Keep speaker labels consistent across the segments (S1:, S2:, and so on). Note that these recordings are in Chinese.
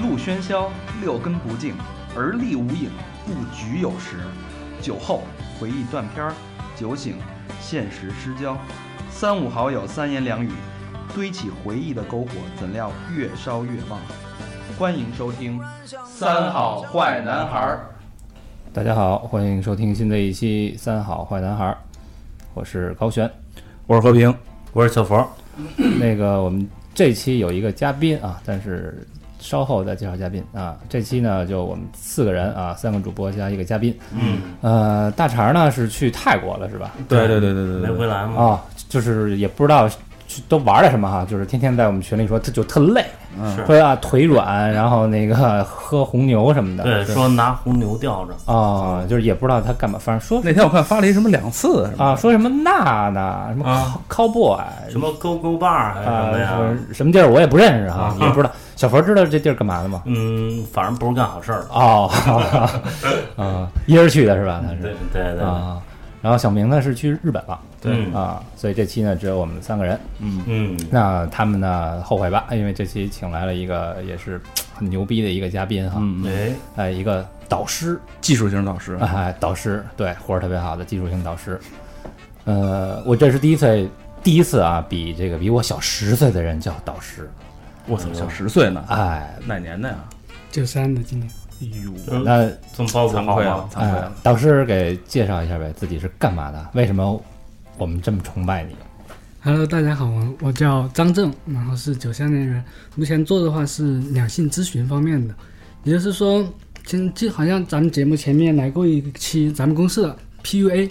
S1: 路喧嚣，六根不净，而立无影，不局有时。酒后回忆断片儿，酒醒现实失焦。三五好友三言两语，堆起回忆的篝火，怎料越烧越旺。欢迎收听《三好坏男孩儿》。
S2: 大家好，欢迎收听新的一期《三好坏男孩》，儿》，我是高 璇。
S3: 我是和平，我是小佛。
S2: 那个，我们这期有一个嘉宾啊，但是稍后再介绍嘉宾啊。这期呢，就我们四个人啊，三个主播加一个嘉宾。嗯，呃，大肠呢是去泰国了是吧？
S3: 对对对对
S4: 没
S3: 对对，
S4: 回来
S2: 啊、
S4: 嘛。
S2: 就是也不知道去都玩了什么哈，就是天天在我们群里说，他就特累，
S4: 是
S2: 说啊腿软，然后那个喝红牛什么的。
S4: 对，说拿红牛吊着，
S2: 啊、就是也不知道他干嘛，反正说
S3: 那天我看发了一什么啊两次，是吧
S2: 啊，说什么娜娜，什么 cowboy，、
S4: 什
S3: 嗯
S4: 么勾勾棒儿还
S3: 哎
S4: 是什么
S2: 啊
S4: 呀？，
S2: 什么地儿我也不认识
S3: 啊
S2: 哈， 也不知道。小佛知道这地儿干嘛的吗？
S4: 嗯，反正不是干好事儿了。
S2: 哦，啊，一人去的是吧？他
S4: 对
S2: 是
S4: 对对，
S2: 啊。然后小明呢是去日本了，
S4: 嗯
S2: 啊，所以这期呢只有我们三个人。
S4: 嗯，
S2: 那他们呢后悔吧，因为这期请来了一个也是很牛逼的一个嘉宾哈，
S3: 嗯
S4: 哎，
S2: 哎，一个导师，
S3: 技术型导师，
S5: 啊
S2: 哎，导师对活儿特别好的技术性导师。呃，我这是第一次，第一次啊，比这个比我小十岁的人叫导师，
S3: 我操，小十岁呢，
S2: 哎，
S3: 哪年的呀？
S5: 九三的今年，
S3: 哎呦，
S4: 嗯
S2: 那
S4: 这么包
S3: 惭
S4: 容好
S5: 啊
S3: 愧了
S4: 吗，？
S3: 惭愧
S2: 哎
S3: 了。，
S2: 导师给介绍一下呗，自己是干嘛的？为什么我们这么崇拜你？
S5: Hello，大家好，我我叫张正，然后是九三年人。目前做的话是两性咨询方面的，也就是说，前就好像咱们节目前面来过一期咱们公司的 PUA，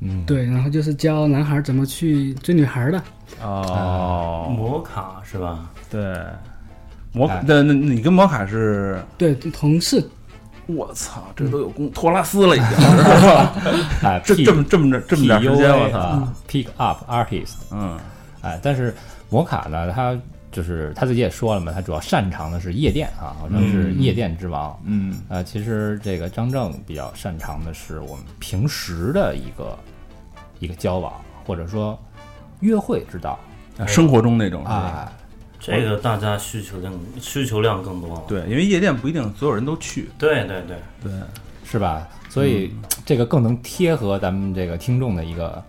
S2: 嗯，
S5: 对，然后就是教男孩怎么去追女孩的。
S3: 哦，
S4: 摩卡是吧？
S3: 对，摩
S2: 哎
S3: 那那你跟摩卡是，
S5: 对，同事
S3: 我操，这都有功托拉 斯了已经，
S2: 哎，
S3: 这
S2: P-
S3: 这么这么着这么点时间，我
S2: PUA
S3: 操，
S2: 啊，pick up artist，
S3: 嗯，
S2: 哎，但是摩卡呢，他就是他自己也说了嘛，他主要擅长的是夜店啊，好像是夜店之王。
S3: 嗯，
S2: 呃，其实这个张正比较擅长的是我们平时的一个一个交往，或者说约会之道
S3: 啊生活中那种是吧，
S2: 啊。
S4: 这个大家需求量需求量更多了。
S3: 对，因为夜店不一定所有人都 去，
S4: 对对对，
S3: 对，
S2: 是吧？所以这个更能贴合咱们这个听众的一个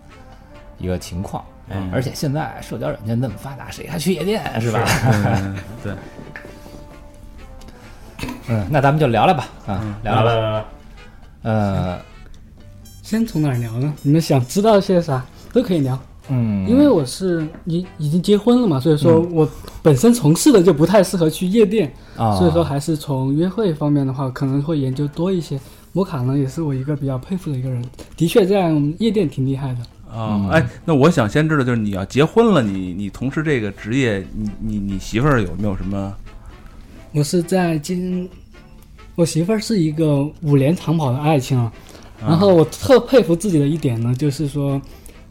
S2: 一个情况。
S4: 哎，
S2: 而且现在社交软件那么发达，谁还去夜店嗯是吧？
S3: 嗯对，
S2: 嗯，那咱们就聊聊吧，啊，聊
S4: 来
S2: 聊吧。
S4: 来来，
S2: 呃，
S5: 先从哪儿聊呢？你们想知道些啥都可以聊，
S2: 嗯，
S5: 因为我是已已经结婚了嘛，所以说我本身从事的就不太适合去夜店。
S2: 啊，
S5: 所以说还是从约会方面的话，可能会研究多一些。摩卡呢，也是我一个比较佩服的一个人，的确在我们夜店挺厉害的。
S2: 嗯
S3: 啊，哎，那我想先知道，就是你要结婚了，你你从事这个职业，你你你媳妇儿有没有什么？
S5: 我是在今，我媳妇儿是一个五连长跑的爱情啊。然后我特佩服自己的一点呢，就是说，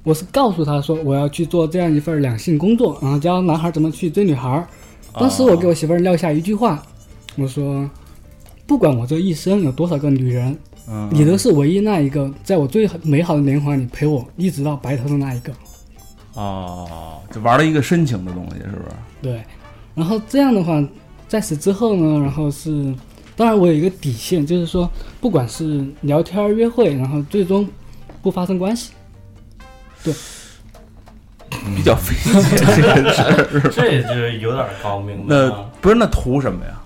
S5: 我是告诉她说我要去做这样一份两性工作，然后教男孩怎么去追女孩儿。当时我给我媳妇儿撂下一句话，我说，不管我这一生有多少个女人，
S3: 嗯，
S5: 你都是唯一那一个，在我最美好的年华里陪我一直到白头的那一个。
S3: 哦，就玩了一个深情的东西，是不是？
S5: 对，然后这样的话，在此之后呢，然后是，当然我有一个底线，就是说，不管是聊天儿、约会，然后最终不发生关系。
S2: 嗯
S3: 比较费解 这个事儿。
S4: 这就有点高明
S3: 那
S4: 了。
S3: 不是那图什么呀？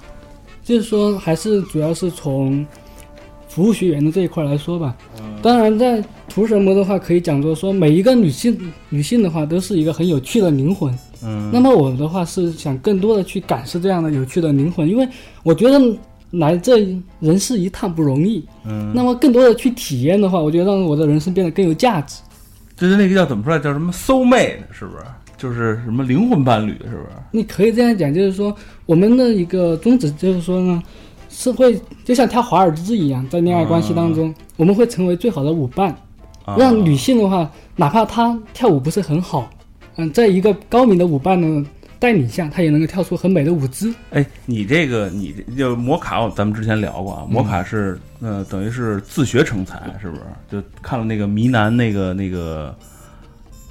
S5: 就是说，还是主要是从服务学员的这一块来说吧。当然，在图什么的话，可以讲作说，每一个女性女性的话，都是一个很有趣的灵魂。
S3: 嗯，
S5: 那么我的话是想更多的去感受这样的有趣的灵魂，因为我觉得来这人世一趟不容易。
S3: 嗯，
S5: 那么更多的去体验的话，我觉得让我的人生变得更有价值。
S3: 就是那个叫怎么说来，叫什么 soul mate，是不是？就是什么灵魂伴侣，是不是？
S5: 你可以这样讲，就是说我们的一个宗旨就是说呢，是会就像跳华尔兹一样，在恋爱关系当中，我们会成为最好的舞伴，
S3: 啊
S5: 让女性的话，哪怕她跳舞不是很好，嗯，在一个高明的舞伴的带领下，她也能够跳出很美的舞姿。
S3: 哎，你这个你这就摩卡，咱们之前聊过啊，
S5: 嗯
S3: 摩卡是呃，等于是自学成才，是不是？就看了那个迷南那个那个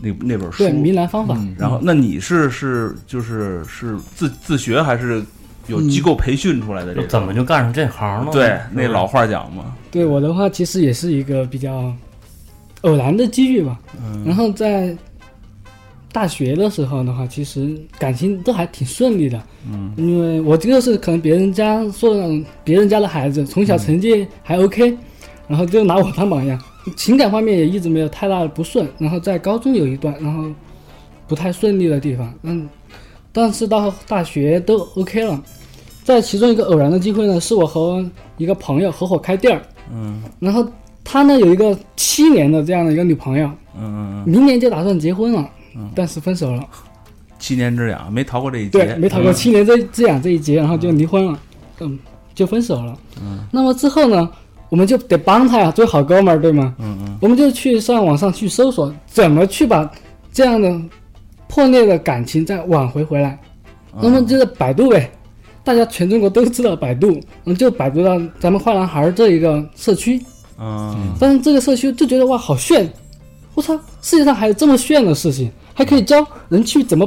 S3: 那那本
S2: 嗯
S3: 书，
S5: 对，迷兰方法。
S3: 然后，那你是是就是是自自学还是有机构培训出来的这
S4: 就
S3: 种。
S4: 怎么就干上这行
S5: 嗯
S4: 了？
S3: 对
S4: 是，
S3: 那
S4: 吧
S3: 老话讲嘛，
S5: 对我的话，其实也是一个比较偶然的机遇吧。然后在大学的时候的话，其实感情都还挺顺利的。嗯，因为我就是可能别人家说让别人家的孩子从小成绩还 OK，、然后就拿我当榜样。情感方面也一直没有太大的不顺，然后在高中有一段，然后不太顺利的地方，嗯，但是到大学都 OK 了。在其中一个偶然的机会呢，是我和一个朋友合伙开店儿，
S3: 嗯
S5: 然后他呢有一个七年的这样的一个女朋友，
S3: 嗯，嗯嗯
S5: 明年就打算结婚了，但是分手了，
S3: 七年之痒没逃过这一劫
S5: 对，，没逃过七年这这样这一劫，然后就离婚了，嗯，就分手了。
S3: 嗯
S5: 那么之后呢，我们就得帮他呀，做好哥们儿，对吗？
S3: 嗯嗯
S5: 我们就去上网上去搜索，怎么去把这样的破裂的感情再挽回回来。
S3: 嗯
S5: 那么就是百度呗，大家全中国都知道百度，嗯，就百度到咱们坏男孩儿这一个社区，
S3: 嗯
S5: 但是这个社区就觉得哇，好炫！我操，世界上还有这么炫的事情，还可以教人去怎么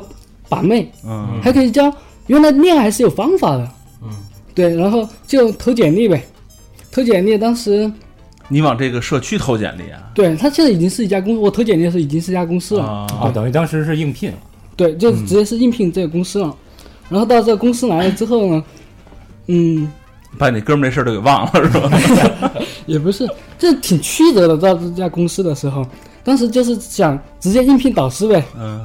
S5: 把妹，
S3: 嗯
S5: 还可以教原来恋爱是有方法的。
S4: 嗯，
S5: 对，然后就投简历呗，投简历。当时
S3: 你往这个社区投简历啊？
S5: 对他现在已经是一家公司，我投简历的时候已经是一家公司了。
S3: 啊嗯
S2: 哦，等于当时是应聘了，
S5: 对，就直接是应聘这个公司了。然后到这个公司来了之后呢，嗯，
S3: 把你哥们儿这事儿都给忘了是吧？
S5: 也不是，这挺曲折的。到这家公司的时候，当时就是想直接应聘导师呗。
S3: 嗯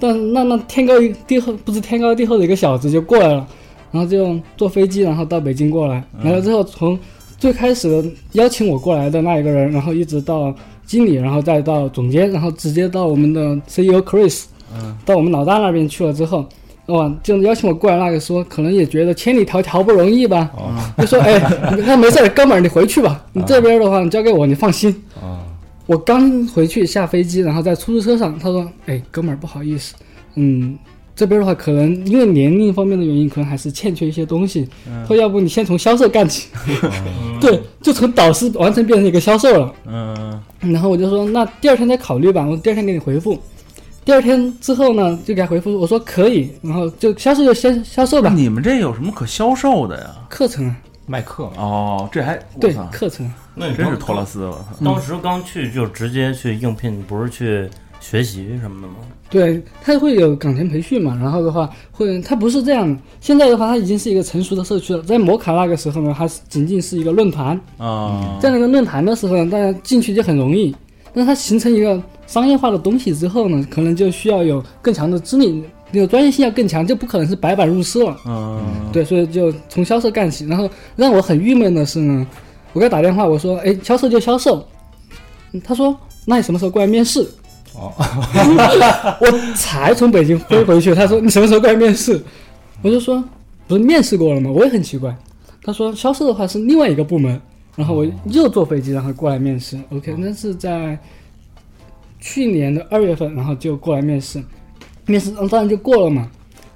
S5: 但那那天高地厚，不知天高地厚的一个小子就过来了，然后就坐飞机，然后到北京过来，来了之后从最开始邀请我过来的那一个人，然后一直到经理，然后再到总监，然后直接到我们的 CEO Chris，
S3: 嗯
S5: 到我们老大那边去了之后。哇，就邀请我过来那个说，可能也觉得千里迢迢不容易吧，就说哎，那没事儿，哥们儿你回去吧，你这边的话你交给我，你放心。
S2: 啊，
S5: 我刚回去下飞机，然后在出租车上，他说：“哎，哥们儿，不好意思，嗯，这边的话可能因为年龄方面的原因，可能还是欠缺一些东西。
S3: 嗯
S5: 他说要不你先从销售干起，
S4: 嗯
S5: 对，就从导师完全变成一个销售了。
S3: 嗯
S5: 然后我就说那第二天再考虑吧，我第二天给你回复。第二天之后呢，就给他回复，我说可以，然后就销售就先销售
S3: 那
S5: 吧，
S3: 你们这有什么可销售的呀？
S5: 课程啊，
S2: 卖课嘛，
S3: 哦，这还
S5: 对
S3: 我操，
S5: 课程啊，
S4: 那你
S3: 真是
S4: 当
S3: 托拉斯，我
S2: 嗯
S3: 操！
S4: 当时刚去就直接去应聘，不是去学习什么的吗？
S5: 对，它会有岗前培训嘛，然后的话会，它不是这样的。现在的话，它已经是一个成熟的社区了。在摩卡那个时候呢，它是仅仅是一个论坛，
S3: 啊，
S5: 在那个论坛的时候呢，大家进去就很容易。但它形成一个商业化的东西之后呢，可能就需要有更强的知名，有专业性要更强，就不可能是白板入师了。
S3: 嗯
S5: 对，所以就从销售干起。然后让我很郁闷的是呢，我给他打电话，我说：“哎，销售就销售。嗯”他说：“那你什么时候过来面试？”
S2: 哦，
S5: 我才从北京飞回去，他说你什么时候过来面试？我就说不是面试过了吗？我也很奇怪。他说销售的话是另外一个部门，然后我又坐飞机，然后过来面试。OK，那是在去年的二月份，然后就过来面试，面试嗯当然就过了嘛。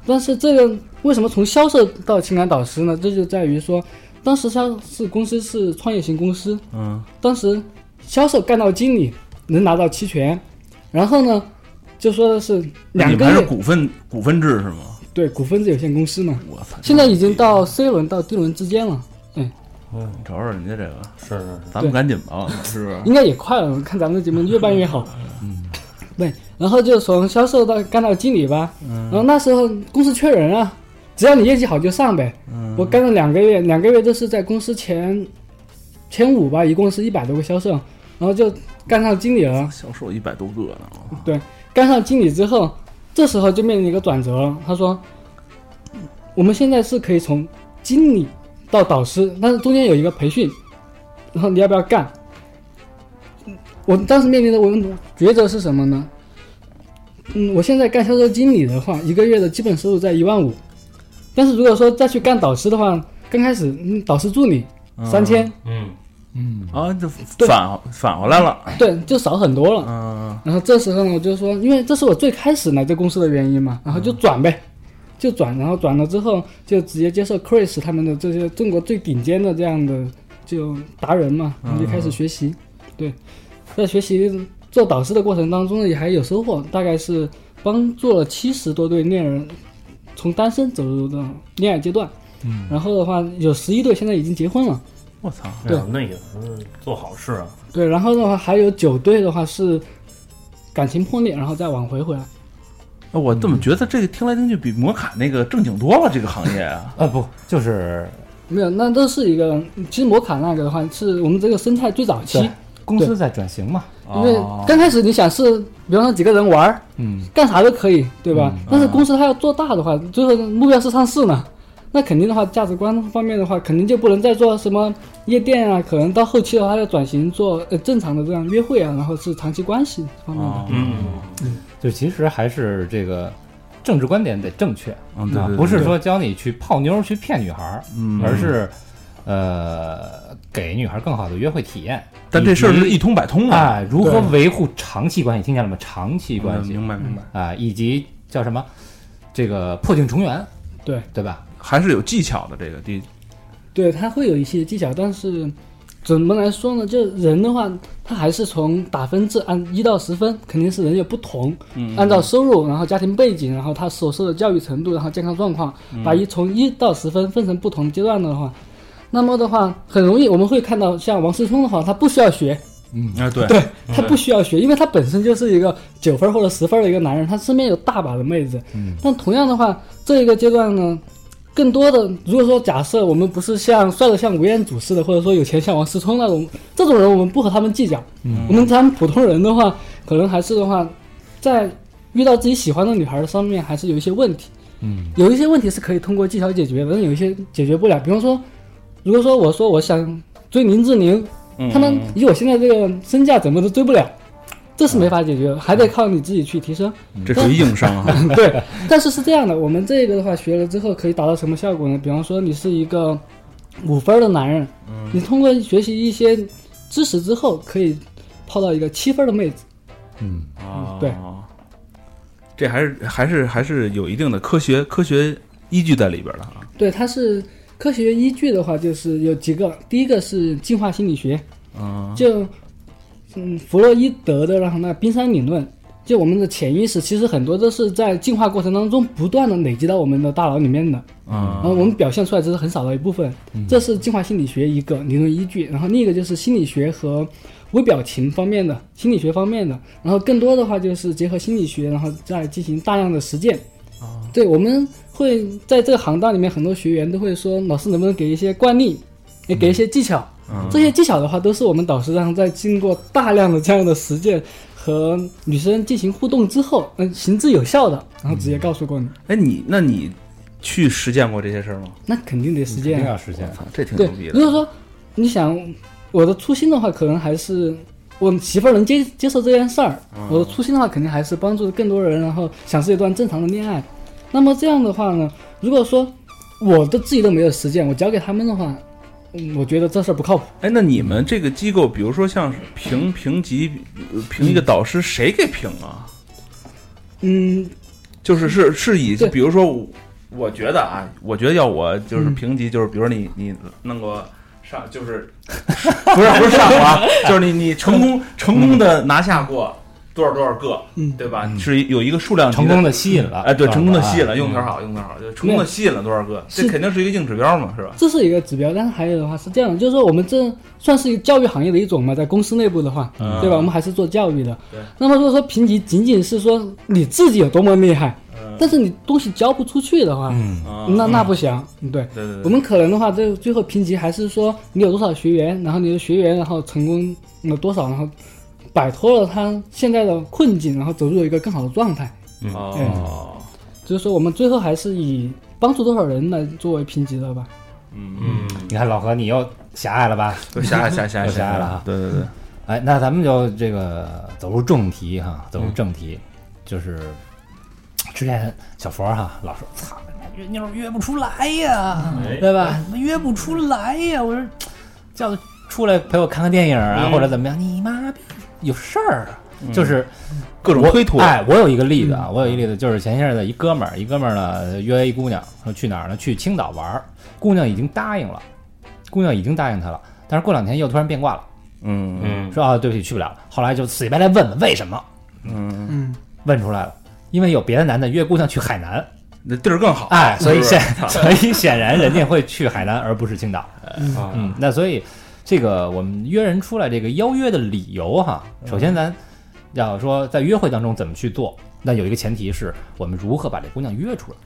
S5: 但是这个为什么从销售到情感导师呢？这就在于说，当时销售公司是创业型公司，
S3: 嗯
S5: 当时销售干到经理，能拿到期权，然后呢，就说的是
S3: 那
S5: 两
S3: 你们
S5: 个
S3: 还是
S5: 月
S3: 股啊份股份制是吗？
S5: 对股份制有限公司嘛，
S3: 我操！
S5: 现在已经到 C 轮到 D 轮之间了，哎，
S3: 啊
S4: 嗯，
S3: 你瞅瞅人家这个，
S4: 是是是，
S3: 咱们赶紧吧，我操是不是？
S5: 应该也快了，我看咱们的节目越办越好。
S3: 嗯
S5: 对，然后就从销售到干到经理吧，
S3: 嗯
S5: 然后那时候公司缺人啊，只要你业绩好就上呗。
S3: 嗯
S5: 我干了两个月，两个月都是在公司前前五吧，一共是一百多个销售，然后就干上经理了。
S3: 销售一百多个呢，我操
S5: 干上经理之后，这时候就面临一个转折了。他说，我们现在是可以从经理到导师，但是中间有一个培训，然后你要不要干？我当时面临的我抉择是什么呢？嗯，我现在干销售经理的话，一个月的基本收入在一万五，但是如果说再去干导师的话，刚开始、嗯、导师助理三千，
S4: 嗯，
S2: 嗯，
S3: 啊，这返返回来了，
S5: 对，就少很多了。
S3: 嗯
S5: 然后这时候呢，我就说，因为这是我最开始来这公司的原因嘛，然后就转呗，就转，然后转了之后就直接接受 Chris 他们的这些中国最顶尖的这样的就达人嘛，然后就开始学习，对，在学习做导师的过程当中呢，也还有收获，大概是帮助了七十多对恋人从单身走入到恋爱阶段，嗯，然后的话有十一对现在已经结婚了，
S3: 我操，
S5: 对
S4: 啊那也是做好事啊。
S5: 对，然后的话还有九对的话是感情破裂，然后再挽回回来。
S3: 那我怎么觉得这个听来听去比摩卡那个正经多了？这个行业啊，
S2: 呃，不，就是
S5: 没有，那都是一个。其实摩卡那个的话，是我们这个生态最早期，
S2: 对公司
S5: 对
S2: 在转型嘛，
S5: 因为
S3: 哦
S5: 刚开始你想是，比方说几个人玩儿，
S2: 嗯，
S5: 干啥都可以，对吧？但是公司它要做大的话，最后目标是上市呢，那肯定的话，价值观方面的话，肯定就不能再做什么夜店啊，可能到后期的话它要转型做呃正常的这样约会啊，然后是长期关系方面
S3: 哦
S5: 的。
S4: 嗯，
S2: 就其实还是这个政治观点得正确，
S3: 嗯对对对
S2: 啊，不是说教你去泡妞儿去骗女孩儿，
S3: 嗯
S2: 而是呃给女孩儿更好的约会体验。
S3: 但这事儿是
S2: 以
S3: 一通百通
S2: 及
S3: 啊，
S2: 啊，如何维护长期关系？听见了吗？长期关系
S3: 嗯明白明白，
S2: 啊，以及叫什么这个破镜重圆，
S5: 对
S2: 对吧？
S3: 还是有技巧的这个第
S5: 对，它会有一些技巧，但是怎么来说呢？就人的话，他还是从打分制按一到十分，肯定是人有不同。按照收入，然后家庭背景，然后他所受的教育程度，然后健康状况，把一从一到十分分成不同阶段的话，那么的话很容易我们会看到，像王思聪的话，他不需要学，
S3: 啊对
S5: 对他不需要学，因为他本身就是一个九分或者十分的一个男人，他身边有大把的妹子。但同样的话，这一个阶段呢，更多的如果说假设我们不是像帅的像吴彦祖似的，或者说有钱像王思聪那种这种人，我们不和他们计较。我们咱们普通人的话，可能还是的话，在遇到自己喜欢的女孩儿上面，还是有一些问题。
S2: 嗯，
S5: 有一些问题是可以通过技巧解决的，但有一些解决不了。比方说，如果说我说我想追林志玲，他们以我现在这个身价，怎么都追不了，这是没法解决，还得靠你自己去提升。
S3: 这属于硬伤啊，
S5: 对，但是是这样的，我们这个的话学了之后可以达到什么效果呢？比方说你是一个五分儿的男人，你通过学习一些知识之后，可以泡到一个七分儿的妹子。
S3: 啊
S5: 对，
S3: 这还是还是还是有一定的科学科学依据在里边的啊，
S5: 对，它是科学依据的话，就是有几个，第一个是进化心理学，
S3: 嗯
S5: 就嗯弗洛伊德的然后那冰山理论。就我们的潜意识，其实很多都是在进化过程当中不断的累积到我们的大脑里面的。然后
S3: 嗯
S5: 我们表现出来只是很少的一部分，这是进化心理学一个理论依据，然后另一个就是心理学和微表情方面的心理学方面的，然后更多的话就是结合心理学，然后再进行大量的实践。对，我们会在这个行当里面，很多学员都会说，老师能不能给一些惯例，也给一些技巧？这些技巧的话，都是我们导师让在经过大量的这样的实践和女生进行互动之后，嗯，行之有效的，然后直接告诉过你，
S3: 哎你那你去实践过这些事儿吗？
S5: 那肯定得实践
S2: 一
S5: 啊
S2: 定。要实现。
S3: 操，这挺
S5: 对嗯
S3: 牛逼，
S5: 如果
S3: 的，
S5: 说你想我的初心的话，可能还是我媳妇儿能接接受这件事儿。
S3: 嗯
S5: 我的初心的话，肯定还是帮助更多人，然后享受一段正常的恋爱。那么这样的话呢，如果说我都自己都没有实践，我交给他们的话，嗯，我觉得这事儿不靠谱。
S3: 哎那你们这个机构，比如说像是评评级呃评一个导师，谁给评啊？
S5: 嗯，
S3: 就是是是以
S5: 对
S3: 比如说我我觉得啊，我觉得要我
S5: 嗯
S3: 就是评级，就是比如你你弄个。上就是 不是不是上过啊，就是你你成功成功的拿下过多少多少个，
S5: 嗯
S3: 对吧？是有一个数量级
S2: 成功的吸引了，嗯
S3: 哎，对，成功的吸引
S2: 了，
S3: 了，用词儿好，用词儿好，就成功的吸引了多少个？这
S5: 是
S3: 肯定是一个硬指标嘛，是吧？
S5: 这是一个指标，但是还有的话是这样的，就是说我们这算是一个教育行业的一种嘛，在公司内部的话，
S3: 嗯
S5: 对吧？我们还是做教育的。
S3: 对
S5: 那么如果说评级仅仅是说你自己有多么厉害，
S3: 嗯
S5: 但是你东西交不出去的话，
S2: 嗯
S3: 啊
S5: 那那不行，对。
S3: 对对
S5: 我
S3: 对，
S5: 们可能的话，最最后评级还是说你有多少学员，然后你的学员然后成功有多少，然后摆脱了他现在的困境，然后走入一个更好的状态。
S3: 哦，
S5: 就是说，我们最后还是以帮助多少人来作为评级的吧。
S3: 嗯嗯，
S2: 你看老何，你又狭隘了吧？
S3: 都狭隘狭隘狭隘
S2: 都狭隘了啊
S3: 对对对，
S2: 哎，那咱们就这个走入正题哈，走
S3: 嗯
S2: 入正题，就是之前小佛哈老说，操，约妞约不出来呀，
S3: 哎
S2: 对吧？约不出来呀，我说叫他出来陪我看看电影
S3: 嗯
S2: 啊，或者怎么样？你妈逼有事儿啊，就是
S3: 各种
S2: 我
S3: 推脱，嗯
S2: 哎，我有一个例子啊，我有一个例子，就是前些日子一哥们儿，一哥们儿呢约一姑娘，说去哪儿呢？去青岛玩儿，姑娘已经答应了，姑娘已经答应他了，但是过两天又突然变卦了。
S3: 嗯嗯
S4: 嗯，
S2: 说啊，对不起，去不了了。后来就死乞白赖问问为什么，
S3: 嗯，
S5: 嗯，
S2: 问出来了，因为有别的男的约姑娘去海南，
S3: 那地儿更
S5: 啊
S3: 好。
S2: 哎，所以
S3: 哦是
S2: 显所以显然人家会去海南而不是青岛。嗯，那所以这个我们约人出来这个邀约的理由哈，首先咱要说在约会当中怎么去做，那有一个前提是我们如何把这姑娘约出来。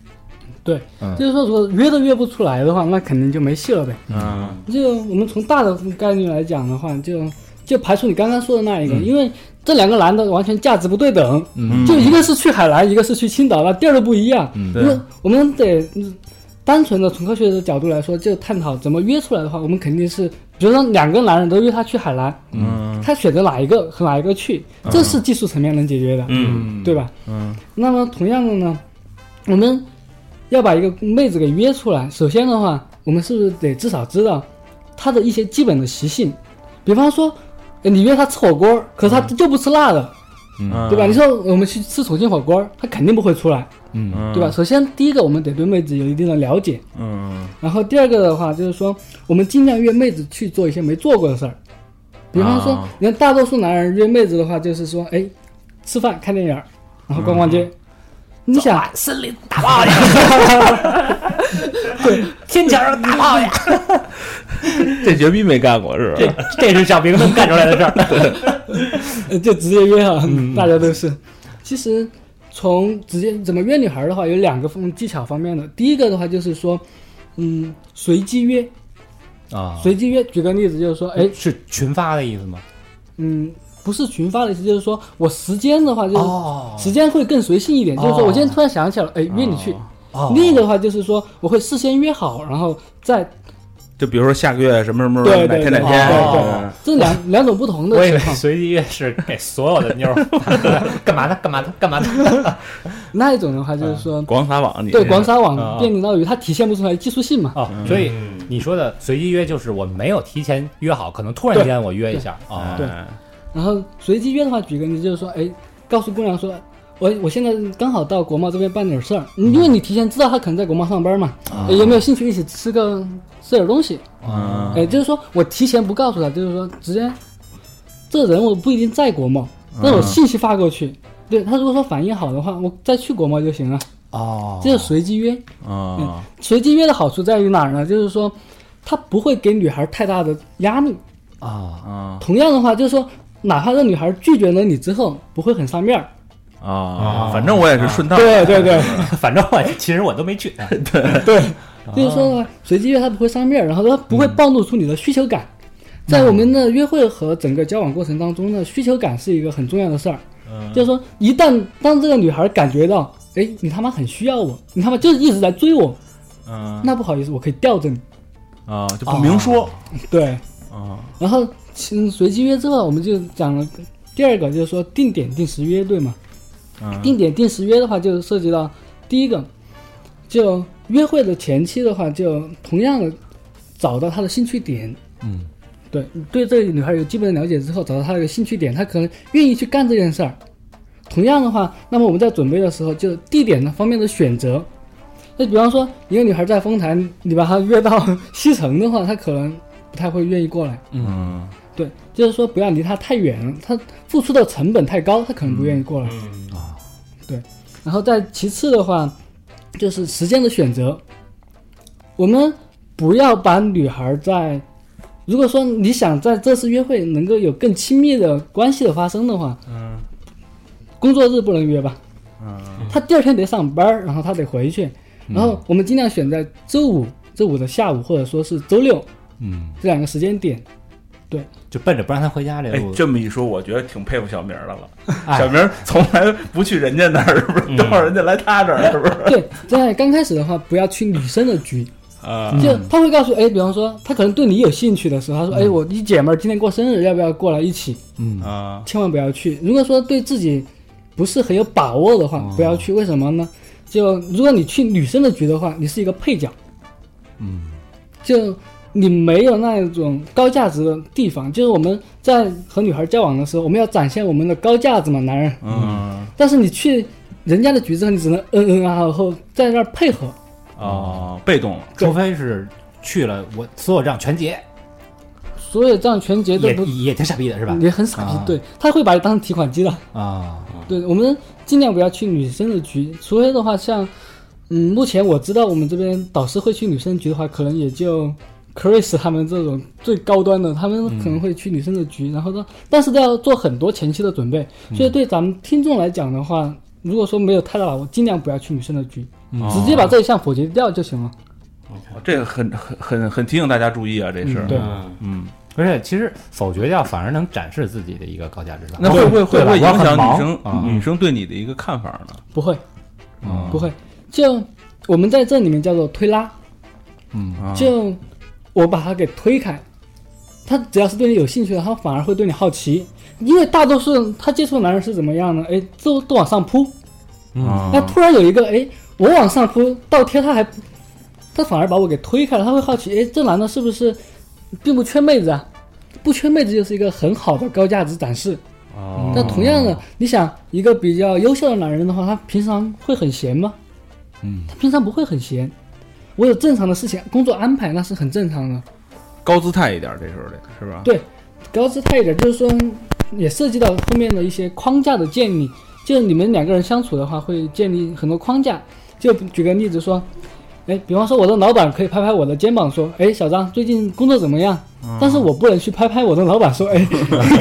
S5: 对，
S2: 嗯
S5: 就是说如果约都约不出来的话，那肯定就没戏了呗。
S4: 啊
S3: 嗯
S5: 就我们从大的概率来讲的话，就就排除你刚刚说的那一个，因为这两个男的完全价值不对等，
S2: 嗯
S5: 就一个是去海南，一个是去青岛，那地儿都不一样。
S2: 嗯
S3: 对
S5: 因为我们得嗯单纯的从科学的角度来说，就探讨怎么约出来的话，我们肯定是，比如说两个男人都约他去海南，
S3: 嗯
S5: 他选择哪一个和哪一个去，
S2: 嗯
S5: 这是技术层面能解决的，
S4: 嗯，
S5: 对吧？
S3: 嗯
S5: 那么同样的呢，我们要把一个妹子给约出来，首先的话，我们是不是得至少知道她的一些基本的习性？比方说，呃你约她吃火锅，可是她就不吃辣的，
S3: 嗯，
S5: 对吧？你说我们去吃重庆火锅，她肯定不会出来，
S2: 嗯
S3: 嗯
S5: 对吧？？首先，第一个我们得对妹子有一定的了解，
S3: 嗯
S5: 然后第二个的话就是说，我们尽量约妹子去做一些没做过的事儿，比方说
S3: 啊，
S5: 你看大多数男人约妹子的话，就是说，哎，吃饭、看电影儿，然后逛逛街。你想，
S2: 嗯啊森林打炮呀， 天桥上打炮呀，
S3: 这绝逼没干过是吧？
S2: 这是小明能干出来的事儿。
S5: 呃就直接约啊，
S2: 嗯
S5: 大家都是。其实从直接怎么约女孩儿的话，有两个方技巧方面的。第一个的话就是说，嗯，随机约，
S2: 啊，
S5: 随机约。举个例子就是说，哎，
S2: 是群发的意思吗？
S5: 嗯，不是群发的意思，就是说我时间的话就是
S2: 哦
S5: 时间会更随性一点，就是说
S2: 哦
S5: 我今天突然想起来了，哎，约你去。
S2: 哦
S5: 另一个的话就是说，我会事先约好，然后再
S3: 就比如说下个月什么什么
S5: 对
S3: 哪
S5: 对
S3: 天哪
S5: 对
S3: 天，
S2: 对
S5: 对
S3: 嗯
S5: 这 两两种不同
S2: 我
S5: 的
S2: 以为
S5: 情况。
S2: 随机约是给所有的妞儿 干嘛呢？干嘛呢？干嘛呢？
S5: 那一种的话就是说，
S3: 广撒网你
S5: 对广撒
S2: 啊
S5: 网、变领导语，它体现不出来技术性嘛。
S2: 哦，所以你说的随机约就是我没有提前约好，可能突然间我约一下
S3: 哎
S2: 啊。
S5: 对然后随机约的话，举个例子就是说，哎，告诉姑娘说，我我现在刚好到国贸这边办点事儿，因
S2: 嗯
S5: 为你提前知道她可能在国贸上班嘛，
S2: 哦
S5: 哎有没有兴趣一起吃个吃点东西？
S3: 嗯
S5: 哎，就是说我提前不告诉她，就是说直接，这人我不一定在国贸，但我信息发过去，对她如果说反应好的话，我再去国贸就行了，
S2: 哦
S5: 这是随机约。
S3: 啊
S5: 随机约的好处在于哪儿呢？就是说，它不会给女孩太大的压力。
S2: 啊
S3: 啊
S5: 同样的话，就是说，哪怕这女孩拒绝了你之后，不会很伤面儿。
S3: 啊！反正我也是顺道，
S5: 对对对，
S2: 反正我其实我都没 去。
S5: 就是说呢，随机约她不会伤面儿，然后她不会暴露出你的需求感。在我们的约会和整个交往过程当中呢，需求感是一个很重要的事儿。就是说，一旦当这个女孩感觉到，哎，你他妈很需要我，你他妈就是一直在追我，
S3: 嗯
S5: 那不好意思，我可以吊着你。
S3: 啊就
S2: 哦
S3: 不明说
S5: 对，
S3: 啊
S5: 然后嗯，随机约之后，我们就讲了第二个，就是说定点定时约，对吗？
S3: 嗯
S5: 定点定时约的话，就涉及到第一个，就约会的前期的话，就同样的找到她的兴趣点。
S2: 嗯，
S5: 对，对这个女孩有基本的了解之后，找到她的一个兴趣点，她可能愿意去干这件事儿。同样的话，那么我们在准备的时候，就地点呢方面的选择。那比方说，一个女孩在丰台，你把她约到西城的话，她可能不太会愿意过来。
S3: 嗯
S5: 对，就是说不要离他太远，他付出的成本太高，他可能不愿意过来。
S4: 嗯
S5: 对。然后再其次的话，就是时间的选择，我们不要把女孩在，如果说你想在这次约会能够有更亲密的关系的发生的话，嗯，工作日不能约吧？嗯，他第二天得上班儿，然后他得回去，然后我们尽量选在周五、周五的下午或者说是周六
S2: 嗯，
S5: 这两个时间点。
S2: 就奔着不让他回家这
S3: 哎，
S2: 路子。
S3: 这么一说，我觉得挺佩服小明儿 的了。
S2: 哎
S3: 小明儿从来不去人家那儿，是不
S5: 嗯
S3: 是？都让人家来他这儿，是 不是？
S5: 对，在刚开始的话，不要去女生的局，
S3: 啊
S5: 就他会告诉，哎，比方说他可能对你有兴趣的时候，他说，哎，我一姐们儿今天过生日，要不要过来一起？
S2: 嗯
S3: 啊
S5: 千万不要去。如果说对自己不是很有把握的话，不要去。为什么呢？就如果你去女生的局的话，你是一个配角，
S2: 嗯
S5: 就你没有那种高价值的地方。就是我们在和女孩交往的时候，我们要展现我们的高价值嘛，男人。
S3: 嗯
S5: 但是你去人家的局之后，你只能嗯嗯啊，然后在那儿配合。
S3: 哦，被动了。
S2: 除非是去了，我所有账全结，
S5: 所有这样全结都
S2: 也
S5: 不
S2: 也挺傻逼的是吧？
S5: 也很傻逼，
S2: 啊
S5: 对他会把你当成提款机的。
S2: 啊，
S5: 对我们尽量不要去女生的局，除非的话像，嗯，目前我知道我们这边导师会去女生局的话，可能也就 Chris 他们这种最高端的，他们可能会去女生的局，
S2: 嗯
S5: 然后呢，但是都要做很多前期的准备。所以对咱们听众来讲的话，如果说没有太大把握，尽量不要去女生的局，
S2: 嗯
S5: 直接把这一项否决掉就行了。
S3: 这个很很很很提醒大家注意啊，这
S5: 嗯
S3: 事。
S5: 嗯对
S4: 嗯，
S3: 嗯，
S2: 而且其实否决掉反而能展示自己的一个高价值观。
S3: 那会不会会
S2: 对
S3: 不
S2: 吧
S3: 会影响
S2: 我
S3: 女
S2: 很忙啊
S5: 嗯
S3: 生女生对你的一个看法呢？
S5: 不会，
S2: 嗯
S5: 不会，就我们在这里面叫做推拉，
S2: 嗯
S3: 啊
S5: 就我把它给推开，他只要是对你有兴趣的，他反而会对你好奇，因为大多数人他接触的男人是怎么样呢？哎，都都往上扑，
S3: 啊
S5: 那突然有一个哎，我往上扑倒贴，他还他反而把我给推开了，他会好奇，哎，这男的是不是并不缺妹子啊？不缺妹子就是一个很好的高价值展示。
S4: 哦
S5: 那同样的，你想一个比较优秀的男人的话，他平常会很闲吗？
S2: 嗯，
S5: 他平常不会很闲。我有正常的事情，工作安排那是很正常的。
S3: 高姿态一点，这时候得是吧？
S5: 对高姿态一点，就是说也涉及到后面的一些框架的建立。就你们两个人相处的话，会建立很多框架。就举个例子说，哎，比方说我的老板可以拍拍我的肩膀说，哎，小张最近工作怎么样？但是我不能去拍拍我的老板说，哎，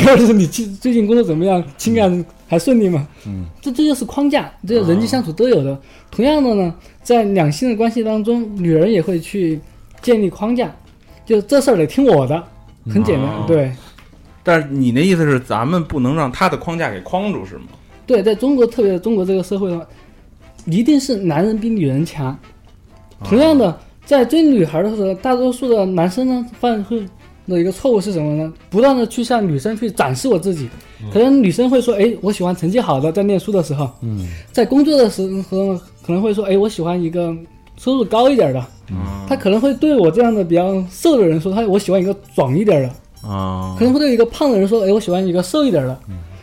S5: 告诉你最最近工作怎么样？情感还顺利吗？
S2: 嗯，
S5: 这这就是框架，这就是人际相处都有的。同样的呢，在两性的关系当中，女人也会去建立框架，就这事儿得听我的，很简单，
S3: 哦
S5: 对。
S3: 但是你那意思是，咱们不能让他的框架给框住，是吗？
S5: 对，在中国，特别是中国这个社会的话，一定是男人比女人强。同样的，在追女孩的时候，大多数的男生呢，犯会的一个错误是什么呢？不断的去向女生去展示我自己。可能女生会说：“哎，我喜欢成绩好的，在念书的时候。”嗯，在工作的时候呢，可能会说：“哎，我喜欢一个收入高一点的。”
S3: 嗯
S5: 他可能会对我这样的比较瘦的人说：“他我喜欢一个壮一点的。”
S3: 啊
S5: 可能会对一个胖的人说：“哎，我喜欢一个瘦一点的。”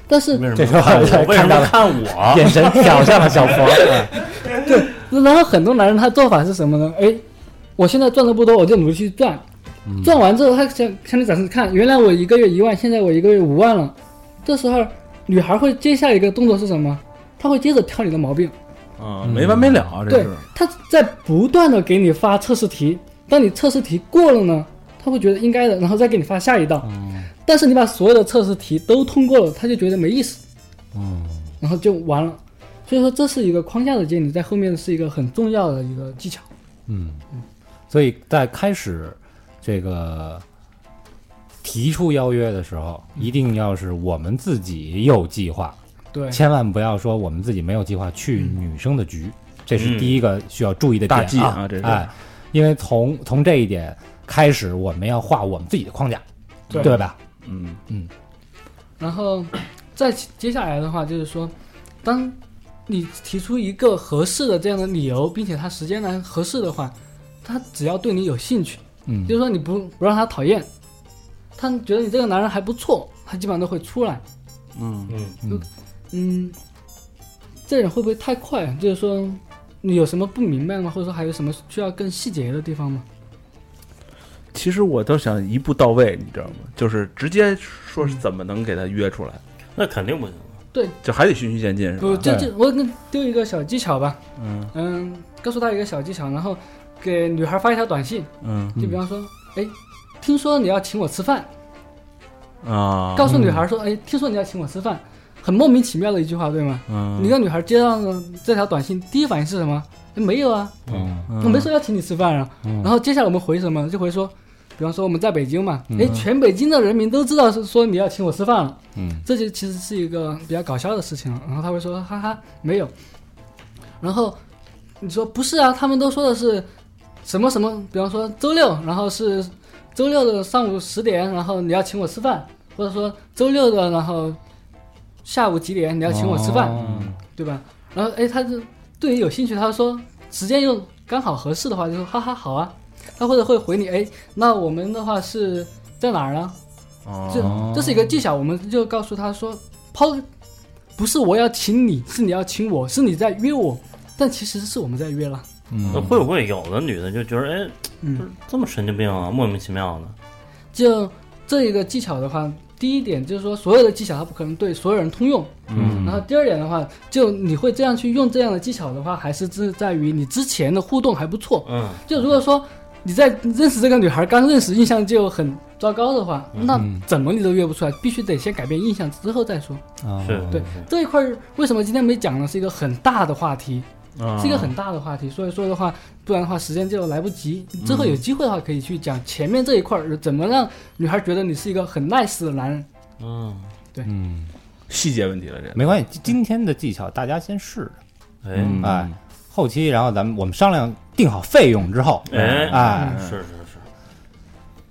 S5: 但是
S4: 为什么
S2: 这时候
S4: 看
S2: 我
S4: 我？为什
S2: 看到
S4: 么
S2: 了
S4: 看我？
S2: 眼神瞟向了小佛，哎
S5: 然后很多男人他做法是什么呢？哎，我现在赚的不多，我就努力去赚，赚完之后他向向你展示看，原来我一个月一万，现在我一个月五万了。这时候女孩会接下一个动作是什么？她会接着挑你的毛病，
S3: 啊，没完没了啊，这
S5: 对
S3: 是。，
S5: 她在不断的给你发测试题，当你测试题过了呢，她会觉得应该的，然后再给你发下一道。但是你把所有的测试题都通过了，她就觉得没意思，然后就完了。所以说这是一个框架的建立，在后面是一个很重要的一个技巧。
S2: 嗯，所以在开始这个提出邀约的时候，一定要是我们自己有计划，
S5: 对，
S2: 千万不要说我们自己没有计划去女生的局，这是第一个需要注意的点
S3: 大忌
S2: 啊
S3: 啊，这是
S2: 哎，因为从从这一点开始，我们要画我们自己的框架，
S5: 对
S2: 对吧？
S3: 嗯
S5: 然后再其接下来的话就是说，当你提出一个合适的这样的理由，并且他时间来合适的话，他只要对你有兴趣，
S2: 嗯
S5: 就是说你不不让他讨厌，他觉得你这个男人还不错，他基本上都会出来。
S3: 嗯
S4: 嗯，
S5: 嗯，这点会不会太快？就是说，你有什么不明白吗？或者说还有什么需要更细节的地方吗？
S3: 其实我都想一步到位，你知道吗？就是直接说是怎么能给他约出来，
S4: 那肯定不行。
S3: 就还得循序渐进，是吧？
S5: 不，就
S2: 对
S5: 就我给你丢一个小技巧吧。
S3: 嗯
S5: 嗯，告诉他一个小技巧，然后给女孩发一条短信，
S3: 嗯
S5: 就比方说，哎，听说你要请我吃饭，
S3: 啊，
S5: 告诉女孩说，哎，听说你要请我吃饭，很莫名其妙的一句话，对吗？
S3: 嗯，
S5: 你让女孩接到呢这条短信，第一反应是什么？哎没有啊，
S2: 嗯
S5: 我没说要请你吃饭啊。然后接下来我们回什么？就回说，比方说我们在北京嘛，哎，全北京的人民都知道是说你要请我吃饭了，
S2: 嗯
S5: 这就其实是一个比较搞笑的事情。然后他会说，哈哈，没有。然后你说不是啊，他们都说的是什么什么，比方说周六，然后是周六的上午十点，然后你要请我吃饭，或者说周六的然后下午几点你要请我吃饭，
S2: 哦
S5: 对吧？然后哎，他就对你有兴趣，他说时间又刚好合适的话，就说哈哈好啊。他或者会回你哎，那我们的话是在哪儿呢？
S3: 啊
S5: 这这是一个技巧，我们就告诉他说，抛不是我要请你，是你要请我，是你在约我，但其实是我们在约了。
S4: 那
S2: 嗯，
S4: 会不会有的女的就觉得，哎，
S5: 嗯
S4: 不是这么神经病啊，莫名其妙的？
S5: 就这一个技巧的话，第一点就是说，所有的技巧它不可能对所有人通用。嗯。然后第二点的话，就你会这样去用这样的技巧的话，还是是在于你之前的互动还不错。
S4: 嗯，
S5: 就如果说你在认识这个女孩刚认识，印象就很糟糕的话，
S2: 嗯
S5: 那怎么你都约不出来，必须得先改变印象之后再说。
S2: 啊，
S4: 是
S5: 对这一块儿为什么今天没讲呢？是一个很大的话题，
S3: 啊
S5: 是一个很大的话题。所以说的话，不然的话时间就来不及。之后有机会的话，可以去讲前面这一块儿怎么让女孩觉得你是一个很 nice 的男人。
S4: 嗯，
S2: 嗯，
S3: 细节问题了，这
S2: 没关系，今天的技巧大家先试
S4: 哎
S3: 嗯
S2: 着，哎，后期然后咱们我们商量定好费用之后，
S4: 哎
S2: 哎，
S4: 是是是，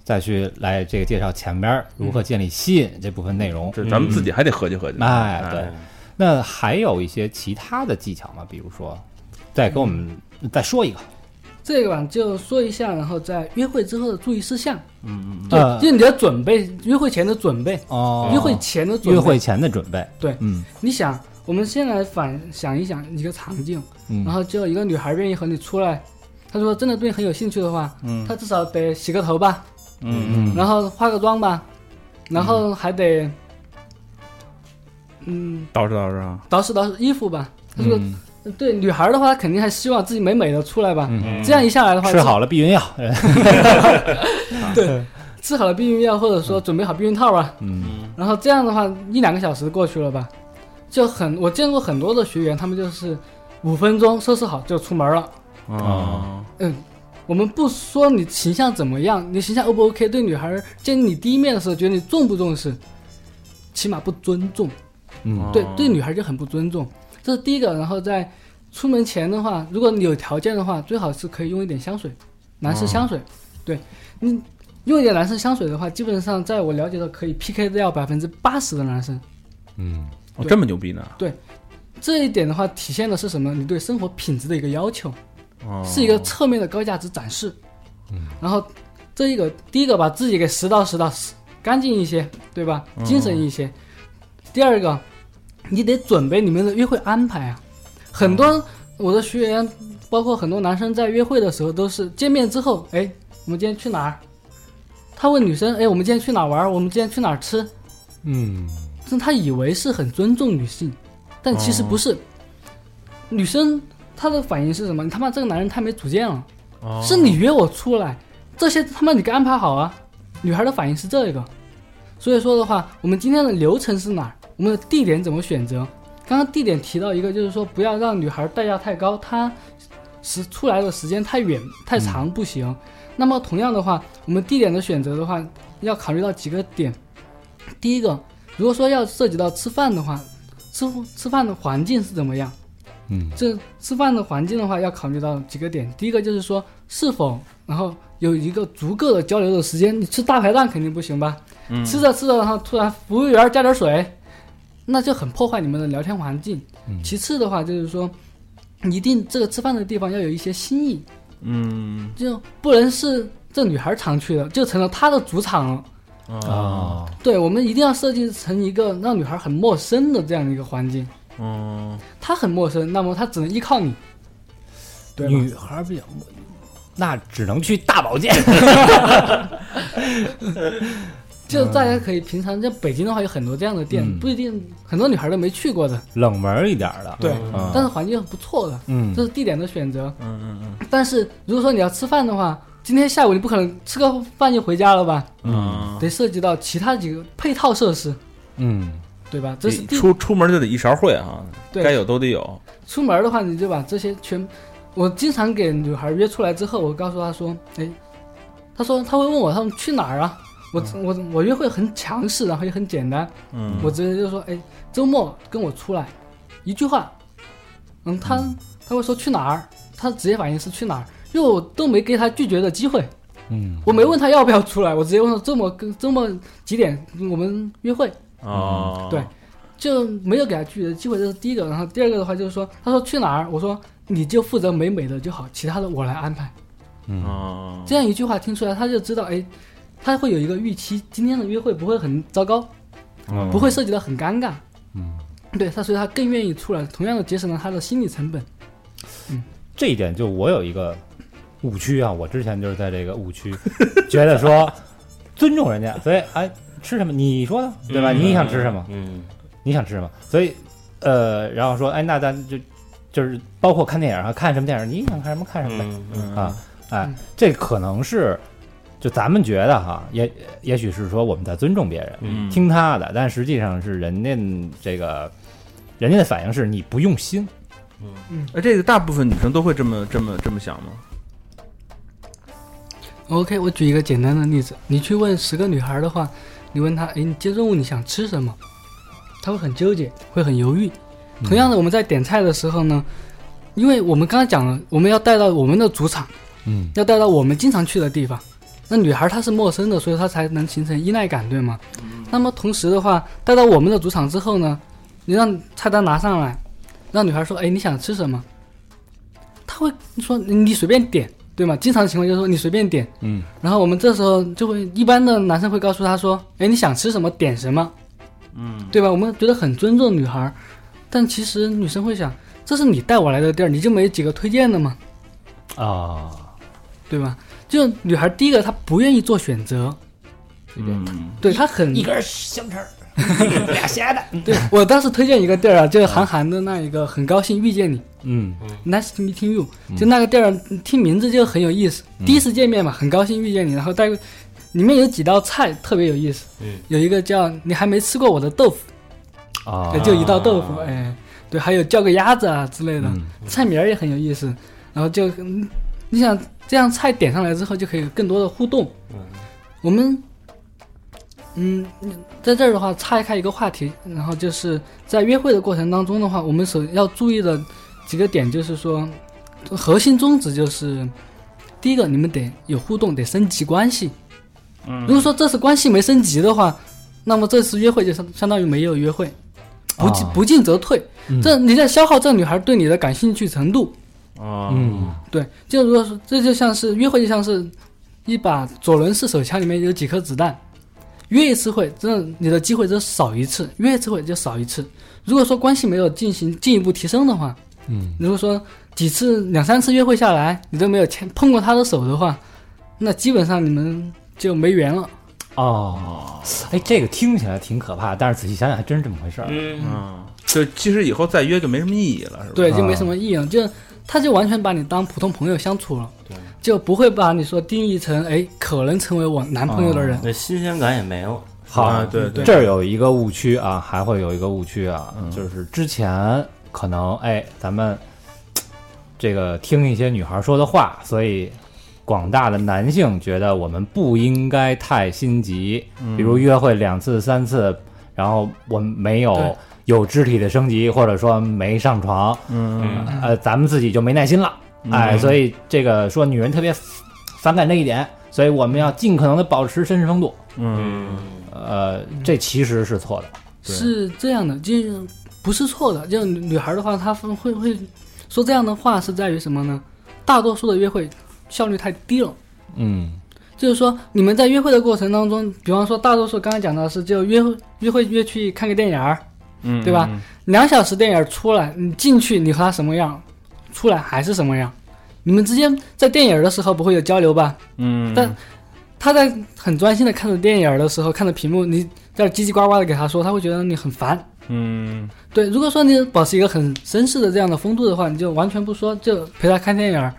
S2: 再去来这个介绍前边儿
S5: 嗯
S2: 如何建立吸引这部分内容。
S3: 这咱们自己还得合计合计。
S2: 哎，
S5: 嗯
S2: 对，那还有一些其他的技巧吗？比如说，再跟我们
S5: 嗯
S2: 再说一个，
S5: 这个吧，就说一下，然后在约会之后的注意事项。
S4: 嗯嗯，
S5: 对，
S2: 呃
S5: 就是你的准备，约会前的准备，
S2: 哦
S5: 约会前的准备。
S2: 约会，前的准备，
S5: 对
S2: 嗯
S5: 你想，我们先来反想一想一个场景，然
S2: 嗯
S5: 后就有一个女孩愿意和你出来，她说真的对你很有兴趣的话，
S3: 嗯
S5: 她至少得洗个头吧，
S3: 嗯
S5: 然后化个妆吧，然后还得，嗯，
S3: 捯饬捯饬啊，
S5: 捯饬捯饬衣服吧。她说，
S2: 嗯，
S5: 对女孩的话，她肯定还希望自己美美的出来吧。
S2: 嗯
S5: 这样一下来的话，
S2: 吃好了避孕药，哎
S5: 吃好了避孕药，或者说准备好避孕套吧。
S2: 嗯
S5: 然后这样的话，一两个小时过去了吧，就很我见过很多的学员，他们就是五分钟收拾好就出门了。
S3: 啊，
S5: 嗯，我们不说你形象怎么样，你形象 O 不 OK，对女孩儿见你第一面的时候，觉得你重不重视，起码不尊重。
S3: 啊
S2: 嗯
S5: 对对，女孩就很不尊重，这是第一个。然后在出门前的话，如果你有条件的话，最好是可以用一点香水，男士香水。对你用一点男士香水的话，基本上在我了解的可以 PK 掉百分之八十的男生。
S2: 嗯
S3: 哦这么牛逼呢？
S5: 这一点的话，体现的是什么？你对生活品质的一个要求，
S3: 哦
S5: 是一个侧面的高价值展示。然后这一个第一个把自己给拾到拾到，拾干净一些，对吧？精神一些。第二个，你得准备你们的约会安排啊。很多我的学员，包括很多男生在约会的时候，都是见面之后，哎，我们今天去哪儿？他问女生，哎，我们今天去哪儿玩儿？我们今天去哪儿吃？
S2: 嗯
S5: 但他以为是很尊重女性，但其实不是。女生她的反应是什么？你他妈这个男人太没主见了，
S3: 哦
S5: 是你约我出来，这些他妈你给安排好啊！女孩的反应是这个，所以说的话，我们今天的流程是哪儿？我们的地点怎么选择？刚刚地点提到一个，就是说不要让女孩代价太高，她时出来的时间太远太长不行。那么同样的话，我们地点的选择的话，要考虑到几个点。第一个，如果说要涉及到吃饭的话，吃吃饭的环境是怎么样？
S2: 嗯
S5: 这吃饭的环境的话，要考虑到几个点。第一个就是说是否，然后有一个足够的交流的时间。你吃大排档肯定不行吧？吃着吃着，然后突然服务员加点水，那就很破坏你们的聊天环境。其次的话就是说，一定这个吃饭的地方要有一些新意，
S3: 嗯
S5: 就不能是这女孩常去的，就成了她的主场了。
S2: 啊
S5: 对，我们一定要设计成一个让女孩很陌生的这样的一个环境。
S3: 嗯，
S5: 她很陌生，那么她只能依靠你。对吧
S2: 女孩比较，那只能去大保健。
S3: 嗯
S5: 就大家可以平常在北京的话，有很多这样的店，
S2: 嗯
S5: 不一定很多女孩都没去
S3: 嗯
S5: 过的，
S2: 冷门一点儿的，
S5: 对
S2: 嗯
S5: 但是环境不错的，
S2: 嗯
S5: 这是地点的选择。
S3: 嗯嗯
S5: 但是如果说你要吃饭的话，今天下午你不可能吃个饭就回家了吧？
S3: 嗯
S5: 得涉及到其他几个配套设施，
S2: 嗯
S5: 对吧？这是
S3: 你
S5: 地
S3: 出出门就得一勺烩哈，
S5: 对
S3: 该有都得有。
S5: 出门的话，你就把这些全，我经常给女孩约出来之后，我告诉她说，哎，她说她会问我她们去哪儿啊？我、我我约会很强势，然后也很简单，
S3: 嗯
S5: 我直接就说，哎，周末跟我出来，一句话，嗯，她她会说去哪儿，她直接反应是去哪儿，因为我都没给她拒绝的机会，
S2: 嗯
S5: 我没问她要不要出来，我直接问她周末跟周末几点我们约会，
S3: 哦，
S5: 嗯对就没有给他拒绝的机会，这是第一个。然后第二个的话就是说，他说去哪儿，我说你就负责美美的就好，其他的我来安排。
S2: 嗯
S3: 哦，
S5: 这样一句话听出来，他就知道，哎，他会有一个预期，今天的约会不会很糟糕，
S2: 嗯
S5: 不会涉及到很尴尬。
S2: 嗯，
S5: 对他，所以他更愿意出来，同样的节省了他的心理成本。
S2: 这一点就我有一个 误区啊，我之前就是在这个误区，觉得说尊重人家，所以哎，吃什么？你说的对吧？
S4: 嗯
S2: 你想吃什么？
S4: 嗯，
S2: 你想吃什么？所以，呃，然后说，哎，那咱就就是包括看电影啊，看什么电影，你想看什么看什么呗。
S4: 嗯嗯
S2: 啊，哎
S5: 嗯，
S2: 这可能是就咱们觉得哈，也也许是说我们在尊重别人，
S4: 嗯
S2: 听他的，但实际上是人家这个人家的反应是你不用心，
S3: 哎，这个大部分女生都会这么这么这么想吗？
S5: OK，我举一个简单的例子，你去问十个女孩的话，你问她，哎，你今天中午你想吃什么？她会很纠结，会很犹豫。
S2: 嗯
S5: 同样的，我们在点菜的时候呢，因为我们刚刚讲了，我们要带到我们的主场，
S2: 嗯，
S5: 要带到我们经常去的地方。那女孩她是陌生的，所以她才能形成依赖感，对吗？
S2: 嗯
S5: 那么同时的话，带到我们的主场之后呢，你让菜单拿上来，让女孩说，哎，你想吃什么？她会说你你随便点，对吗？经常情况就是说你随便点，
S2: 嗯，
S5: 然后我们这时候就会，一般的男生会告诉她说：“哎，你想吃什么点什么，
S3: 嗯，
S5: 对吧？”我们觉得很尊重女孩儿，但其实女生会想，这是你带我来的地儿，你就没几个推荐的嘛，
S2: 啊，
S5: 对吧？就女孩儿第一个她不愿意做选择，
S3: 嗯，
S5: 对她很
S2: 根香肠， 俩咸的，
S5: 对我当时推荐一个地儿啊，就是韩寒的那一个，很高兴遇见你
S2: 嗯
S5: ，Nice to meet you，就那个地儿，听名字就很有意思。
S2: 嗯
S5: 第一次见面嘛，很高兴遇见你，然后带个里面有几道菜特别有意思，
S4: 嗯
S5: 有一个叫你还没吃过我的豆腐。
S2: 啊
S5: 对，，就一道豆腐，哎，对，还有叫个鸭子啊之类的，
S2: 嗯
S5: 菜名儿也很有意思。然后就，嗯你想这样菜点上来之后，就可以有更多的互动。
S4: 嗯
S5: 我们，嗯，在这儿的话岔开一个话题，然后就是在约会的过程当中的话，我们首要注意的几个点就是说，核心宗旨就是，第一个，你们得有互动，得升级关系。如果说这次关系没升级的话，那么这次约会就相相当于没有约会，不进
S2: 啊
S5: 不进则退。
S2: 嗯
S5: 这你在消耗这女孩对你的感兴趣程度。
S3: 啊，
S2: 嗯
S5: 对，就如果说这就像是约会，就像是一把左轮式手枪里面有几颗子弹，约一次会，这你的机会就少一次，约一次会就少一次。如果说关系没有进行进一步提升的话，
S2: 嗯，
S5: 如果说几次两三次约会下来，你都没有牵碰过她的手的话，那基本上你们就没缘了。
S2: 哦，哎，这个听起来挺可怕，但是仔细想想还真是这么回事儿，
S4: 嗯
S3: 嗯，就其实以后再约就没什么意义了，是吧？
S5: 对，就
S2: 啊
S5: 没什么意义了，就他就完全把你当普通朋友相处了，
S4: 对
S5: 就不会把你说定义成哎可能成为我男朋友的人。
S4: 那新鲜感也没了。
S2: 好
S3: 啊，，
S5: 嗯
S3: 对对，嗯
S2: 这儿有一个误区啊，还会有一个误区啊，就是之前可能哎，咱们嘖这个听一些女孩说的话，所以广大的男性觉得我们不应该太心急，
S3: 嗯
S2: 比如约会两次、三次，然后我们没有
S5: 对
S2: 有肢体的升级，或者说没上床，
S3: 嗯，
S2: 呃，咱们自己就没耐心了，哎，所以这个说女人特别反感这一点，所以我们要尽可能的保持绅士风度。
S4: 嗯
S2: 呃，这其实是错的。
S3: 对
S5: 是这样的，就是不是错的。就女孩的话，她会会会说这样的话是在于什么呢？大多数的约会效率太低了。
S2: 嗯
S5: 就是说，你们在约会的过程当中，比方说，大多数刚才讲到是就约会约会约去看个电影儿，
S3: 嗯，
S5: 对吧？两小时电影出来，你进去你和他什么样，出来还是什么样。你们之间在电影的时候不会有交流吧？
S3: 嗯，
S5: 但他在很专心的看着电影的时候，看着屏幕，你在这儿叽叽呱呱的给他说，他会觉得你很烦。
S3: 嗯
S5: 对，如果说你保持一个很绅士的这样的风度的话，你就完全不说，就陪他看电影。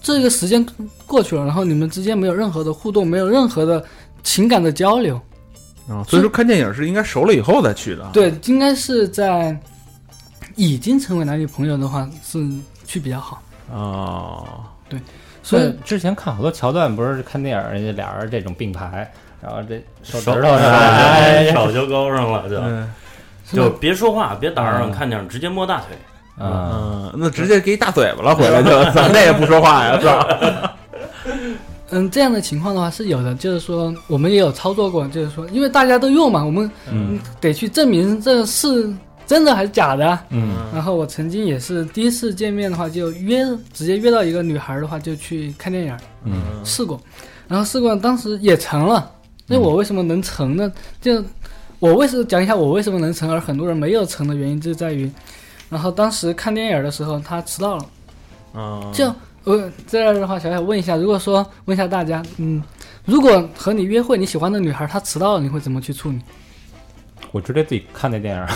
S5: 这个时间过去了，然后你们之间没有任何的互动，没有任何的情感的交流。
S3: 啊，所以说看电影是应该熟了以后再去的，，
S5: 对，应该是在已经成为男女朋友的话，是去比较好。
S3: 啊，
S5: 所
S2: 那
S5: 以
S2: 之前看好多桥段，不是看电影，人家俩人这种并排，然后这手指
S4: 手
S2: 头
S4: 手
S2: 上，哎，
S4: 手就勾上了，就
S2: 啊
S3: 嗯
S4: 就别说话，别打
S2: 嗯
S4: 扰人看电影，直接摸大腿。
S2: 啊，
S3: 嗯，那直接给一大嘴巴了，回来就咱这也不说话呀，是吧？
S5: 嗯，这样的情况的话是有的，就是说我们也有操作过，就是说因为大家都用嘛，我们
S2: 嗯
S5: 得去证明这是真的还是假的啊。
S2: 嗯
S5: 然后我曾经也是第一次见面的话，就约直接约到一个女孩的话，就去看电影儿
S2: 嗯
S5: 试过，然后试过，当时也成了。
S2: 嗯
S5: 那我为什么能成呢？就我为什么讲一下我为什么能成，而很多人没有成的原因就在于，然后当时看电影儿的时候他迟到了。
S3: 嗯，
S5: 呃就我这样的话，小小问一下，如果说问一下大家，嗯，如果和你约会你喜欢的女孩她迟到了，你会怎么去处理？
S2: 我直接自己看那电影，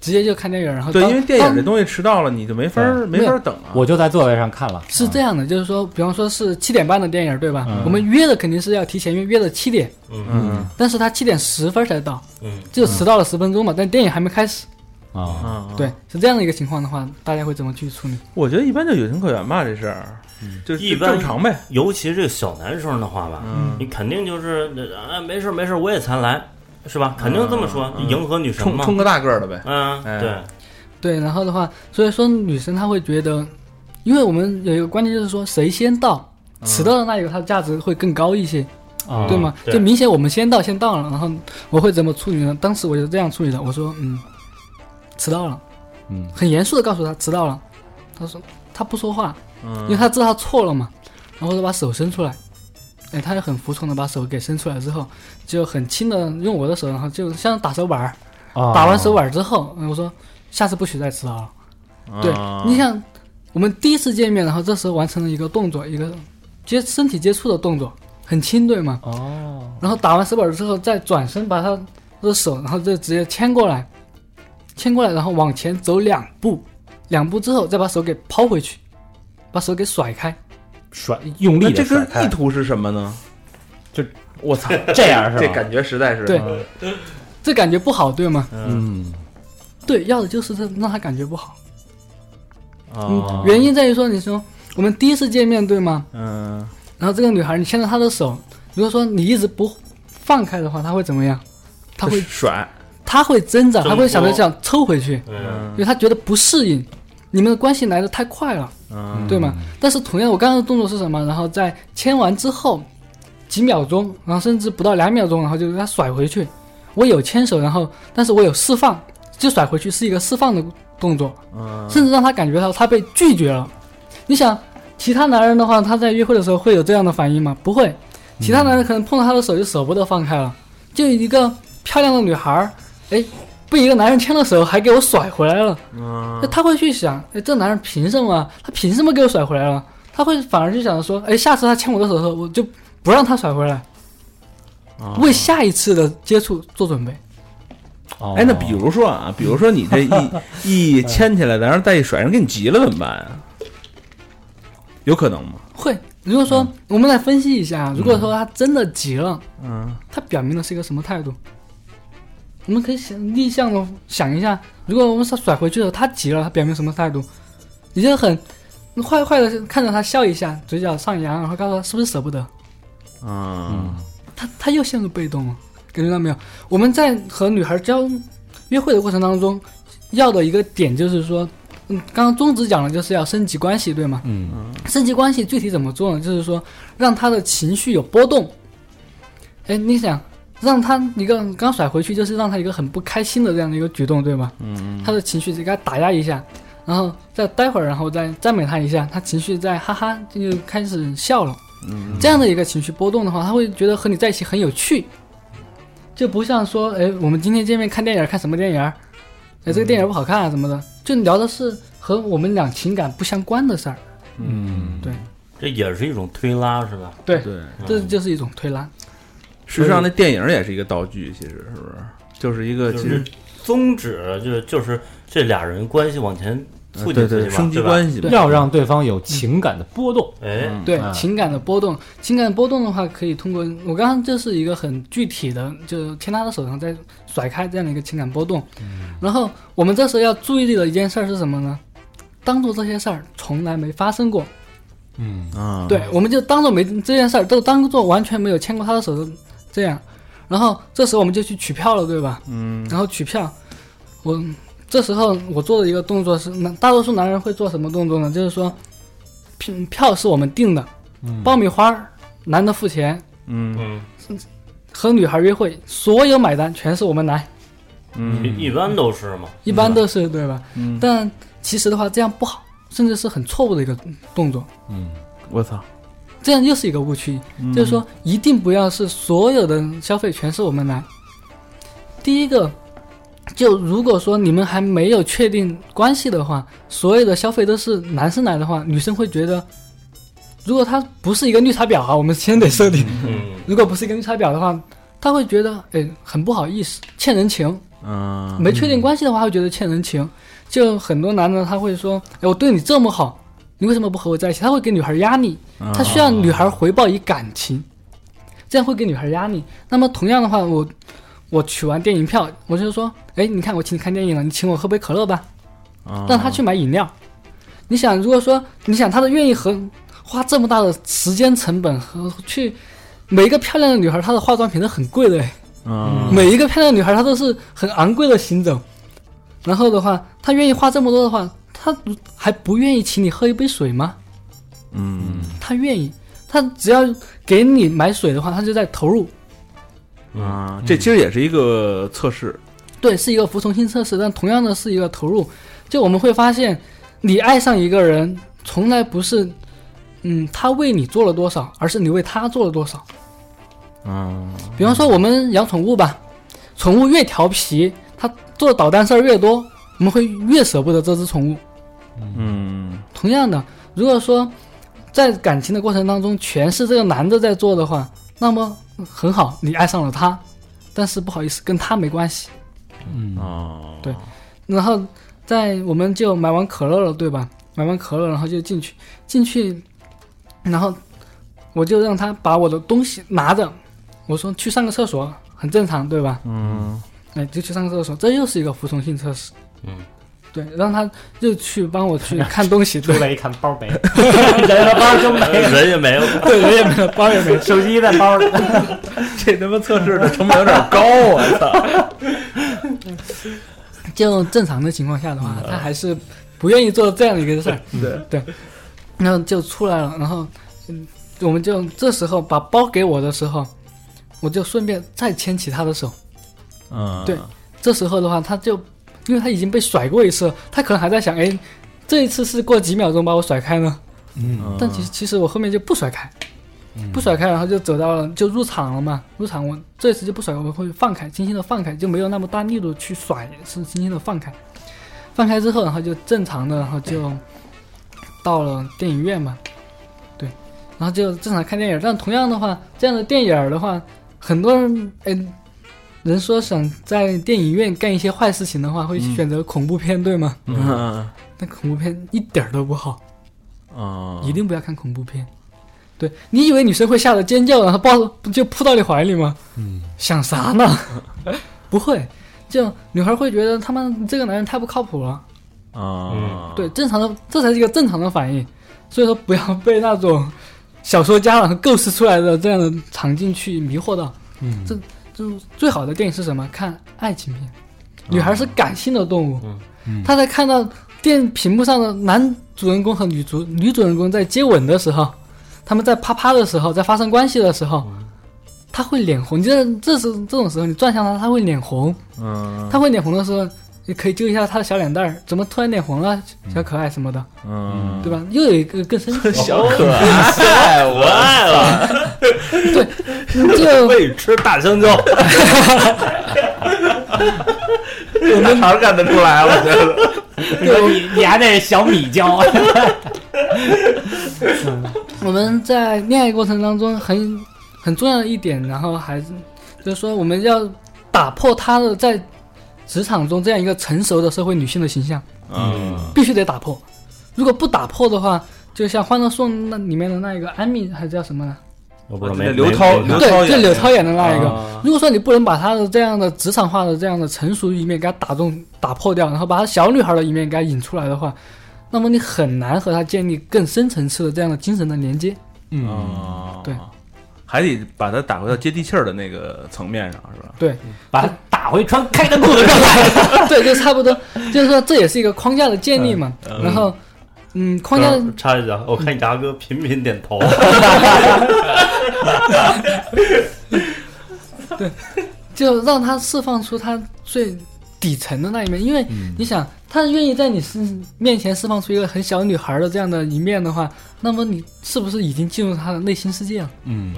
S5: 直接就看电影，然后
S3: 对，
S5: 当
S3: 因为电影
S5: 当嗯
S3: 这东西迟到了，你就没法儿没法儿等啊。
S2: 我就在座位上看了。
S5: 是这样的，就是说，比方说是七点半的电影，对吧？
S2: 嗯
S5: 我们约的肯定是要提前约，约的七点，
S3: 嗯
S5: 但是他七点十分才到，
S4: 嗯，
S5: 就迟到了十分钟嘛，但电影还没开始。
S2: 啊、
S3: 嗯，
S5: 对，是这样的一个情况的话，大家会怎么去处理？
S3: 我觉得一般就有情可原吧，这事儿就是
S4: 一般
S3: 正常呗。
S4: 尤其这个小男生的话吧，
S3: 嗯，
S4: 你肯定就是啊，没事儿没事儿，我也才来，是吧？肯定这么说，
S3: 嗯
S4: 迎合女神
S3: 冲
S4: 嘛
S3: 冲。个大个儿的呗。
S4: 嗯，
S3: 哎
S4: 对，
S5: 对，然后的话，所以说女生她会觉得，因为我们有一个观念就是说，谁先到，迟到的那一个，她的价值会更高一些，
S2: 啊，
S5: 对吗？
S4: 对
S5: 就明显我们先到，先到了，然后我会怎么处理呢？当时我就这样处理的，我说，嗯，迟到了，
S2: 嗯，
S5: 很严肃的告诉她迟到了，她说她不说话，
S3: 嗯，
S5: 因为他知道他错了嘛，然后我就把手伸出来，哎，他就很服从的把手给伸出来之后，就很轻的用我的手，然后就像打手板儿，
S2: 啊
S5: 打完手板儿之后，嗯我说下次不许再迟到了。对，你想，我们第一次见面，然后这时候完成了一个动作，一个接身体接触的动作，很轻对吗？
S2: 哦，
S5: 然后打完手板儿之后，再转身把他的手，然后就直接牵过来，牵过来，然后往前走两步，两步之后再把手给抛回去，把手给甩开。
S2: 甩用
S3: 那
S2: 力
S3: 这
S2: 的
S3: 个
S2: 甩
S3: 意
S2: 开，
S3: 图是什么呢？
S2: 就
S3: 我操，
S2: 这样是
S3: 这
S2: 吧？
S3: 感觉实在是
S5: 对这感觉不好，对吗？
S2: 嗯，
S5: 对，要的就是这让他感觉不好。
S4: 哦
S3: 啊，
S5: 原因在于说，你说我们第一次见面，对吗？
S3: 嗯
S5: 然后这个女孩你牵着她的手，如果说你一直不放开的话，她会怎么样？她会
S3: 甩，
S5: 她会挣扎，
S4: 挣脱
S5: 她会想着想抽回去，
S4: 嗯，
S5: 因为她觉得不适应。你们的关系来的太快了，
S3: 嗯
S5: 对吗？但是同样，我刚刚的动作是什么？然后在牵完之后，几秒钟，然后甚至不到两秒钟，然后就给她甩回去。我有牵手，然后但是我有释放，就甩回去是一个释放的动作。
S3: 嗯
S5: 甚至让他感觉到他被拒绝了。你想，其他男人的话，他在约会的时候会有这样的反应吗？不会，其他男人可能碰到他的手就舍不得放开了。就一个漂亮的女孩儿，哎，被一个男人牵了手还给我甩回来了，
S3: 嗯
S5: 那他会去想，哎，这男人凭什么？啊他凭什么给我甩回来了？他会反而去想说，哎，下次他牵我的手的时候，我就不让他甩回来，
S3: 哦
S5: 为下一次的接触做准备。
S2: 哦
S3: 哎，那比如说啊，比如说你这一一牵起来，然后再一甩，人给你急了怎么办啊？有可能吗？
S5: 会，如果说、我们来分析一下，如果说他真的急了，
S3: 嗯
S5: 它表明的是一个什么态度？我们可以想逆向的想一下，如果我们是甩回去的，他急了，他表明什么态度？你就很坏坏的看着他笑一下，嘴角上扬，然后告诉他是不是舍不得？
S3: 嗯
S5: 他他又陷入被动了，感觉到没有？我们在和女孩交约会的过程当中，要的一个点就是说，嗯，刚刚宗旨讲了，就是要升级关系，对吗？
S2: 嗯
S5: 升级关系具体怎么做呢？就是说，让他的情绪有波动。哎，你想让他一个刚甩回去，就是让他一个很不开心的这样的一个举动，对吧？
S3: 嗯
S5: 他的情绪给他打压一下，然后再待会儿，然后再赞美他一下，他情绪再哈哈就开始笑了。
S3: 嗯
S5: 这样的一个情绪波动的话，他会觉得和你在一起很有趣，就不像说，哎，我们今天见面看电影，看什么电影儿？哎，这个电影不好看啊，什么的，就聊的是和我们俩情感不相关的事儿。
S2: 嗯，
S5: 对
S4: 这也是一种推拉，是吧？
S5: 对，
S3: 对，
S4: 嗯
S5: 这就是一种推拉。
S3: 事实上那电影也是一个道具，其实是不是？就是一个
S4: 就
S3: 其
S4: 是
S3: 实
S4: 宗旨就就是这俩人关系往前促进自
S3: 对嗯对
S4: 己
S3: 呃对
S4: 吧，
S3: 升级
S4: 对吧
S3: 关系嘛，
S2: 要让对方有情感的波动，
S4: 哎，
S3: 嗯
S5: 对
S2: 啊
S5: 情感的波动，情感波动的话，可以通过我刚刚就是一个很具体的，就牵他的手，然后再甩开这样的一个情感波动。然后我们这时候要注意的一件事儿是什么呢？当做这些事儿从来没发生过，
S2: 嗯
S3: 啊，
S5: 对，我们就当做没这件事儿，都当做完全没有牵过他的手的这样。然后这时候我们就去取票了，对吧？
S3: 嗯
S5: 然后取票，我这时候我做的一个动作是，那大多数男人会做什么动作呢？就是说，票票是我们定的，爆米花儿男的付钱，
S3: 嗯
S4: 嗯，
S5: 和女孩约会，所有买单全是我们来，
S3: 嗯
S4: 一一般都是嘛，
S5: 一般都是对吧？
S3: 嗯，
S5: 但其实的话，这样不好，甚至是很错误的一个动作，
S2: 嗯
S3: 我操，
S5: 这样又是一个误区。就是说，一定不要是所有的消费全是我们来。第一个，就如果说你们还没有确定关系的话，所有的消费都是男生来的话，女生会觉得，如果他不是一个绿茶婊啊，我们先得设定，
S4: 嗯，
S5: 如果不是一个绿茶婊的话，他会觉得哎很不好意思，欠人情。
S3: 嗯，
S5: 没确定关系的话，会觉得欠人情。就很多男的他会说，哎，我对你这么好，你为什么不和我在一起？他会给女孩压力，他需要女孩回报以感情，这样会给女孩压力。那么同样的话，我我取完电影票，我就说，哎，你看我请你看电影了，你请我喝杯可乐吧，
S3: 啊
S5: 让他去买饮料。你想，如果说你想他的愿意和花这么大的时间成本和去每一个漂亮的女孩，她的化妆品都很贵的、哎
S3: 嗯
S5: 每一个漂亮女孩她都是很昂贵的行走，然后的话，她愿意花这么多的话，她还不愿意请你喝一杯水吗？
S3: 嗯
S5: 她愿意，她只要给你买水的话，她就在投入。
S3: 啊，这其实也是一个测试，
S5: 对，是一个服从性测试，但同样的是一个投入。就我们会发现，你爱上一个人，从来不是，嗯，他为你做了多少，而是你为他做了多少。
S3: 嗯
S5: 比方说我们养宠物吧，宠物越调皮，它做捣蛋事儿越多，我们会越舍不得这只宠物。
S3: 嗯
S5: 同样的，如果说在感情的过程当中全是这个男的在做的话，那么很好，你爱上了他，但是不好意思，跟他没关系。
S2: 嗯
S3: 哦，
S5: 对然后在我们就买完可乐了，对吧？买完可乐，然后就进去，进去，然后我就让他把我的东西拿着，我说去上个厕所，很正常，对吧？
S3: 嗯
S5: 哎，就去上个厕所，这又是一个服从性测试。
S4: 嗯，
S5: 对，让他就去帮我去看东西，
S2: 出
S5: 对
S2: 来一看 包没了，人和包就没了，
S4: 嗯人也没了，
S5: 对，人也没有包也没有。
S2: 手机在包里。
S3: 这他妈测试的成本有点高，我操，
S5: 就正常的情况下的话，他还是不愿意做这样的一个事儿。
S3: 对
S5: 对，然后就出来了，然后嗯，我们就这时候把包给我的时候，我就顺便再牵起他的手。
S3: 嗯
S5: 对这时候的话，他就因为他已经被甩过一次了，他可能还在想，哎，这一次是过几秒钟把我甩开呢？
S3: 嗯
S5: 但其实其实我后面就不甩开，不甩开，然后就走到了就入场了嘛。入场我这次就不甩，我会放开，轻轻的放开，就没有那么大力度去甩，是轻轻的放开。放开之后，然后就正常的，然后就到了电影院嘛，对，然后就正常看电影。但同样的话，这样的电影儿的话，很多人嗯。人说想在电影院干一些坏事情的话，会选择恐怖片，对吗？
S3: 嗯
S5: 但恐怖片一点儿都不好，
S3: 嗯，
S5: 一定不要看恐怖片。对你以为女生会吓得尖叫，然后抱就扑到你怀里吗？嗯，想啥呢？ 不会，就女孩会觉得他妈这个男人太不靠谱了。
S3: 啊，
S5: 对，正常的这才是一个正常的反应。所以说，不要被那种小说家然后构思出来的这样的场景去迷惑到。嗯，这就最好的电影是什么？看爱情片。女孩是感性的动物，她在看到电屏幕上的男主人公和女主女主人公在接吻的时候，他们在啪啪的时候，在发生关系的时候，她会脸红。你这这时这种时候，你转向她，她会脸红。
S3: 嗯
S5: 她会脸红的时候，你可以揪一下她的小脸蛋儿，怎么突然脸红了，小可爱什么的，
S3: 嗯，，
S5: 对吧？又有一个更深刻
S3: 小可爱，我爱了，
S5: 就
S4: 喂吃大香蕉，
S3: 这大肠干得出来了，觉得
S2: 你说你你还得小米 椒，
S5: 我们在恋爱过程当中很很重要的一点，然后还是就是说我们要打破她的在职场中这样一个成熟的社会女性的形象，
S3: 嗯
S5: 必须得打破。如果不打破的话，就像《欢乐颂》那里面的那一个安蜜，还叫什么呢？
S4: 我不知道
S3: 这
S4: 没
S3: 刘涛
S4: 没
S3: 刘
S5: 对
S3: 涛，演
S5: 就
S3: 的
S5: 柳涛演的哎那一个。
S3: 啊
S5: 如果说你不能把她的这样的职场化的这样的成熟一面给她打中、打破掉，然后把她小女孩的一面给她引出来的话，那么你很难和她建立更深层次的这样的精神的连接。
S3: 啊，
S5: 对，
S3: 还得把它打回到接地气儿的那个层面上，是吧？
S5: 对，
S2: 把它打回穿开裆裤的状态。
S5: 对，就差不多，就是说这也是一个框架的建立嘛。然后，嗯，框架
S4: 嗯插一下，我看牙哥频频点头，
S5: 就让他释放出他最底层的那一面，因为
S2: 嗯
S5: 你想，他愿意在你身面前释放出一个很小女孩的这样的一面的话，那么你是不是已经进入他的内心世界了？
S4: 嗯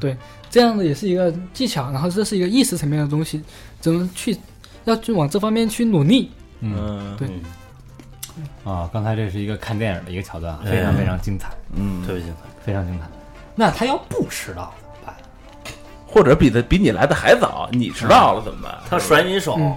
S5: 对，这样的也是一个技巧，然后这是一个意识层面的东西，怎么去要去往这方面去努力？
S3: 嗯
S5: 对
S4: 嗯，
S2: 啊，刚才这是一个看电影的一个桥段，啊，非常非常精彩，
S3: 嗯
S4: 特别精彩。
S2: 非常精彩。那他要不迟到怎么办？
S3: 或者比他比你来的还早，你迟到了怎么办？
S4: 他甩你手，
S5: 嗯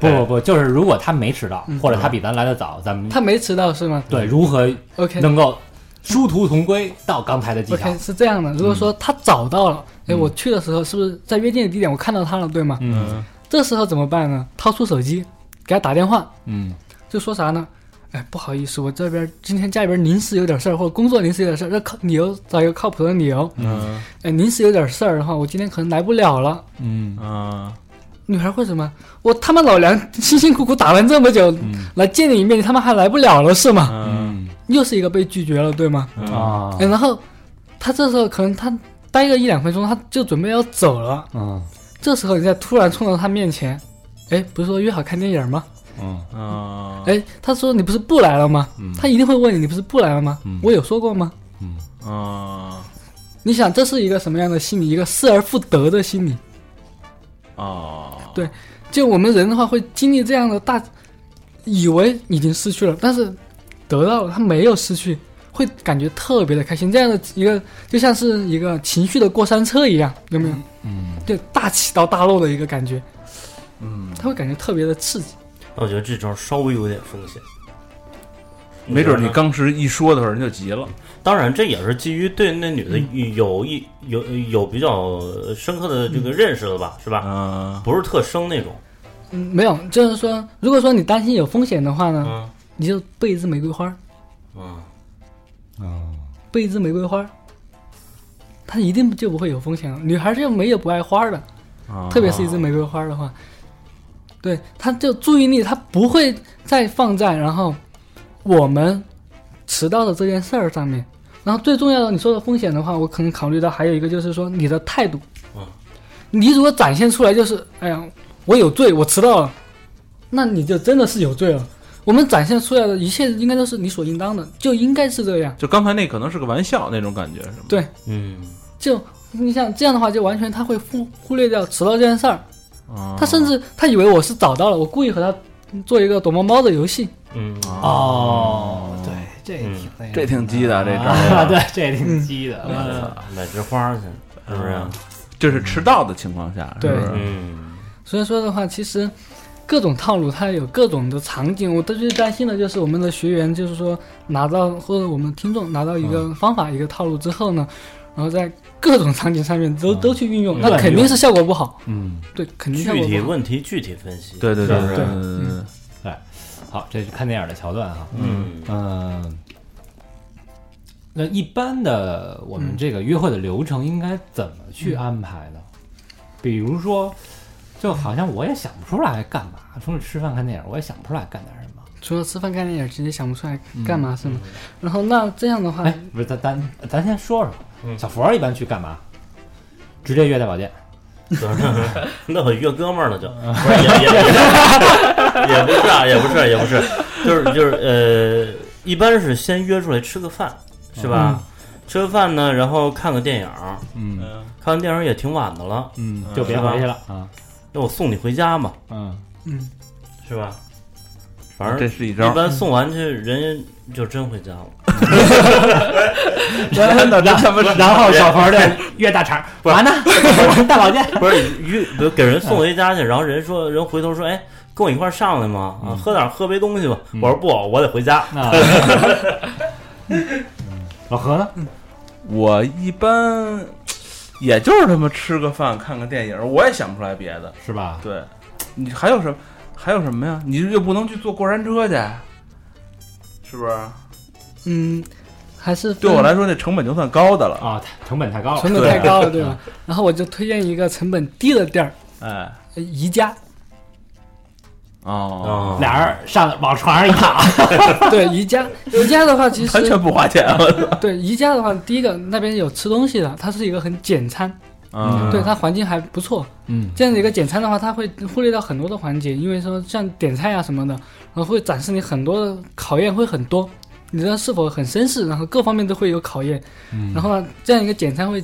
S2: 不不不，就是如果他没迟到，或者他比咱来的早，咱们
S5: 他没迟到是吗
S2: 对如何
S5: ？OK
S2: 能够殊途同归到刚才的技巧嗯
S5: OK，？是这样的。如果说他找到了，哎，我去的时候是不是在约定的地点我看到他了，对吗？
S2: 嗯
S5: 这时候怎么办呢？掏出手机给他打电话，
S2: 嗯
S5: 就说啥呢？哎，不好意思，我这边今天家里边临时有点事儿，或者工作临时有点事儿，这靠理由找一个靠谱的理由。
S3: 嗯
S5: 哎，临时有点事儿的话，我今天可能来不了了。
S2: 嗯
S3: 嗯
S5: 女孩会什么？我他妈老娘辛辛苦苦打完这么久，来见你一面，你他妈还来不了了是吗？
S3: 嗯
S5: 又是一个被拒绝了，对吗？
S2: 啊
S5: 哎，然后他这时候可能他待个一两分钟，他就准备要走了。
S2: 嗯
S5: 这时候你再突然冲到他面前，哎，不是说约好看电影吗？
S2: 嗯
S3: 嗯
S5: 哎，他说你不是不来了吗？他一定会问你，你不是不来了吗？我有说过吗？
S3: 嗯
S5: 你想这是一个什么样的心理？一个失而复得的心理。
S3: 哦，
S5: 对就我们人的话，会经历这样的大，以为已经失去了，但是得到了，他没有失去，会感觉特别的开心。这样的一个就像是一个情绪的过山车一样，有没有？
S2: 嗯
S5: 就大起到大落的一个感觉，
S3: 嗯，
S5: 他会感觉特别的刺激。
S4: 那我觉得这招稍微有点风险。
S3: 没准
S4: 你觉得
S3: 你
S4: 呢
S3: 当时一说的时候人就急了，
S4: 当然，这也是基于对那女的有一有有比较深刻的这个认识了吧，是吧？
S3: 嗯
S4: 不是特生那种，
S5: 嗯，没有，就是说，如果说你担心有风险的话呢，
S4: 嗯
S5: 你就备一支玫瑰花，
S4: 嗯，
S5: 备一支玫瑰花，它一定就不会有风险了。女孩就没有不爱花的，
S3: 啊
S5: 特别是一支玫瑰花的话，对，他就注意力他不会再放在然后我们迟到的这件事儿上面。然后最重要的，你说的风险的话，我可能考虑到还有一个就是说你的态度
S4: 嗯，
S5: 你如果展现出来就是哎呀我有罪，我迟到了，那你就真的是有罪了。我们展现出来的一切应该都是理所应当的，就应该是这样。
S3: 就刚才那可能是个玩笑那种感觉，是吗？
S5: 对
S4: 嗯，
S5: 就你像这样的话，就完全他会忽忽略掉迟到这件事儿。
S3: 哦
S5: 他甚至他以为我是找到了，我故意和他做一个躲猫猫的游戏。
S4: 嗯，
S2: 哦，对，这
S4: 嗯
S2: 挺那
S3: 这
S2: 个
S3: 挺鸡的，这 招
S2: 啊，对，这挺鸡的，嗯
S4: 买枝花去，是不是？
S3: 这是迟到的情况下，是不是
S5: 对
S4: 嗯，
S5: 所以说的话，其实各种套路它有各种的场景。我最最担心的就是我们的学员，就是说拿到或者我们听众拿到一个方法、一个套路之后呢，然后在各种场景上面都、都去运用，那
S2: 乱
S5: 肯定
S2: 用
S5: 是效果不好。
S2: 嗯，
S5: 对，肯定效
S4: 具
S5: 果
S4: 体
S5: 不好。
S4: 问题具体分析，，
S3: 对对
S2: 是
S3: 对
S2: 是
S3: 对
S5: 嗯
S2: 好，这是看电影的桥段哈，
S4: 嗯
S2: 嗯，那一般的我们
S5: 嗯
S2: 这个约会的流程应该怎么去安排呢？比如说，就好像我也想不出来干嘛，除了吃饭看电影，我也想不出来干点什么。
S5: 除了吃饭看电影，直接想不出来干嘛是吗？然后那这样的话，
S2: 哎，不是，咱咱咱先说说，小佛儿一般去干嘛？直接约大保健。
S4: 那我约哥们儿了就，不是 也也
S2: 嗯
S4: 也也不是啊，也不是也不是，就是就是呃，一般是先约出来吃个饭，是吧？吃个饭呢，然后看个电影儿，
S2: 嗯
S4: 看完电影儿也挺晚的了，
S2: 嗯，就别回去了啊。
S4: 那我送你回家嘛，
S2: 嗯
S5: 嗯，
S4: 是吧？反正
S3: 这是一
S4: 一
S3: 招，嗯
S4: 般送完去，人家就真回家了。
S3: 真的
S2: 然后然后小佛儿 就约大肠儿，完 呢，大保健。
S4: 不是约不是给人送回 家去，然后人说人回头说，哎，跟我一块儿上来嘛，
S3: 嗯
S4: 啊，喝点喝杯东西吧。我说不，我得回家。
S2: 啊，嗯老何呢？
S3: 我一般也就是他妈吃个饭看个电影，我也想不出来别的。
S2: 是吧？
S3: 对，你还有什么？还有什么呀？你又不能去坐过山车去，是不是？
S5: 嗯，还是
S3: 对我
S5: 分
S3: 来说，那成本就算高的了。
S2: 啊，成本太高了。
S5: 成本太高了，对吧？然后我就推荐一个成本低的地儿，
S3: 哎，
S5: 呃宜家。
S3: 哦，
S4: 啊，
S2: 俩人上往床上一躺，
S5: 对，宜家，宜家的话，其
S3: 完全
S5: 实
S3: 不花钱啊。
S5: 对宜家的话，第一个那边有吃东西的，它是一个很简餐，
S3: 嗯
S5: 对它环境还不错。
S2: 嗯，
S5: 这样的一个简餐的话，它会忽略到很多的环节，因为说像点菜啊什么的，然后会展示你很多的考验会很多，你知道是否很绅士，然后各方面都会有考验。然后呢，这样一个简餐会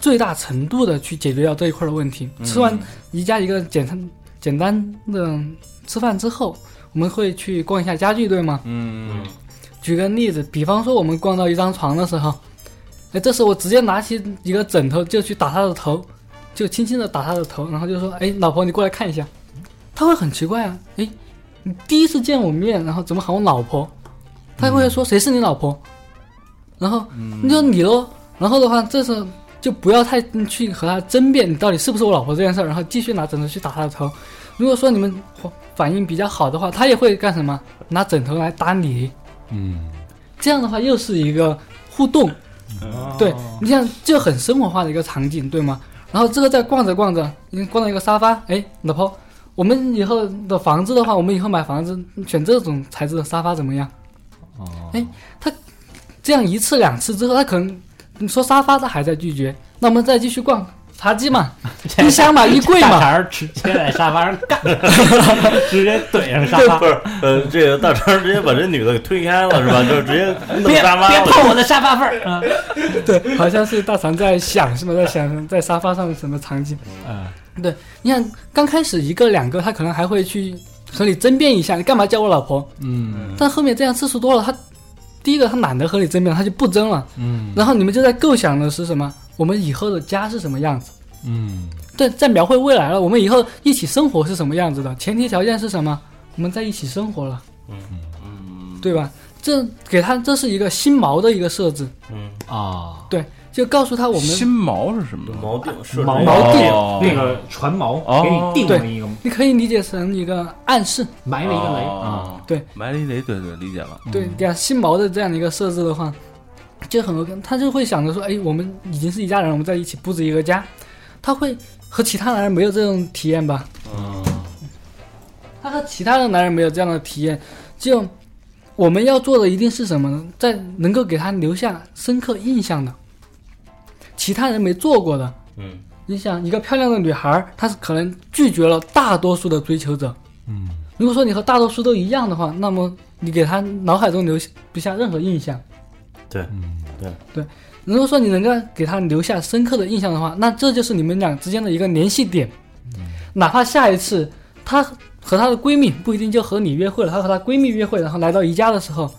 S5: 最大程度的去解决掉这一块的问题。吃完宜家一个简餐简单的吃饭之后，我们会去逛一下家具，对吗？
S3: 嗯，
S5: 举个例子，比方说我们逛到一张床的时候，哎，这时候我直接拿起一个枕头就去打他的头，就轻轻的打他的头，然后就说：“哎，老婆，你过来看一下。”他会很奇怪啊，哎，你第一次见我面，然后怎么喊我老婆？他会说谁是你老婆？然后那就哎你喽。然后的话，这时候就不要太去和他争辩你到底是不是我老婆这件事儿，然后继续拿枕头去打他的头。如果说你们反应比较好的话，他也会干什么？拿枕头来打你。
S6: 嗯，
S5: 这样的话又是一个互动，对你像就很生活化的一个场景，对吗？然后这个在逛着逛着，你逛到一个沙发，哎，老婆，我们以后的房子的话，我们以后买房子选这种材质的沙发怎么样？
S6: 哦，
S5: 这样一次两次之后，他可能你说沙发他还在拒绝，那我们再继续逛茶几嘛，冰箱嘛，衣柜
S2: 大
S5: 嘛，
S2: 肠儿直接在沙发上 干，直接怼上沙发
S4: 不，是，呃，这个大肠直接把这女的给推开了是吧？就直接弄
S2: 别
S4: 沙发
S2: 别
S4: 了。
S2: 碰我的沙发缝儿啊！
S5: 对，好像是大肠在想什么，在想在沙发上什么场景。
S2: 啊，
S5: 你看刚开始一个两个，他可能还会去和你争辩一下，你干嘛叫我老婆？
S6: 嗯
S5: 但后面这样次数多了，他第一个他懒得和你争辩，他就不争了。
S6: 嗯
S5: 然后你们就在构想的是什么？我们以后的家是什么样子？
S6: 嗯
S5: 对，在描绘未来了，我们以后一起生活是什么样子的？前提条件是什么？我们在一起生活了，
S3: 嗯，
S5: 对吧？这给他这是一个新锚的一个设置，
S4: 嗯，
S6: 啊，
S5: 就告诉他我
S3: 新
S5: 们
S3: 毛是什么
S4: 有？锚定是
S2: 锚
S5: 锚定
S3: 哦
S2: 那个船锚
S3: 哦
S2: 给你定了一个，
S5: 你可以理解成一个暗示，
S2: 埋了一个雷啊。
S3: 哦
S5: 对，
S3: 埋了一雷，对对，理解了。
S5: 对，给他新锚的这样的一个设置的话，就很多他就会想着说，哎，我们已经是一家人，我们在一起布置一个家，他会和其他男人没有这种体验吧？他和其他的男人没有这样的体验，就我们要做的一定是什么呢？在能够给他留下深刻印象的，其他人没做过的。
S4: 嗯，
S5: 你想，一个漂亮的女孩儿，她是可能拒绝了大多数的追求者。
S6: 嗯
S5: 如果说你和大多数都一样的话，那么你给她脑海中留下不下任何印象。
S6: 嗯
S5: 如果说你能够给他留下深刻的印象的话，那这就是你们俩之间的一个联系点。哪怕下一次她和她的闺蜜不一定就和你约会了，她和她闺蜜约会，然后来到宜家的时候，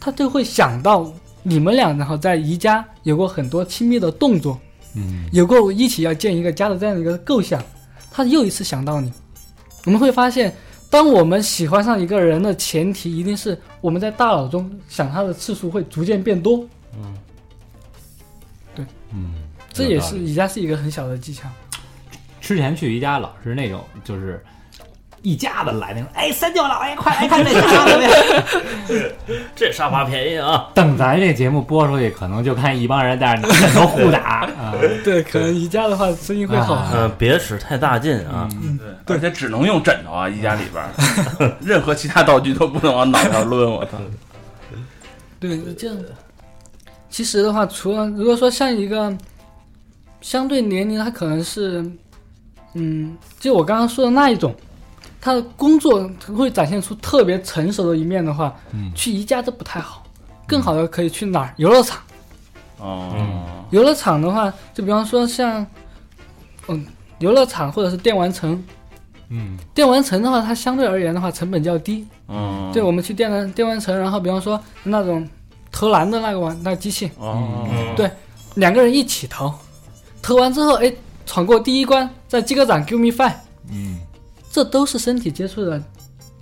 S5: 她就会想到你们俩，然后在宜家有过很多亲密的动作，
S6: 嗯
S5: 有过一起要建一个家的这样一个构想，她又一次想到你。我们会发现，当我们喜欢上一个人的前提，一定是我们在大脑中想他的次数会逐渐变多。
S6: 嗯，
S5: 这也是宜家是一个很小的技巧。
S2: 之前去宜家老是那种就是一家子来那种，哎，三舅老爷 快来看这家怎么样？
S4: 这沙发便宜啊！
S2: 等咱这节目播出去，可能就看一帮人在那儿枕头互 打啊。
S5: 对，可能宜家的话生意会好。
S2: 啊
S4: 嗯、别使太大劲啊！
S3: 嗯
S5: 嗯
S3: 对，而且只能用枕头啊，衣家里边儿， 任何其他道具都不能往脑上抡。我操！
S5: 对，这样。其实的话，除了如果说像一个相对年龄，他可能是，嗯，就我刚刚说的那一种，他的工作会展现出特别成熟的一面的话，
S6: 嗯
S5: 去宜家这不太好。更好的可以去哪儿？游乐场。
S3: 哦，
S5: 游乐场的话，就比方说像，嗯，游乐场或者是电玩城。
S6: 嗯
S5: 电玩城的话，它相对而言的话，成本较低，
S3: 嗯，
S5: 对，我们去电玩电玩城，然后比方说那种投篮的那个玩那个机器，
S3: 哦，
S4: 嗯
S5: 对两个人一起投，投完之后，哎，闯过第一关，再击个掌，give me five，
S6: 嗯
S5: 这都是身体接触的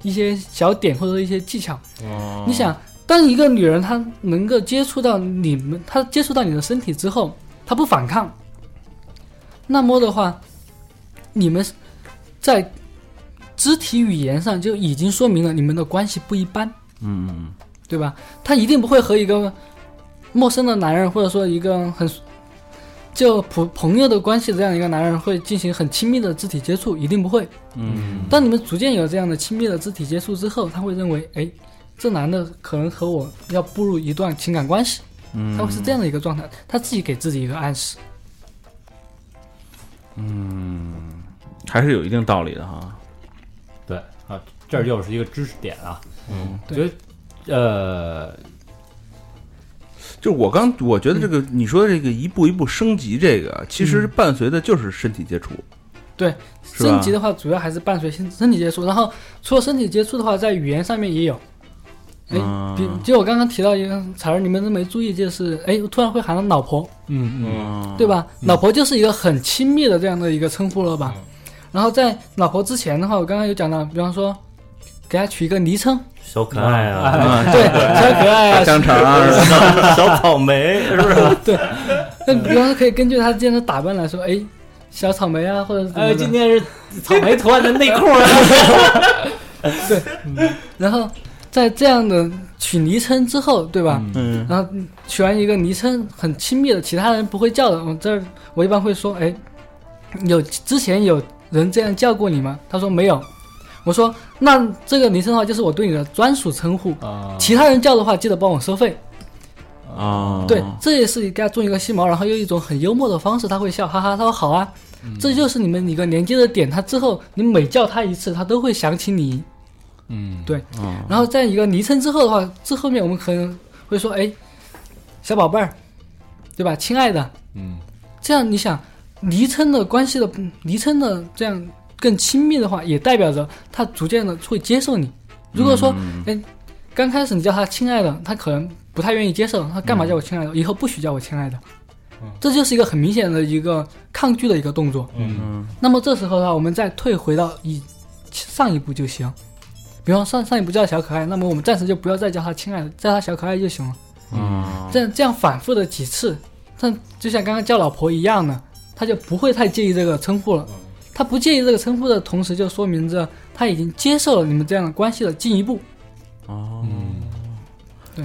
S5: 一些小点或者一些技巧。嗯
S3: 哦
S5: 你想，当一个女人她能够接触到你们，她接触到你的身体之后，她不反抗，那么的话，你们在肢体语言上就已经说明了你们的关系不一般。
S3: 嗯，
S5: 对吧？她一定不会和一个陌生的男人，或者说一个很就普朋友的关系这样一个男人，会进行很亲密的肢体接触，一定不会。
S3: 嗯
S5: 当你们逐渐有这样的亲密的肢体接触之后，他会认为，哎，这男的可能和我要步入一段情感关系，
S3: 嗯，
S5: 他会是这样的一个状态，他自己给自己一个暗示。
S3: 还是有一定道理的哈。
S2: 对啊，这儿又是一个知识点啊。
S4: 嗯，
S2: 我觉得呃，
S3: 就是我刚，我觉得这
S5: 嗯
S3: 个你说的这个一步一步升级，这个其实伴随的就是身体接触。是吧
S5: 升级的话，主要还是伴随身身体接触，然后除了身体接触的话，在语言上面也有，哎
S3: 嗯，
S5: 比就我刚刚提到一个词儿，你们都没注意，就是哎，我突然会喊到老婆，
S6: 嗯嗯
S3: 嗯，
S5: 对吧？老婆就是一个很亲密的这样的一个称呼了吧？然后在老婆之前的话，我刚刚有讲到，比方说给她取一个昵称，
S4: 小可爱啊，
S3: 嗯？
S5: 对，小可爱 啊，
S1: 香肠啊，
S4: 小 小草莓是不是？
S5: 那比方说可以根据她今天的打扮来说，哎，小草莓啊，或者是怎么
S2: 呃，
S5: 的
S2: 今天是草莓图案的内裤啊，
S5: 然后在这样的取昵称之后，对吧？
S3: 嗯
S5: 然后取完一个昵称很亲密的，其他人不会叫的，我这儿我一般会说，哎，有之前有人这样叫过你吗？他说没有。我说那这个昵称的话，就是我对你的专属称呼，
S2: 啊
S5: 其他人叫的话记得帮我收费。
S6: 哦
S3: 啊，
S5: 对，这也是给他种一个细毛，然后用一种很幽默的方式，他会笑，哈哈，他说好啊，
S6: 嗯
S5: 这就是你们一个连接的点。他之后你每叫他一次，他都会想起你。
S6: 嗯
S5: 对然后在一个昵称之后的话，这后面我们可能会说，哎，小宝贝儿，对吧？亲爱的，
S6: 嗯
S5: 这样你想，昵称的关系的昵称的这样更亲密的话，也代表着他逐渐的会接受你。如果说
S3: 嗯
S5: 刚开始你叫他亲爱的，他可能不太愿意接受，他干嘛叫我亲爱
S3: 嗯
S5: 的？以后不许叫我亲爱的。这就是一个很明显的一个抗拒的一个动作。
S3: 嗯
S5: 那么这时候的话，我们再退回到以上一步就行。比方上上一步叫小可爱，那么我们暂时就不要再叫他亲爱的，叫他小可爱就行了。
S3: 嗯，
S5: 这样这样反复的几次，他就像刚刚叫老婆一样的，他就不会太介意这个称呼了。
S3: 嗯
S5: 他不介意这个称呼的同时，就说明着他已经接受了你们这样的关系的进一步。
S3: 哦，
S6: 嗯，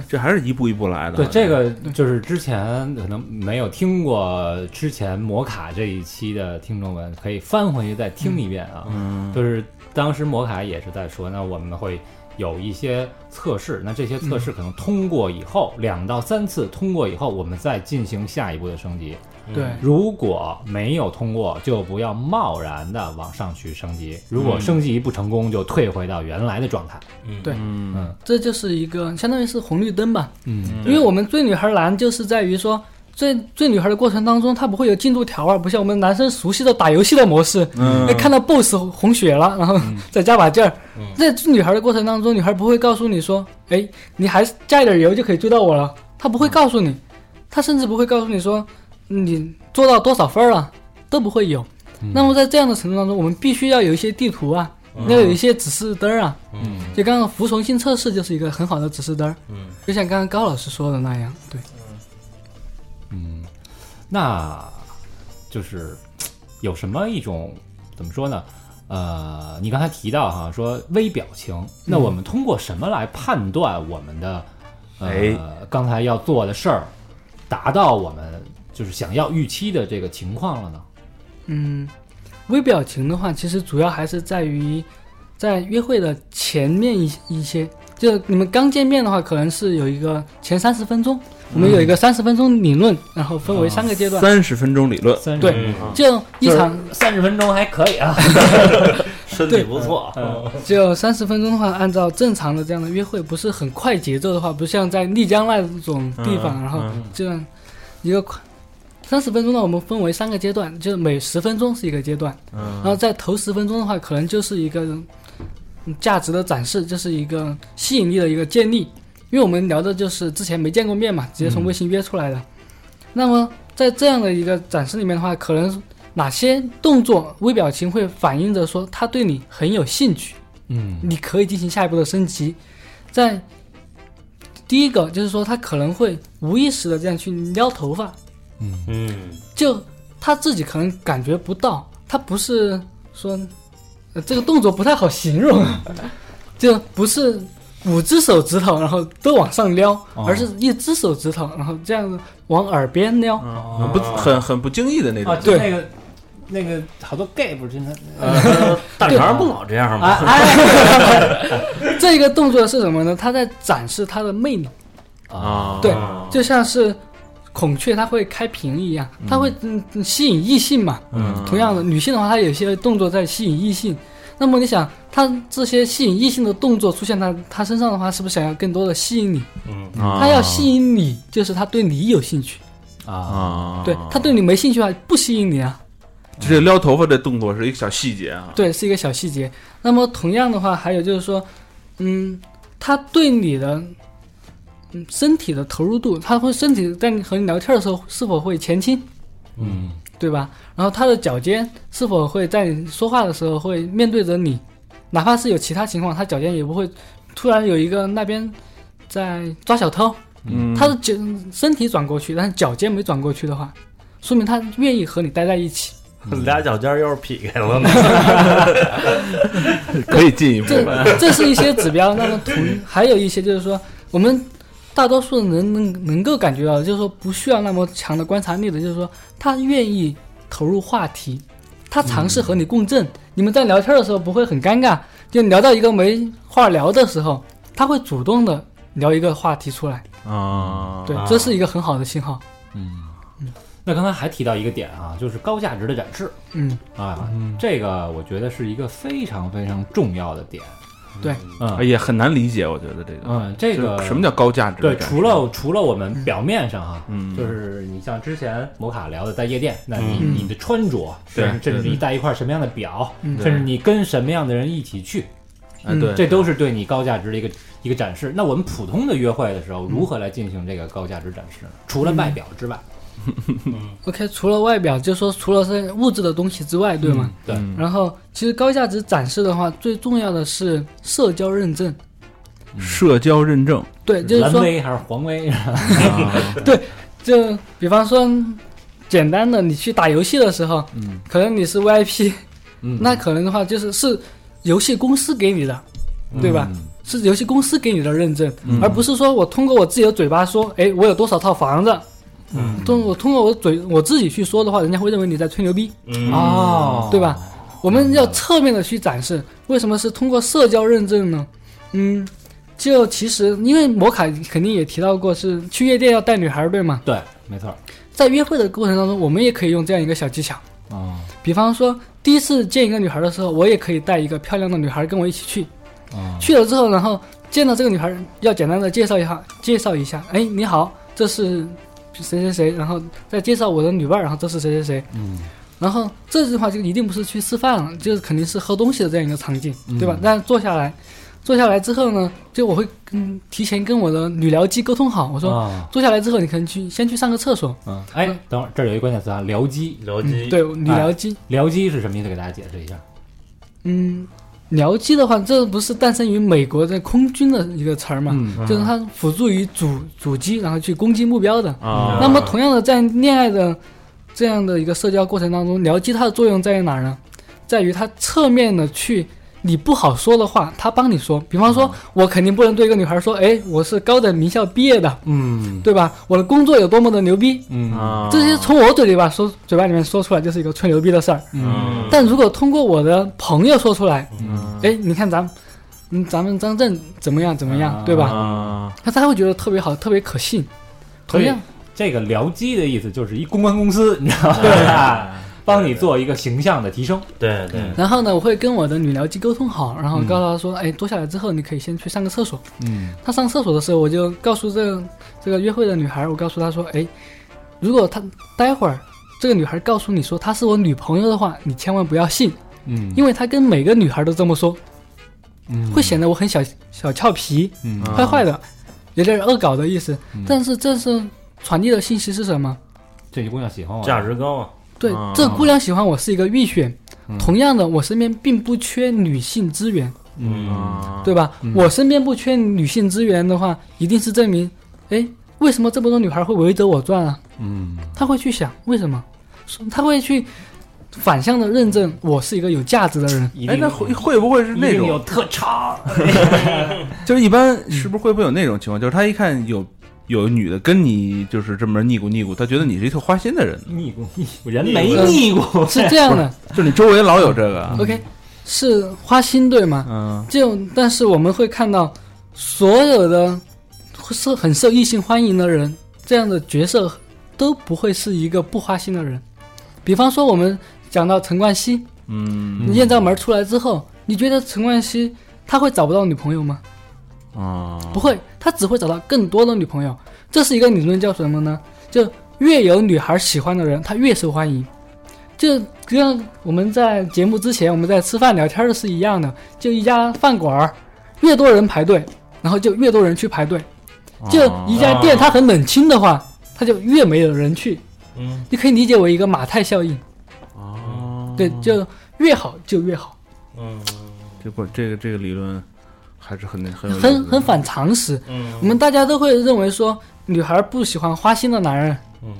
S3: 这还是一步一步来的。
S2: 对，这个就是之前可能没有听过之前摩卡这一期的听众们，可以翻回去再听一遍啊。
S3: 嗯，
S2: 就是当时摩卡也是在说，那我们会有一些测试，那这些测
S3: 嗯
S2: 试可能通过以后，两到三次通过以后，我们再进行下一步的升级。
S3: 嗯
S5: 对，
S2: 如果没有通过，就不要贸然的往上去升级。如
S3: 嗯
S2: 果升级不成功，就退回到原来的状态。
S4: 嗯
S5: 对
S3: 嗯
S2: 嗯
S5: 这就是一个相当于是红绿灯吧。
S6: 嗯
S5: 因为我们追女孩难就是在于说。追追女孩的过程当中，她不会有进度条啊，不像我们男生熟悉的打游戏的模式，
S3: 嗯
S5: 哎，看到 BOSS 红血了，然后再加把劲儿。在追女孩的过程当中，女孩不会告诉你说，哎，你还加一点油就可以追到我了，她不会告诉你，她甚至不会告诉你说你做到多少分儿了，都不会有。那么在这样的程度当中，我们必须要有一些地图啊，要有一些指示灯儿啊。
S4: 嗯
S5: 就刚刚服从性测试就是一个很好的指示灯儿，
S4: 嗯
S5: 就像刚刚高老师说的那样，对，
S2: 嗯，那就是有什么一种怎么说呢？呃，你刚才提到哈，说微表情，那我们通过什么来判断我们的、
S3: 哎
S2: 呃刚才要做的事儿达到我们就是想要预期的这个情况了呢？
S5: 嗯，微表情的话，其实主要还是在于在约会的前面一一些，就你们刚见面的话，可能是有一个前三十分钟，我们有一个三十分钟理论，然后分为三个阶段，
S3: 三十分钟理论，
S2: 三十
S4: 嗯
S5: 对
S2: 分钟
S5: 就一场
S2: 三十分钟还可以啊。
S4: 身体不错，
S2: 嗯
S5: 就三十分钟的话，按照正常的这样的约会，不是很快节奏的话，不像在丽江那种地方，
S3: 嗯
S5: 然后
S3: 嗯
S5: 这样一个快三十分钟呢，我们分为三个阶段，就是每十分钟是一个阶段，然
S3: 嗯
S5: 后在头十分钟的话，可能就是一个嗯价值的展示，就是一个吸引力的一个建立，因为我们聊的就是之前没见过面嘛，直接从微信约出来
S3: 嗯
S5: 的。那么在这样的一个展示里面的话，可能哪些动作、微表情会反映着说他对你很有兴趣？
S6: 嗯
S5: 你可以进行下一步的升级。在第一个就是说，他可能会无意识的这样去撩头发，
S4: 嗯
S5: 就他自己可能感觉不到，他不是说、呃这个动作不太好形容，啊就不是五只手指头然后都往上撩，而是一只手指头然后这样子往耳边撩。
S3: 嗯，很不很很不经意的那种，
S5: 就对
S2: 哦那个那个好多 gay 不是经常
S4: 呃，大肠不老这样
S2: 啊哎
S4: 吗？啊
S5: 这个动作是什么呢？他在展示他的魅力。
S3: 啊，
S5: 对
S4: 嗯
S5: 就像是孔雀，它会开屏一样，它会嗯吸引异性嘛。
S3: 嗯
S5: 同样的，女性的话，她有些动作在吸引异性。那么你想，她这些吸引异性的动作出现在她身上的话，是不是想要更多的吸引你？
S4: 嗯
S3: 啊
S5: 她要吸引你，就是她对你有兴趣。
S2: 啊，
S3: 啊，
S5: 对，她对你没兴趣的话，不吸引你啊。
S3: 这撩头发这动作是一个小细节啊，
S5: 对，是一个小细节。那么同样的话，还有就是说，嗯，他对你的嗯身体的投入度，他会身体在你和你聊天的时候是否会前倾，
S6: 嗯
S5: 对吧？然后他的脚尖是否会在你说话的时候会面对着你，哪怕是有其他情况，他脚尖也不会突然有一个那边在抓小偷，
S3: 嗯
S5: 他的脚身体转过去，但是脚尖没转过去的话，说明他愿意和你待在一起。
S4: 嗯俩脚尖儿要是劈开了呢？
S3: 可以进一 步，
S5: 这这是一些指标，那么同还有一些就是说，我们大多数人能能够感觉到，就是说不需要那么强的观察力的，就是说他愿意投入话题，他尝试和你共振，你们在聊天的时候不会很尴尬，就聊到一个没话聊的时候，他会主动的聊一个话题出来，
S3: 啊，
S5: 对
S4: 啊，
S5: 这是一个很好的信号，
S6: 嗯
S2: 那刚才还提到一个点啊，就是高价值的展示
S5: 嗯，
S2: 啊，
S6: 嗯
S2: 这个我觉得是一个非常非常重要的点。
S5: 对，
S3: 哎
S2: 嗯
S3: 也很难理解，我觉得这个，
S2: 嗯，这个
S3: 什么叫高价值的
S2: 对？
S3: 展示？
S2: 除了除了我们表面上啊，
S3: 嗯
S2: 就是你像之前摩卡聊的，在夜店，那你、
S5: 嗯
S2: 你的穿着，
S3: 对
S2: 甚至
S3: 对
S2: 甚至
S3: 对
S2: 你戴一块什么样的表，
S5: 嗯
S2: 甚至你跟什么样的人一起去，
S3: 哎
S5: 嗯
S3: 对，
S2: 这都是对你高价值的一个一个展示。那我们普通的约会的时候，如何来进行这个高价值展示呢？除
S5: 嗯
S2: 了外表之外，
S5: OK，除了外表，就是说除了是物质的东西之外，对吗？
S2: 对
S3: 嗯
S5: 然后，其实高价值展示的话，最重要的是社交认证。
S3: 社交认证，
S5: 对，就是
S2: 蓝
S5: 说，
S2: 威还是黄威？
S5: 就比方说，简单的，你去打游戏的时候，
S3: 嗯
S5: 可能你是 VIP，、
S2: 嗯
S5: 那可能的话就是是游戏公司给你的，对吧？是游戏公司给你的认证，
S3: 嗯
S5: 而不是说我通过我自己的嘴巴说，哎，我有多少套房子，
S6: 嗯
S5: 通我通过我嘴我自己去说的话，人家会认为你在吹牛逼。
S4: 嗯，
S2: 哦，
S5: 对吧？我们要侧面的去展示，为什么是通过社交认证呢？嗯，就其实因为摩卡肯定也提到过，是去夜店要带女孩儿，对吗？
S2: 对，没错。
S5: 在约会的过程当中，我们也可以用这样一个小技巧，
S2: 哦，
S5: 比方说第一次见一个女孩的时候，我也可以带一个漂亮的女孩跟我一起去。
S2: 哦
S5: 去了之后，然后见到这个女孩儿，要简单的介绍一下，介绍一下，哎，你好，这是谁谁谁，然后再介绍我的女伴儿，然后这是谁谁谁，
S6: 嗯，
S5: 然后这句话就一定不是去吃饭了，就是肯定是喝东西的这样一个场景，对吧
S6: 嗯？
S5: 但坐下来，坐下来之后呢，就我会跟提前跟我的女聊机沟通好，我
S6: 啊
S5: 说、
S2: 哦
S5: 坐下来之后，你可能去先去上个厕所，
S2: 嗯，哎，等会儿这儿有一个关键词啊，僚机。
S4: 僚
S5: 嗯，
S4: 机，
S5: 对，女聊机，
S2: 僚机是什么意思？给大家解释一下。
S5: 嗯，僚机的话，这不是诞生于美国的空军的一个词儿嘛？
S2: 嗯
S5: 就是它辅助于主主机，然后去攻击目标的。
S3: 啊，
S5: 那么同样的，在恋爱的这样的一个社交过程当中，僚机它的作用在于哪儿呢？在于它侧面的去你不好说的话，它帮你说。比方说，我肯定不能对一个女孩说，哎，我是高等名校毕业的，
S6: 嗯
S5: 对吧？我的工作有多么的牛逼，
S6: 嗯
S3: 啊
S5: 这些从我嘴里吧说嘴巴里面说出来就是一个吹牛逼的事儿。
S4: 嗯，
S5: 但如果通过我的朋友说出来，
S3: 嗯
S5: 哎，你看咱们，嗯，咱们张震怎么样怎么样，对
S4: 嗯
S5: 吧？
S3: 啊，
S5: 那他会觉得特别好，特别可信。同样，
S2: 这个僚机的意思就是一公关公司，你知道吧？帮你做一个形象的提升。
S4: 对对，
S5: 然后呢，我会跟我的女僚机沟通好，然后告诉她说，哎，坐下来之后，你可以先去上个厕所。
S6: 嗯
S5: 她上厕所的时候，我就告诉这个这个约会的女孩，我告诉她说，哎，如果她待会儿这个女孩告诉你说她是我女朋友的话，你千万不要信，
S6: 嗯
S5: 因为她跟每个女孩都这么说，
S6: 嗯
S5: 会显得我很小小俏皮。
S6: 嗯
S3: 啊
S5: 坏坏的，有点恶搞的意思。但是这是传递的信息是什么？
S2: 这姑娘喜欢我，
S4: 价值高啊，
S5: 对
S3: 啊，
S5: 这姑娘喜欢我是一个预选。同样的，我身边并不缺女性资源，
S6: 嗯
S3: 啊
S5: 对吧？我身边不缺女性资源的话，一定是证明，哎，为什么这么多女孩会围着我转啊？
S6: 嗯
S5: 她会去想为什么，她会去反向的认证我是一个有价值的人。
S2: 一
S3: 哎，
S2: 定
S3: 那会会不会是
S2: 一
S3: 那
S2: 定有
S3: 种？
S2: 特长。
S3: 就是一般嗯是不是会不会有那种情况？就是他一看有有女的跟你就是这么腻咕腻咕，他觉得你是一特花心的人，
S2: 腻咕腻咕，人没腻咕。
S5: 是这 样的
S3: 就是你周围老有这个。
S5: ，OK，是花心对吗？
S3: 嗯
S5: 就但是我们会看到，所有的是很受异性欢迎的人，这样的角色都不会是一个不花心的人。比方说，我们讲到陈冠希，
S3: 嗯
S5: 你艳照门出来之后，你觉得陈冠希他会找不到女朋友吗？
S3: 啊，
S5: 不会，他只会找到更多的女朋友。这是一个理论叫什么呢？就越有女孩喜欢的人，他越受欢迎。就跟我们在节目之前我们在吃饭聊天的是一样的，就一家饭馆儿，越多人排队，然后就越多人去排队。就
S3: 啊
S5: 一家店
S4: 哦
S5: 它很冷清的话，它就越没有人去。
S4: 嗯，
S5: 你可以理解为一个马太效应，
S3: 哦，
S5: 对，就越好就越好，
S4: 嗯
S3: 这不这个这个理论还是很很有意
S5: 很
S3: 思的
S5: 很反常识。
S4: 嗯
S5: 我们大家都会认为说，女孩不喜欢花心的男人，
S4: 嗯，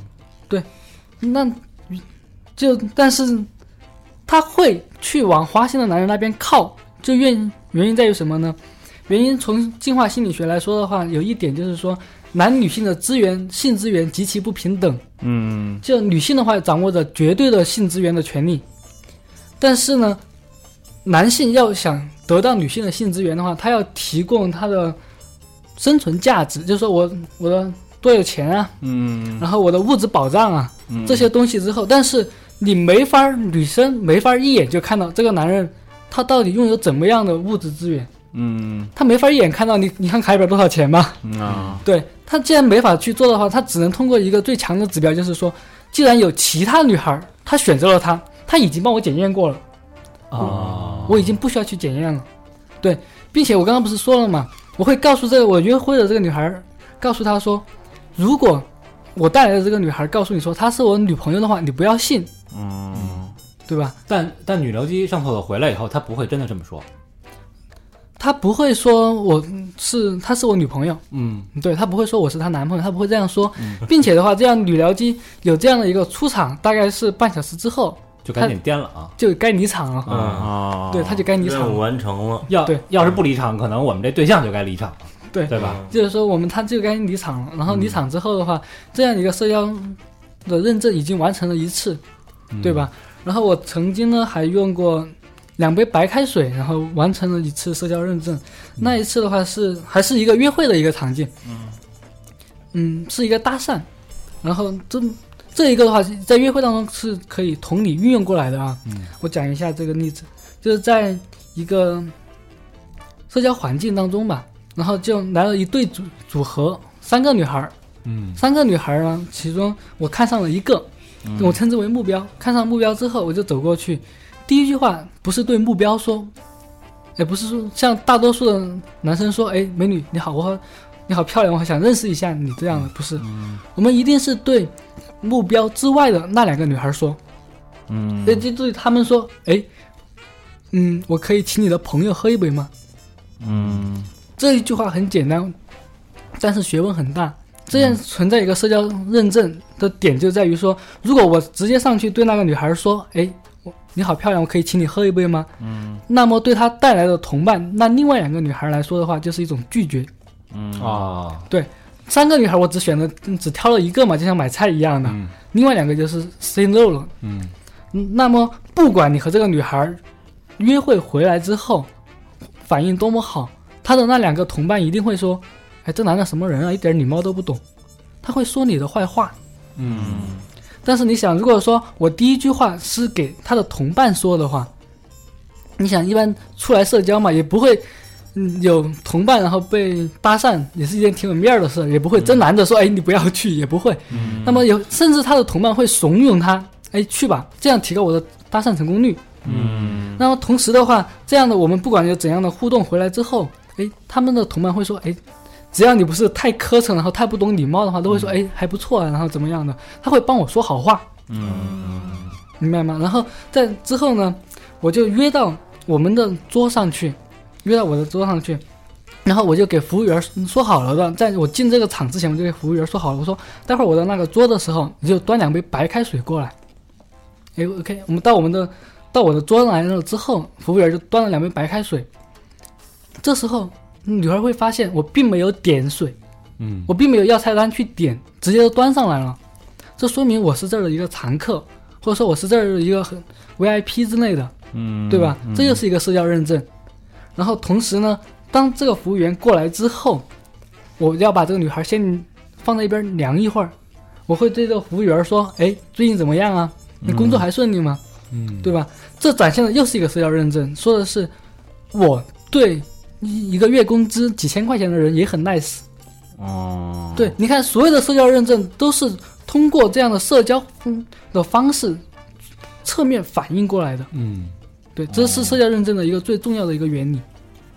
S5: 对，那就但是她会去往花心的男人那边靠，就原原因在于什么呢？原因从进化心理学来说的话，有一点就是说，男女性的资源性资源极其不平等。
S3: 嗯
S5: 就女性的话，掌握着绝对的性资源的权利，但是呢，男性要想得到女性的性资源的话，他要提供他的生存价值，就是说我我的多有钱啊，
S3: 嗯
S5: 然后我的物质保障啊
S3: 嗯
S5: 这些东西之后，但是你没法儿，女生没法儿一眼就看到这个男人他到底拥有怎么样的物质资源，
S3: 嗯
S5: 他没法儿一眼看到你，你看卡里边多少钱吧。
S3: 嗯 啊
S5: 对他既然没法去做的话，他只能通过一个最强的指标，就是说，既然有其他女孩儿她选择了他，他已经帮我检验过了，
S6: 啊，
S5: 我已经不需要去检验了。对，并且我刚刚不是说了嘛，我会告诉这个我约会的这个女孩儿，告诉她说，如果我带来的这个女孩儿告诉你说她是我女朋友的话，你不要信，
S3: 嗯
S5: 对吧？
S6: 但但女僚机上厕所回来以后，她不会真的这么说。
S5: 她不会说我是她是我女朋友，
S6: 嗯
S5: 对她不会说我是她男朋友，她不会这样说，并且的话，这样女僚机有这样的一个出场，大概是半小时之后。
S6: 就赶紧颠了啊！
S5: 就该离场了。
S4: 嗯，
S3: 啊
S5: 对，他就该离
S4: 任
S5: 场
S4: 务
S5: 了。
S4: 完成了，
S6: 要
S5: 对
S6: 要是不离场，可能我们这对象就该离场了，
S5: 对
S6: 对
S4: 嗯
S6: 吧？
S5: 就是说，我们他就该离场了。然后离场之后的话，这样一个社交的认证已经完成了一次，对吧？然后我曾经呢还用过两杯白开水，然后完成了一次社交认证。那一次的话是还是一个约会的一个场景，嗯是一个搭讪。然后这这一个的话，在约会当中是可以同理运用过来的啊。我讲一下这个例子，就是在一个社交环境当中吧，然后就来了一对组组合，三个女孩儿，
S6: 嗯
S5: 三个女孩儿呢，其中我看上了一个，我称之为目标。看上目标之后，我就走过去，第一句话不是对目标说，也不是说像大多数的男生说，哎，美女你好，我好你好漂亮，我好想认识一下你这样的，不是，我们一定是对目标之外的那两个女孩儿说，
S3: 嗯
S5: 对，就对他们说，哎，嗯，我可以请你的朋友喝一杯吗？
S3: 嗯
S5: 这一句话很简单，但是学问很大。这样存在一个社交认证的点就在于说，如果我直接上去对那个女孩说：“哎，我你好漂亮，我可以请你喝一杯吗？”
S3: 嗯
S5: 那么对她带来的同伴，那另外两个女孩来说的话，就是一种拒绝。
S3: 嗯
S6: 啊，
S5: 三个女孩我只选了，嗯只挑了一个嘛，就像买菜一样的。
S6: 嗯
S5: 另外两个就是 say no 了。
S6: 嗯
S5: 嗯那么不管你和这个女孩约会回来之后，反应多么好，她的那两个同伴一定会说：“哎，这男的什么人啊，一点礼貌都不懂。”他会说你的坏话。
S6: 嗯
S5: 但是你想，如果说我第一句话是给他的同伴说的话，你想一般出来社交嘛，也不会。嗯，有同伴然后被搭讪也是一件挺有面儿的事，也不会真拦着说，哎，你不要去，也不会。
S3: 嗯
S5: 那么有甚至他的同伴会怂恿他，哎，去吧，这样提高我的搭讪成功率。
S3: 嗯
S5: 那么同时的话，这样的我们不管有怎样的互动回来之后，哎，他们的同伴会说，哎，只要你不是太磕碜，然后太不懂礼貌的话，都会说，哎，还不错啊，然后怎么样的，他会帮我说好话，
S3: 嗯
S5: 明白吗？然后在之后呢，我就约到我们的桌上去，约到我的桌上去。然后我就给服务员说好了的，在我进这个场之前，我就给服务员说好了，我说待会儿我到那个桌的时候，你就端两杯白开水过来。哎，OK，我们到我们的到我的桌上来了之后，服务员就端了两杯白开水。这时候女孩会发现我并没有点水，
S6: 嗯
S5: 我并没有要菜单去点，直接就端上来了，这说明我是这儿的一个常客，或者说我是这儿的一个很 VIP 之类的，
S3: 嗯
S5: 对吧？这就是一个社交认证。然后同时呢，当这个服务员过来之后，我要把这个女孩先放在一边凉一会儿，我会对这个服务员说：“哎，最近怎么样啊？
S3: 嗯
S5: 你工作还顺利吗？”
S6: 嗯
S5: 对吧？这展现的又是一个社交认证，说的是我对一一个月工资几千块钱的人也很 nice。
S3: 哦
S5: 对，你看，所有的社交认证都是通过这样的社交嗯的方式侧面反映过来的。
S6: 嗯
S3: 哦
S5: 对，这是社交认证的一个最重要的一个原理。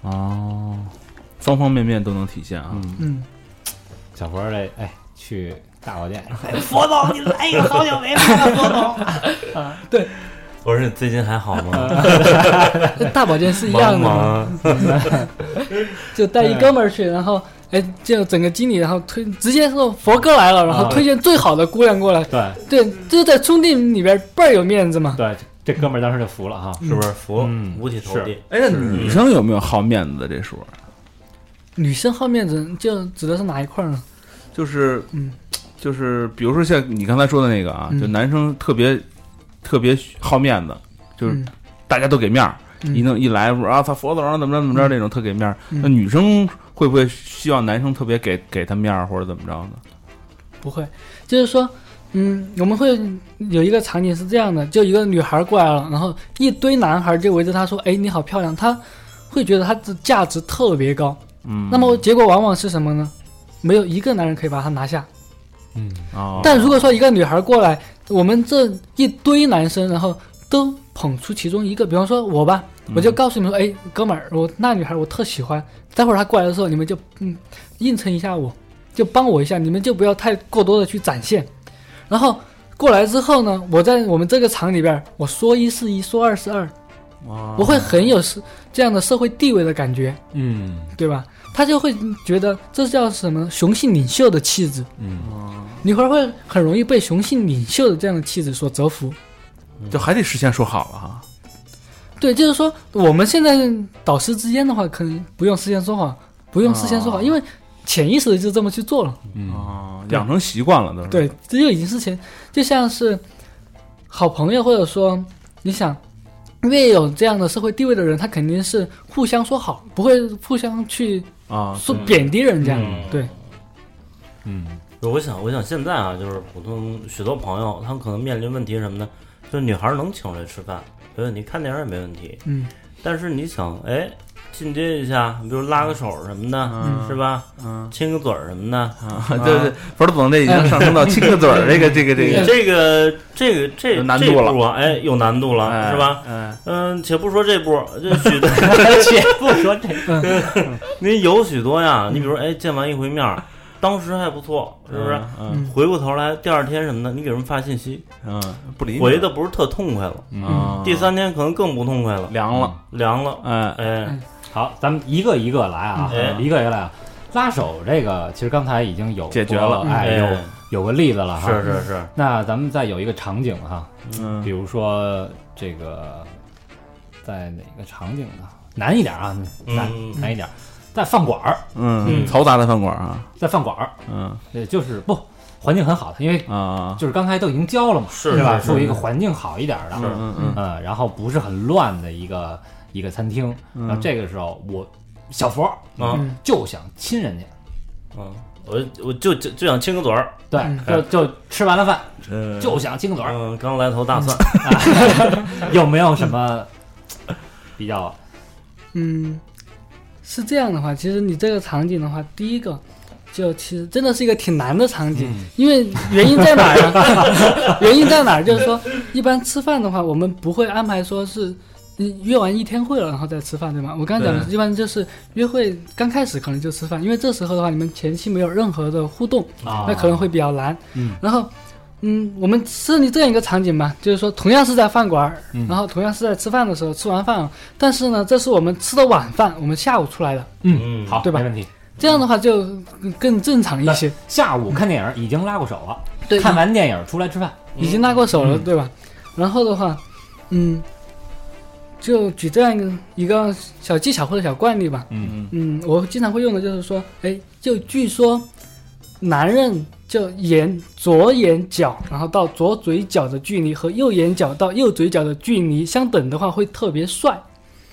S3: 哦方方面面都能体现啊。
S5: 嗯，
S6: 小佛儿这哎去大老店，
S4: 我说你最近还好 吗？
S5: 跟大保健是一
S4: 忙
S5: 样
S4: 不
S5: 的嘛，
S4: 忙？
S5: 就带一哥们儿去，然后哎，就整个经理，然后推直接说佛哥来了，然
S3: 啊
S5: 后推荐最好的姑娘过来，
S6: 对
S5: 对，这在充电里边倍儿有面子嘛。
S6: 对，这哥们儿当时就服了哈。
S4: 是不是服
S6: 嗯？
S4: 五体投地。
S3: 哎，那女生有没有好面子的这说？
S5: 女生好面子，就指的是哪一块儿呢？
S3: 就是，
S5: 嗯
S3: 就是比如说像你刚才说的那个啊，
S5: 嗯
S3: 就男生特别特别好面子，就是
S5: 嗯
S3: 大家都给面儿，
S5: 嗯
S3: 一弄一来说啊，他佛祖啊怎么着怎么着那种特给面儿。
S5: 嗯
S3: 那女生会不会希望男生特别给给她面儿或者怎么着呢？
S5: 不会，就是说，嗯，我们会有一个场景是这样的，就一个女孩过来了，然后一堆男孩就围着她说：“哎，你好漂亮。”她会觉得她的价值特别高。
S3: 嗯，
S5: 那么结果往往是什么呢？没有一个男人可以把她拿下。
S6: 嗯，
S3: 哦，
S5: 但如果说一个女孩过来，我们这一堆男生，然后都捧出其中一个，比方说我吧，
S3: 嗯
S5: 我就告诉你们说，哎，哥们儿，我那女孩我特喜欢，待会儿她过来的时候，你们就嗯应承一下我，就帮我一下，你们就不要太过多的去展现。然后过来之后呢，我在我们这个厂里边儿，我说一是一，说二是二，
S3: 啊
S5: 我会很有是这样的社会地位的感觉，
S6: 嗯
S5: 对吧？他就会觉得这叫什么雄性领袖的气质。
S6: 嗯，
S5: 女孩会很容易被雄性领袖的这样的气质所折服。
S3: 就还得事先说好了哈。
S5: 对，就是说我们现在导师之间的话，可能不用事先说谎，不用事先说
S3: 哦
S5: 谎，因为潜意识的就这么去做了。
S4: 啊
S3: 哦，养成习惯了都是。，
S5: 对，这就已经是前，就像是好朋友，或者说你想，越有这样的社会地位的人，他肯定是互相说好，不会互相去
S3: 啊，
S5: 说贬低人家。对，
S6: 嗯
S4: 我想，我想现在啊，就是普通许多朋友，他们可能面临问题是什么呢？就是女孩能请出来吃饭没问题，看电影也没问题。
S5: 嗯，
S4: 但是你想，哎，进阶一下，比如拉个手什么的，
S3: 嗯
S4: 是吧？
S3: 嗯，
S4: 亲个嘴儿什么的，
S3: 啊，对对，佛总这已经上升到亲个嘴儿这个这个这 个
S4: 这个这个这
S3: 有难度
S4: 这
S3: 了
S4: 步啊，哎，有难度了，
S3: 哎
S4: 是吧？
S3: 嗯，
S4: 嗯，且不说这步，这许多，且不说这， 您有许多呀。你比如，哎，见完一回面儿，当时还不错，是不是？
S3: 嗯
S4: 回过头来，第二天什么的，你给人发信息，
S3: 嗯，不理你
S4: 回的不是特痛快了，
S3: 啊
S4: 第三天可能更不痛快了，
S3: 凉了，
S4: 凉了，
S3: 哎，
S4: 哎，
S6: 好，咱们一个一个来啊，
S4: 嗯
S6: 一个一个来啊。拉手这个其实刚才已经有
S3: 解决
S6: 过
S3: 了
S6: 哎，
S4: 嗯
S6: 有有个例子了哈。
S4: 是是是，
S2: 啊
S6: 那咱们再有一个场景哈，
S3: 嗯
S6: 比如说这个在哪个场景呢？难一点啊，难、
S4: 嗯
S6: 难一点，在饭馆儿，
S3: 嗯，嘈杂的饭馆啊，
S6: 在饭馆儿，
S3: 嗯
S6: 也就是不环境很好的，因为
S3: 啊，
S6: 就是刚才都已经教了嘛，
S4: 是
S6: 对吧？
S4: 是
S6: 作为一个环境好一点儿的，
S4: 是
S3: 嗯嗯
S6: 嗯，然后不是很乱的一个一个餐厅，然后这个时候我小佛
S4: 嗯啊
S5: 嗯
S6: 就想亲人家，
S4: 啊，我我就就就想亲个嘴儿，
S6: 对，
S5: 嗯
S6: 就就吃完了饭
S3: 嗯，
S6: 就想亲个嘴儿，啊
S4: 嗯，刚来头大蒜，
S6: 有没有什么比较
S5: 嗯，是这样的话，其实你这个场景的话，第一个就其实真的是一个挺难的场景，
S6: 嗯
S5: 因为原因在哪儿呢？ 原因在哪儿？就是说，一般吃饭的话，我们不会安排说是。嗯约完一天会了，然后再吃饭，对吗？我刚才讲的，
S3: 对
S5: 一般就是约会刚开始可能就吃饭，因为这时候的话，你们前期没有任何的互动，
S6: 啊？
S5: 那可能会比较难。
S6: 嗯，
S5: 然后，嗯，我们设立这样一个场景吧，就是说同样是在饭馆儿，
S6: 嗯
S5: 然后同样是在吃饭的时候吃完饭，但是呢，这是我们吃的晚饭，我们下午出来的，
S6: 嗯
S4: 嗯
S6: 好，
S5: 对吧
S6: 没问题。
S5: 这样的话就更更正常一些。
S6: 下午看电影已经拉过手了，
S5: 对，
S6: 看完电影出来吃饭，
S5: 已经拉过手了，对吧？然后的话，嗯，就举这样一个一个小技巧或者小惯例吧。
S3: 嗯
S5: 嗯，我经常会用的就是说，哎，就据说，男人就眼左眼角，然后到左嘴角的距离和右眼角到右嘴角的距离相等的话，会特别帅。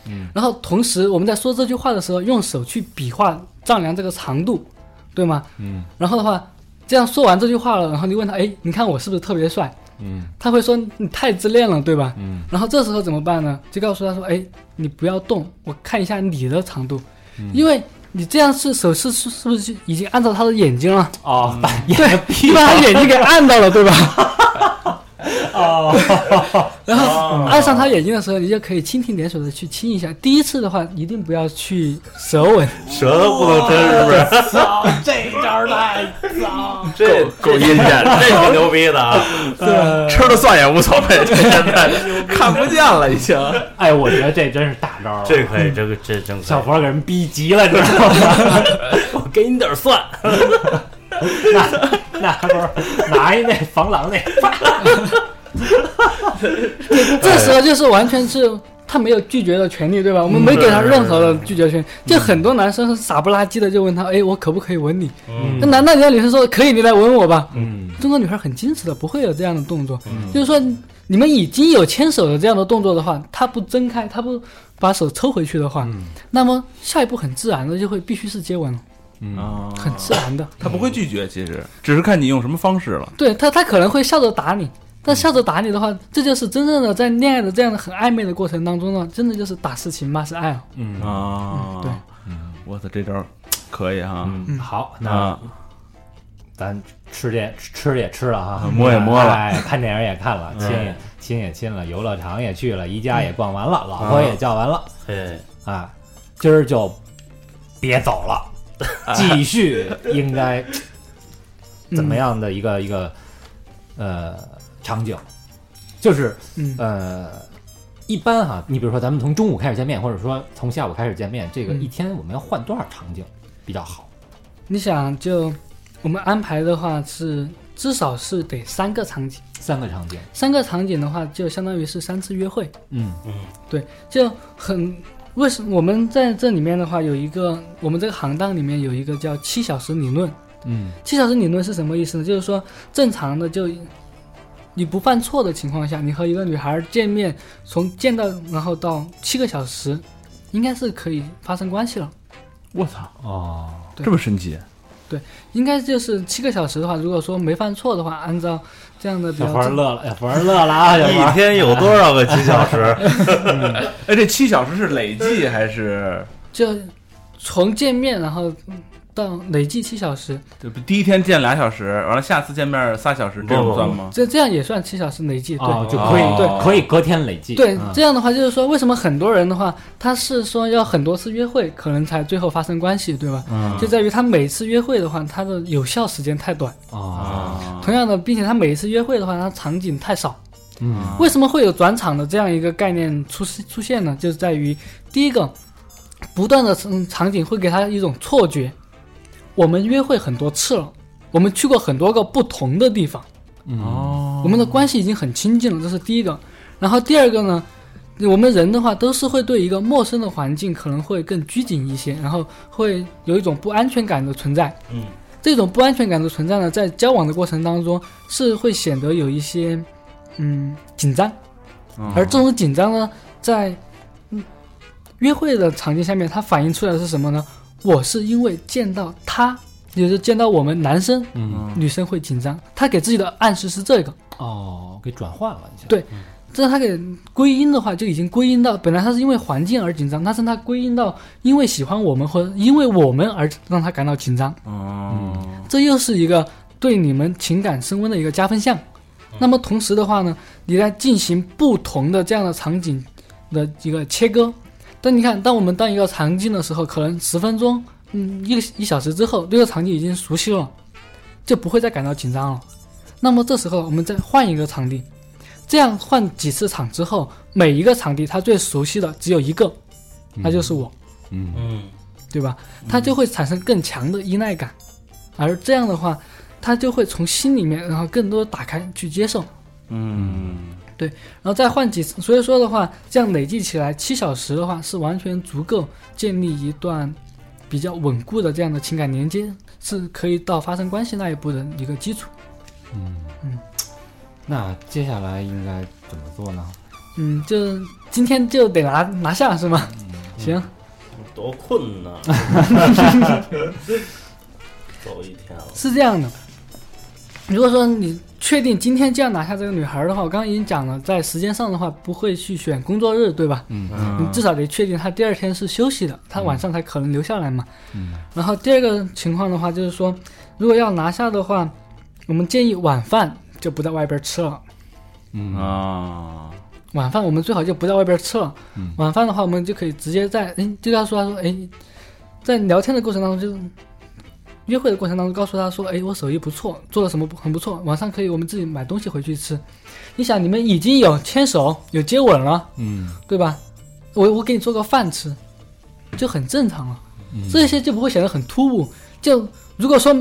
S5: 嗯，然后同时我们在说这句话的时候，用手去比划丈量这个长度，对吗？嗯，然后的话，这样说完这句话了，然后你问他，哎，你看我是不是特别帅？嗯，他会说你太自恋了，对吧？嗯，然后这时候怎么办呢？就告诉他说，哎，你不要动，我看一下你的长度。因为你这样是手是是是不是已经按照他 的眼睛了？
S4: 嗯
S6: 哦，把眼
S5: 对，你把他眼睛给按到了，对吧？ 然后爱上他眼睛的时候，你就可以蜻蜓点水的去亲一下。第一次的话，一定不要去舌吻，
S4: 舌头不能伸，是 不是？
S6: 这招太脏，
S4: 这够阴险，这挺牛逼的 啊！
S3: 吃了算也无所 谓，这现在看不见了已经。
S6: 哎，我觉得这真是大招了。
S4: 这可以，这个这真可
S6: 小
S4: 以。
S6: 佛给人逼急了，知道吗？
S4: 我给你点蒜，
S6: 拿不是拿一那防狼那，
S5: 这时候就是完全是他没有拒绝的权利，嗯对吧？嗯我们没给他任何的拒绝权。就很多男生是傻不拉几的就问他，哎，我可不可以吻你？那男的人家女生说可以，你来吻我吧。
S6: 嗯，
S5: 中国女孩很矜持的，不会有这样的动作。就是说，你们已经有牵手的这样的动作的话，她不睁开，她不把手抽回去的话，那么下一步很自然的就会必须是接吻了，
S3: 啊，
S5: 很自然的。
S3: 他不会拒绝，其实只是看你用什么方式了。
S5: 对她，她可能会笑着打你。但笑着打你的话，这就是真正的在恋爱的这样的很暧昧的过程当中呢，真的就是打是情，骂是爱啊。
S3: 啊，
S5: 对，
S3: 我操，这招儿可以哈。
S6: 嗯，好，那
S3: 啊，
S6: 咱吃这吃也吃了哈，
S3: 嗯摸也摸了嗯
S6: 哎，看电影也看了，亲也亲也亲了，游乐场也去了，宜家也逛完了，
S3: 啊
S6: 老婆也叫完了，
S4: 哎，
S6: 啊，今儿就别走了，
S3: 啊
S6: 继续应该怎么样的一个一个呃场景，就是
S5: 嗯
S6: 呃，一般哈，你比如说咱们从中午开始见面，或者说从下午开始见面，这个
S5: 嗯
S6: 一天我们要换多少场景比较好？
S5: 你想，就我们安排的话是至少是得三个场景，
S6: 三个场景，
S5: 三个场景的话就相当于是三次约会。
S6: 嗯
S5: 对，就很为什我们在这里面的话有一个，我们这个行当里面有一个叫七小时理论。
S6: 嗯
S5: 七小时理论是什么意思呢？就是说正常的就你不犯错的情况下，你和一个女孩见面，从见到然后到七个小时，应该是可以发生关系了。
S3: 我操，
S6: 哦，
S5: 对
S3: 这么神奇？
S5: 应该就是七个小时的话，如果说没犯错的话，按照这样的比
S6: 小
S5: 较
S6: 佛儿
S5: 正
S6: 乐了，小佛儿乐了啊，小佛
S4: 一
S6: 儿
S4: 天有多少个七小时？
S3: 哎，这七小时是累计还是？
S5: 就从见面然后到累计七小时，
S3: 这不第一天见俩小时，完了下次见面仨小时，这种算吗？
S5: 这这样也算七小时累计。对、
S6: 哦，就可以
S3: 哦
S6: 对，可以隔天累计，
S5: 对
S6: 嗯，
S5: 这样的话就是说，为什么很多人的话，他是说要很多次约会，可能才最后发生关系，对吧？
S3: 嗯
S5: 就在于他每次约会的话，他的有效时间太短。
S6: 哦，
S3: 啊，
S5: 同样的，并且他每一次约会的话，他场景太少。
S6: 嗯
S5: 为什么会有转场的这样一个概念出出现呢？就是在于第一个，不断的嗯场景会给他一种错觉，我们约会很多次了，我们去过很多个不同的地方，
S6: 嗯
S3: 哦
S5: 我们的关系已经很亲近了，这是第一个。然后第二个呢，我们人的话都是会对一个陌生的环境可能会更拘谨一些，然后会有一种不安全感的存在。
S4: 嗯，
S5: 这种不安全感的存在呢，在交往的过程当中是会显得有一些嗯紧张，
S3: 嗯
S5: 而这种紧张呢，在嗯约会的场景下面，它反映出来的是什么呢？我是因为见到他，也就是见到我们男
S2: 哦
S5: 生，
S6: 嗯
S5: 女生会紧张，他给自己的暗示是这个。
S6: 哦，给转换了一下，
S5: 对这他给归因的话，就已经归因到本来他是因为环境而紧张，但是他归因到因为喜欢我们或者因为我们而让他感到紧张，
S3: 哦，
S5: 这又是一个对你们情感升温的一个加分项。那么同时的话呢，你在进行不同的这样的场景的一个切割。但你看，当我们当一个场景的时候，可能十分钟，嗯，一个一小时之后，这个场景已经熟悉了，就不会再感到紧张了。那么这时候我们再换一个场地，这样换几次场之后，每一个场地他最熟悉的只有一个，那就是我。
S4: 嗯，
S5: 对吧？他就会产生更强的依赖感，而这样的话，他就会从心里面，然后更多地打开去接受，
S3: 嗯，
S5: 然后再换几次。所以说的话，这样累计起来七小时的话，是完全足够建立一段比较稳固的这样的情感连接，是可以到发生关系那一步的一个基础。
S6: 嗯
S5: 嗯
S6: 那接下来应该怎么做呢？
S5: 嗯，就今天就得拿拿下是吗？行，
S4: 多困呐！走一天了，
S5: 是这样的，如果说你确定今天就要拿下这个女孩儿的话，我刚刚已经讲了，在时间上的话不会去选工作日，对吧？你至少得确定她第二天是休息的，她晚上才可能留下来嘛。嗯。然后第二个情况的话，就是说，如果要拿下的话，我们建议晚饭就不在外边吃了，
S2: 嗯
S3: 啊，
S5: 晚饭我们最好就不在外边吃了。
S2: 嗯
S5: 晚饭的话，我们就可以直接在哎，就跟他说，他说哎，在聊天的过程当中，就约会的过程当中，告诉他说，哎，我手艺不错，做了什么不很不错，晚上可以我们自己买东西回去吃。你想，你们已经有牵手，有接吻了，
S2: 嗯
S5: 对吧？我我给你做个饭吃，就很正常了。
S2: 嗯
S5: 这些就不会显得很突兀。就如果说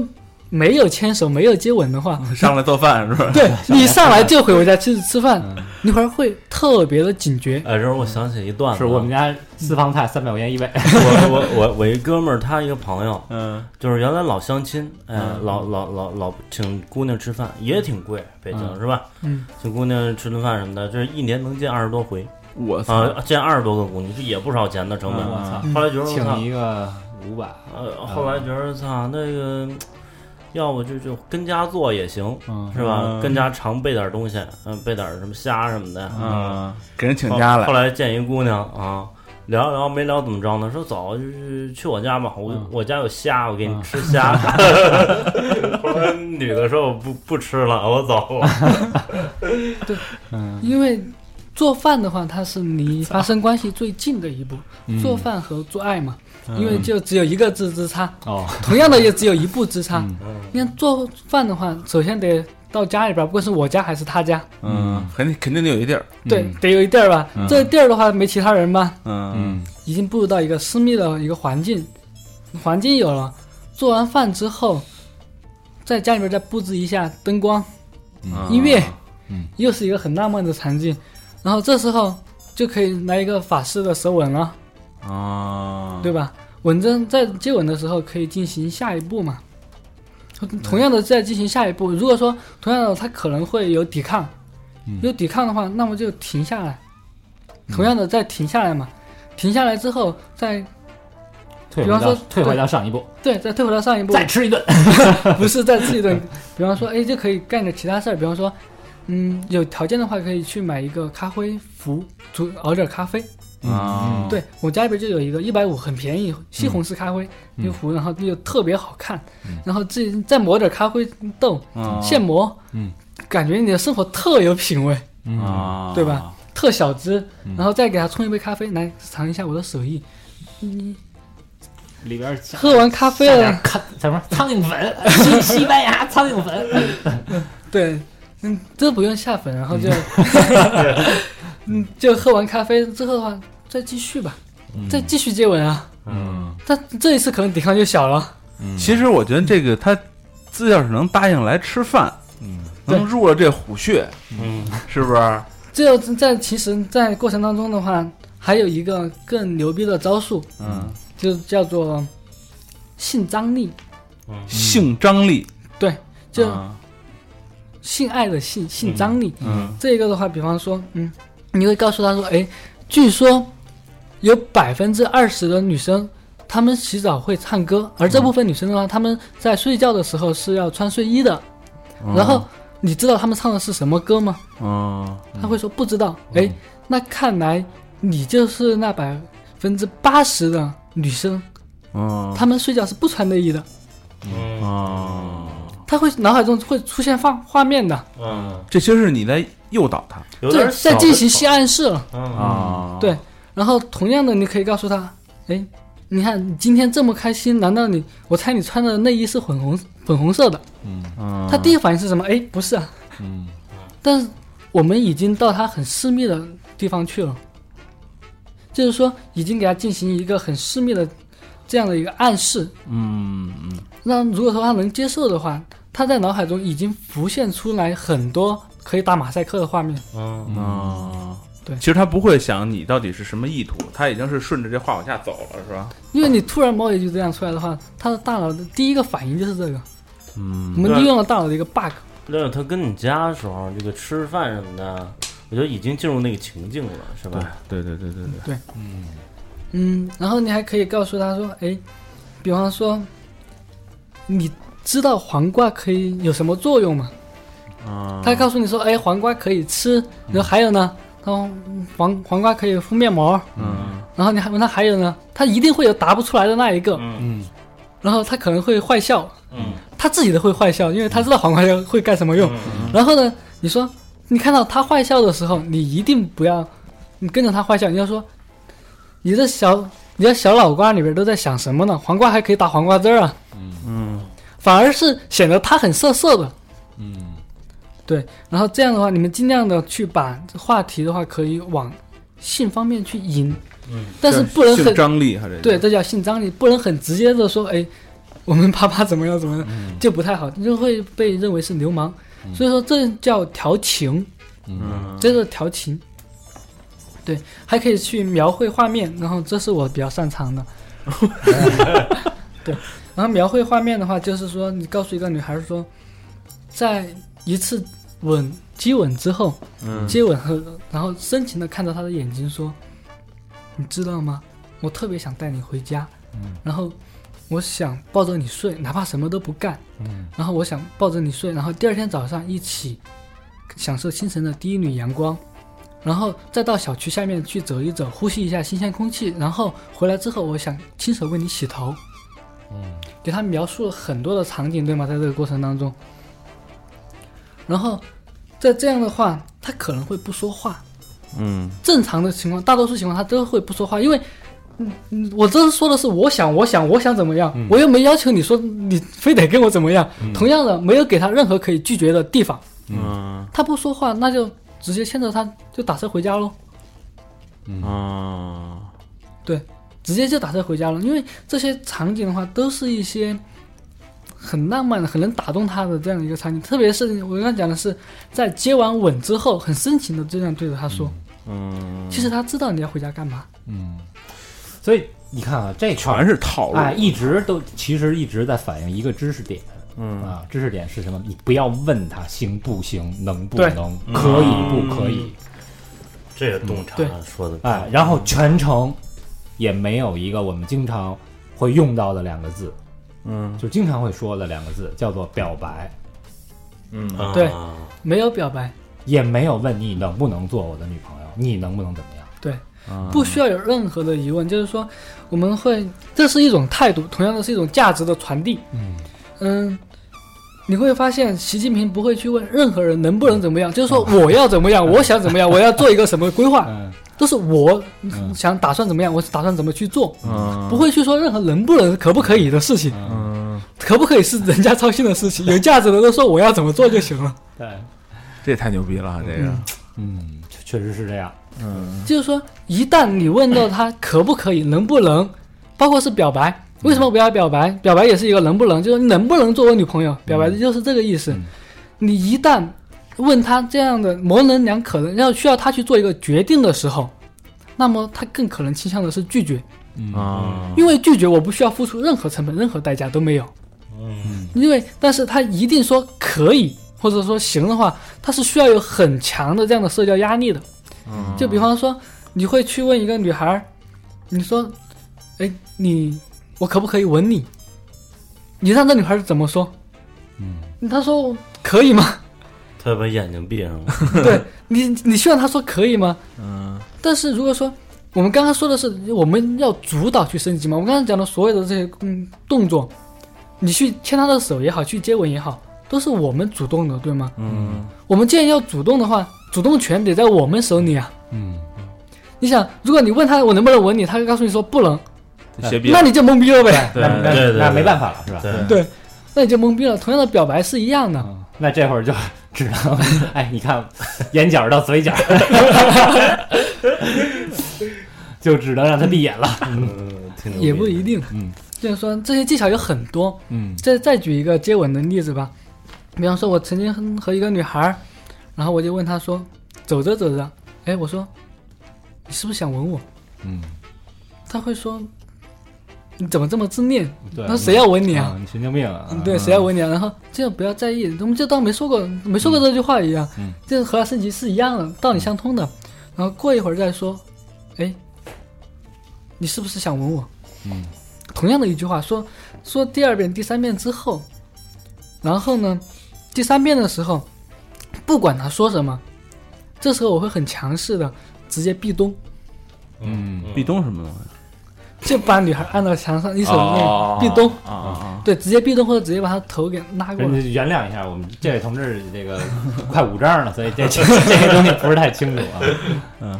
S5: 没有牵手、没有接吻 的话，
S3: 上来做饭是吧？
S5: 对你上来就回我家去吃
S2: 嗯
S5: 饭，
S6: 嗯
S5: 你会儿会特别的警觉。
S4: 哎，这我想起一段子啊，
S6: 是我们家私房菜三百块钱一位，
S4: 我我我我一哥们儿，他一个朋友，
S3: 嗯
S4: 就是原来老相亲，哎，
S3: 嗯
S4: 老老老老请姑娘吃饭也挺贵，北京、
S3: 嗯
S4: 是吧？
S5: 嗯，
S4: 请姑娘吃顿饭什么的，就是一年能见二十多回
S3: 我操，
S4: 啊，见二十多个姑娘，这也不少钱的成本。
S3: 嗯
S2: 操
S4: 后来觉得我操
S2: 请，一个五百，
S4: 呃，后来觉得操那个，要不就就跟家做也行，
S2: 嗯
S4: 是吧？
S3: 嗯
S4: 跟家常备点东西，嗯，备点什么虾什么的，
S5: 啊
S3: 嗯，给人请假
S5: 哦
S4: 后后
S3: 了，
S4: 来见一姑娘啊，聊聊没聊怎么着呢？说走，就是去我家吧，我、
S2: 嗯
S4: 我家有虾，我给
S3: 嗯
S4: 你吃 虾。后来女的说我不不吃了，我走。
S2: 嗯
S5: 因为做饭的话，它是离发生关系最近的一步，做饭和做爱嘛，因为就只有一个字之差，
S2: 哦，
S5: 同样的也只有一步之差。
S2: 嗯
S5: 你看做饭的话，首先得到家里边，不管是我家还是他家，
S3: 嗯，肯定肯定得有一地儿，
S5: 对，得有一地儿吧。
S3: 嗯
S5: 这地儿的话没其他人吧，
S3: 嗯
S2: 嗯
S5: 已经步入到一个私密的一个环境，环境有了，做完饭之后，在家里面再布置一下灯光、
S3: 嗯
S5: 音乐，
S2: 嗯
S5: 又是一个很浪漫的场景。然后这时候就可以来一个法式的舌吻了，
S3: 啊，
S5: 对吧？吻针在接吻的时候可以进行下一步嘛？同样的再进行下一步，如果说同样的他可能会有抵抗，
S2: 嗯
S5: 有抵抗的话，那么就停下来。同样的再停下来嘛，停下来之后再
S6: 退
S5: 比
S6: 回
S5: 方
S6: 到
S5: 说
S6: 退回到上一步，
S5: 对，再退回到上一步，
S6: 再吃一顿，
S5: 不是再吃一顿。比方说，哎，就可以干点其他事儿，比方说，嗯，有条件的话可以去买一个咖啡壶，煮熬点咖啡。
S2: 嗯
S3: 啊，
S5: 嗯对我家里边就有一个一百五，很便宜，西红柿咖啡
S2: 嗯
S5: 一壶，然后又特别好看，然后自己再磨点咖啡豆，
S3: 嗯
S5: 现磨，
S2: 哦嗯，
S5: 感觉你的生活特有品味，
S2: 嗯
S3: 啊，
S5: 对吧？特小资，然后再给他冲一杯咖啡，来尝一下我的 手艺。
S6: 里边加
S5: 喝完咖啡
S6: 加
S5: 了
S6: 点，看什么苍蝇粉， 西西班牙苍蝇粉，
S5: 对，嗯，这不用下粉，然后就，嗯， 就喝完咖啡之后的话，再继续吧，再继续接吻啊。
S2: 嗯
S5: 但这一次可能抵抗就小了，
S3: 其实我觉得这个他，自要是能答应来吃饭，
S2: 嗯
S3: 能入了这虎穴，
S4: 嗯，
S3: 是不是？
S5: 这在其实，在过程当中的话，还有一个更牛逼的招数，
S3: 嗯，
S5: 就叫做性张力，
S3: 嗯
S4: 嗯
S3: 性张力，
S5: 对，就
S3: 啊
S5: 性爱的性性张力。
S3: 嗯
S5: 这个的话，比方说，嗯，你会告诉他说，哎，据说有百分之二十的女生，她们洗澡会唱歌，而这部分女生的话，她们在睡觉的时候是要穿睡衣的。然后你知道她们唱的是什么歌吗？
S3: 嗯，
S5: 她会说不知道。
S4: 嗯
S5: 哎，那看来你就是那百分之八十的女生，
S3: 嗯
S5: 她们睡觉是不穿内衣的。
S3: 嗯，
S5: 她会脑海中会出现画画面的，
S4: 嗯，
S3: 这些是你在诱导他
S4: 有
S5: 对
S4: 点，小
S5: 在
S4: 的
S5: 进行性暗示了。
S4: 嗯
S3: 啊，
S5: 对然后同样的，你可以告诉他，哎，你看你今天这么开心，难道你？我猜你穿的内衣是粉红粉红色的。
S3: 嗯，
S5: 他第一反应是什么？哎，不是啊。
S2: 嗯
S5: 但是我们已经到他很私密的地方去了，就是说已经给他进行一个很私密的这样的一个暗示。
S3: 嗯嗯
S5: 那如果说他能接受的话，他在脑海中已经浮现出来很多可以打马赛克的画面。
S4: 嗯
S3: 嗯，
S5: 对
S3: 其实他不会想你到底是什么意图，他已经是顺着这话往下走了，是吧？
S5: 因为你突然某一句这样出来的话，他的大脑的第一个反应就是这个。我
S3: 嗯
S5: 们利用了大脑的一个 bug。
S4: 另外他跟你家的时候，这个吃饭什么的，我觉得已经进入那个情境了，是吧？
S3: 对对对对对，
S5: 嗯，然后你还可以告诉他说，哎，比方说，你知道黄瓜可以有什么作用吗？
S3: 嗯，
S5: 他告诉你说，哎，黄瓜可以吃，然后还有呢，他说嗯黄黄瓜可以敷面膜，
S3: 嗯
S5: 然后你还问他还有呢，他一定会有答不出来的那一个，
S4: 嗯
S2: 嗯
S5: 然后他可能会坏笑，
S4: 嗯嗯
S5: 他自己都会坏笑，因为他知道黄瓜要会干什么用。然后呢，你说你看到他坏笑的时候，你一定不要，你跟着他坏笑，你要说，你这小你这小脑瓜里边都在想什么呢？黄瓜还可以打黄瓜汁儿啊，
S3: 嗯，
S5: 反而是显得他很色色的。
S6: 嗯，
S5: 对，然后这样的话，你们尽量的去把话题的话可以往性方面去引，
S4: 嗯，
S5: 但是不能
S3: 性
S5: 很
S3: 张力，还是
S5: 对，这叫性张力，不能很直接的说，哎，我们啪啪怎么样怎么样，就不太好，就会被认为是流氓。所以说这叫调情，
S3: 嗯，
S5: 这是调情。对，还可以去描绘画面，然后这是我比较擅长 的。对，然后描绘画面的话，就是说你告诉一个女孩说，在一次吻接吻之后，
S3: 嗯
S5: 接吻后，然后深情的看着她的眼睛说：“你知道吗？我特别想带你回家，然后我想抱着你睡，哪怕什么都不干，然后我想抱着你睡，然后第二天早上一起享受清晨的第一缕阳光，然后再到小区下面去走一走，呼吸一下新鲜空气，然后回来之后，我想亲手为你洗头。”给他描述了很多的场景，对吗？在这个过程当中，然后在这样的话，他可能会不说话。
S3: 嗯
S5: 正常的情况，大多数情况他都会不说话，因为，嗯嗯，我这说的是我想，我想，我想怎么样，
S3: 嗯
S5: 我又没要求你说你非得跟我怎么样。同样的，没有给他任何可以拒绝的地方，
S3: 嗯
S5: 他不说话，那就直接牵着他就打车回家喽，嗯
S4: 嗯
S3: 啊，
S5: 直接就打车回家了。因为这些场景的话，都是一些很浪漫的、很能打动他的这样一个场景，特别是我刚刚讲的是在接完吻之后，很深情的这样对着他说，
S3: 嗯，
S5: 其实他知道你要回家干嘛。
S6: 嗯，所以你看啊，这块
S3: 全
S6: 儿
S3: 是套路，
S6: 哎，一直都其实一直在反映一个知识点
S3: 嗯
S6: 啊，知识点是什么？你不要问他行不行，能不
S5: 对
S6: 能，可以不可以，
S4: 这个洞察
S5: 嗯对
S4: 说的
S6: 哎，然后全程也没有一个我们经常会用到的两个字，
S3: 嗯
S6: 就经常会说的两个字叫做表白，
S3: 嗯
S4: 啊
S5: 对没有表白，
S6: 也没有问你能不能做我的女朋友，你能不能怎么样。
S5: 对，
S3: 啊
S5: 不需要有任何的疑问，就是说我们会，这是一种态度，同样的是一种价值的传递。
S6: 嗯
S5: 嗯，你会发现习近平不会去问任何人能不能怎么
S6: 嗯
S5: 样，就是说我要怎么样，我想怎么样，我要做一个什么规划，
S6: 嗯
S5: 都是我
S6: 嗯
S5: 想打算怎么样，我打算怎么去做，
S3: 嗯
S5: 不会去说任何能不能、可不可以的事情，
S6: 嗯，
S3: 嗯，
S5: 可不可以是人家操心的事情，有价值的都说我要怎么做就行了。
S6: 对，
S3: 这也太牛逼了啊，这个
S5: 嗯
S6: 嗯，确确实是这样。
S3: 嗯
S5: 就是说，一旦你问到他可不可以、能不能，包括是表白，为什么不要表白？表白也是一个能不能，就是能不能做我女朋友，表白的就是这个意思。你一旦问他这样的模棱两可的，要需要他去做一个决定的时候，那么他更可能倾向的是拒绝，
S3: 啊，
S5: 因为拒绝我不需要付出任何成本、任何代价都没有。
S4: 嗯
S5: 因为但是他一定说可以或者说行的话，他是需要有很强的这样的社交压力的。
S3: 嗯
S5: 就比方说，你会去问一个女孩儿，你说，哎，你我可不可以吻你？你让这女孩儿怎么说？嗯，她说可以吗？
S4: 他把眼睛闭上了，
S5: 对你，你希望她说可以吗？
S3: 嗯
S5: 但是如果说我们刚刚说的是我们要主导去升级嘛，我们刚刚讲的所有的这些嗯动作，你去牵她的手也好，去接吻也好，都是我们主动的，对吗？
S3: 嗯
S5: 我们既然要主动的话，主动权得在我们手里啊。
S6: 嗯，
S5: 你想，如果你问他我能不能吻你，他就告诉你说不能，
S3: 斜逼
S5: 那你就懵逼了呗。
S3: 对
S6: 那那
S4: 对对
S6: 那
S4: 对
S6: 没办法了，是吧？
S4: 对
S5: 对，那你就懵逼了。同样的表白是一样的，
S6: 嗯，那这会儿就只能，哎，你看，眼角到 嘴角，就只能让他闭眼了。
S4: 嗯，挺牛逼
S5: 也不一定。
S6: 嗯
S5: 就是说这些技巧有很多。
S6: 嗯
S5: 再再举一个接吻的例子吧，比方说，我曾经和和一个女孩儿，然后我就问她说，走着走着，哎，我说，你是不是想吻我？
S6: 嗯，
S5: 她会说，你怎么这么自恋？
S6: 对。
S5: 那谁要吻你啊？
S6: 嗯你神经病啊！
S5: 嗯，对，谁要吻你啊？然后这样不要在意，我们就当没说过，没说过这句话一样。
S6: 嗯，
S5: 这和它升级是一样的，道理相通的。然后过一会儿再说，哎，你是不是想吻我？
S6: 嗯，
S5: 同样的一句话，说说第二遍、第三遍之后，然后呢，第三遍的时候，不管他说什么，这时候我会很强势的直接壁咚，
S4: 嗯，
S5: 啊
S3: 壁咚什么东西？
S5: 就把女孩按到墙上，一手
S3: 哦
S5: 那壁咚，
S3: 啊啊
S5: 对，直接壁咚或者直接把她头给拉过
S2: 人家原
S5: 来。
S2: 谅一下，我们这位同志这 个快五丈了，所以这这这个东西不是太清楚啊。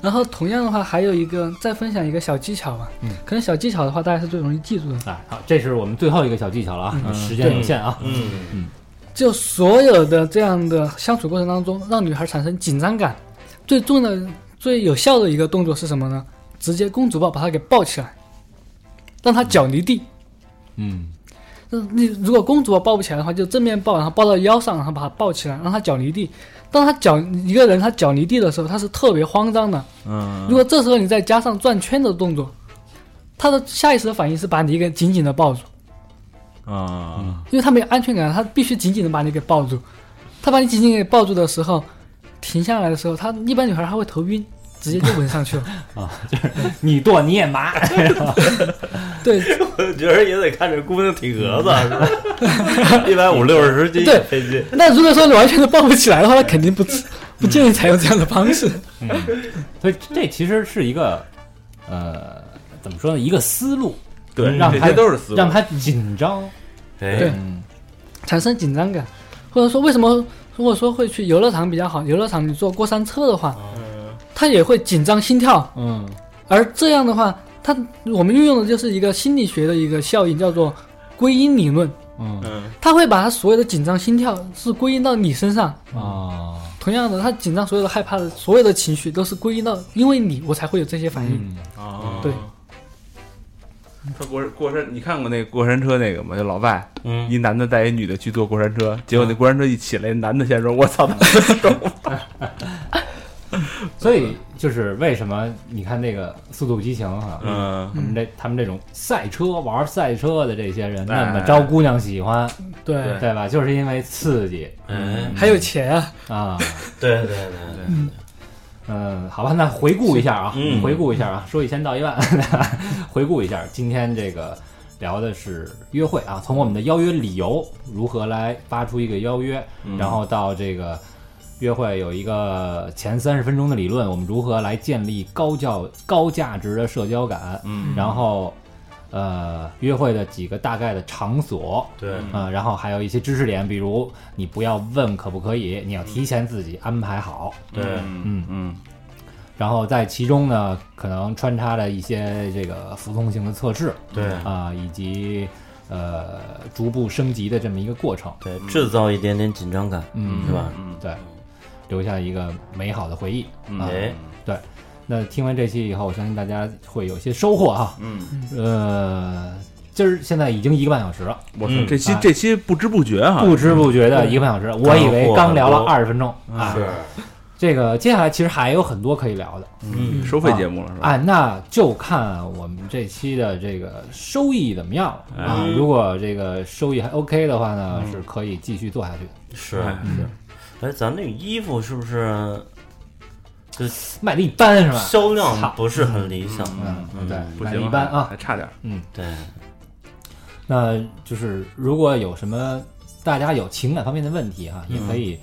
S5: 然后同样的话，还有一个再分享一个小技巧吧，可能小技巧的话，大家是最容易记住的。
S2: 啊，好，这是我们最后一个小技巧了啊，时间有限啊。
S4: 嗯，
S5: 就所有的这样的相处过程当中，让女孩产生紧张感，最重要的、最有效的一个动作是什么呢？直接公主抱把她给抱起来，让她脚离地。
S2: 嗯，
S5: 那你如果公主抱抱不起来的话，就正面抱，然后抱到腰上，然后把她抱起来，让她脚离地。当她脚一个人她脚离地的时候，她是特别慌张的。
S3: 嗯，
S5: 如果这时候你再加上转圈的动作，她的下意识的反应是把你给紧紧的抱住。
S3: 啊，
S5: 因为他没有安全感，他必须紧紧的把你给抱住。他把你紧紧给抱住的时候，停下来的时候，他一般女孩她会头晕，直接就吻上去了。
S6: 嗯
S2: 你剁你也麻，
S5: 对
S4: 我觉得也得看这姑娘体格子，是吧？一百五六十斤
S5: 对
S4: 飞机，
S5: 那如果说你完全的抱不起来的话，那肯定不不建议采用这样的方式。
S2: 所以这其实是一个呃，怎么说呢？一个思路，
S4: 对，
S2: 让
S3: 这
S2: 他
S3: 些都是思
S2: 让
S3: 路。
S2: 他紧张。
S5: 对
S4: 哎，
S5: 产生紧张感，或者说为什么如果说会去游乐场比较好？游乐场你坐过山车的话，他也会紧张心跳，
S2: 嗯
S5: 而这样的话，它我们运用的就是一个心理学的一个效应，叫做归因理论。
S2: 嗯
S5: 它会把它所有的紧张心跳是归因到你身上，
S2: 啊，
S5: 同样的，他紧张所有的害怕的所有的情绪都是归因到因为你我才会有这些反应。
S2: 嗯
S3: 啊，
S5: 对。
S3: 他过过山，你看过那过山车那个吗？就老外，
S4: 嗯，
S3: 一男的带一女的去坐过山车，结果那过山车一起来，男的先说：“我操，他们死了
S2: 所以就是为什么你看那个《速度与激情》哈，
S3: 嗯
S2: 他们这他们这种赛车玩赛车的这些人
S3: 哎
S2: 那么招姑娘喜欢，
S5: 对，
S2: 对吧？就是因为刺激
S4: 哎，
S5: 还有钱啊，
S2: 啊。
S4: 对对对对，
S2: 嗯，好吧，那回顾一下啊，
S4: 嗯
S2: 回顾一下啊，说一千道一万， 回顾一下今天这个聊的是约会啊，从我们的邀约理由如何来发出一个邀约，然后到这个约会有一个前三十分钟的理论，我们如何来建立高教高价值的社交感，
S3: 嗯，
S2: 然后呃，约会的几个大概的场所，
S4: 对，
S3: 嗯
S2: 啊、然后还有一些知识点，比如你不要问可不可以，你要提前自己安排好。
S4: 对
S3: 嗯嗯
S2: 然后在其中呢，可能穿插了一些这个服从性的测试
S4: 对
S2: 啊、以及呃逐步升级的这么一个过程，
S4: 对，制造一点点紧张感，
S2: 嗯
S4: 是吧？
S3: 嗯，
S2: 对，留下一个美好的回忆啊、
S4: 哎，
S2: 对，那听完这期以后，我相信大家会有些收获啊。
S3: 嗯，
S2: 呃，今儿现在已经一个半小时了，
S3: 我操，
S4: 嗯
S3: 这期
S2: 哎
S3: 这期不知不觉哈，
S2: 不知不觉的一个半小时，我以为刚聊了
S4: 干货很多
S2: 二十分钟啊。
S4: 是，
S2: 这个接下来其实还有很多可以聊的，
S4: 嗯，
S3: 收费节目了是吧？
S2: 啊，那就看我们这期的这个收益怎么样了啊。
S4: 嗯
S2: 如果这个收益还 OK 的话呢，是可以继续做下去的。
S4: 是
S3: 哎
S4: 是。嗯哎，咱这个衣服是不是
S2: 卖的一般是吧？
S4: 销量
S2: 操
S4: 不是很理想？
S2: 嗯，嗯对，
S3: 不
S2: 卖的
S3: 行，
S2: 一般啊
S3: 还。差点儿。
S4: 对，
S2: 那就是如果有什么大家有情感方面的问题哈、也可以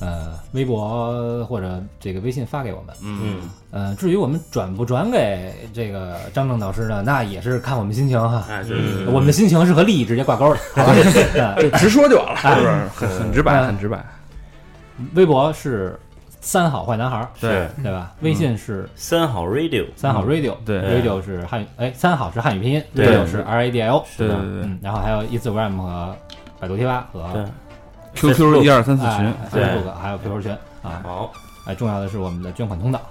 S2: 呃微博或者这个微信发给我们。
S4: 嗯，
S2: 呃，至于我们转不转给这个张正导师呢，那也是看我们心情哈、
S3: 哎，对
S4: 嗯
S2: 我们的心情是和利益直接挂钩的，好吧？ 啊
S3: 就直说就完了，是不是？很很直白，
S2: 嗯
S3: 很直白。
S2: 微博是三好坏男孩儿，
S4: 对，
S2: 对吧？微信是
S4: 三好 radio，
S2: 三好 radio，
S3: 对
S2: ，radio 是汉语，哎，三好是汉语拼音
S4: 对
S2: ，radio 是 R A D I O，
S3: 对对对
S2: 嗯，然后还有 Instagram 和百度贴吧和
S4: 对，
S3: QQ 一二三四群
S2: 哎，
S4: 对
S2: Facebook 还有 QQ 群啊，
S4: 好，
S2: 哎，重要的是我们的捐款通道，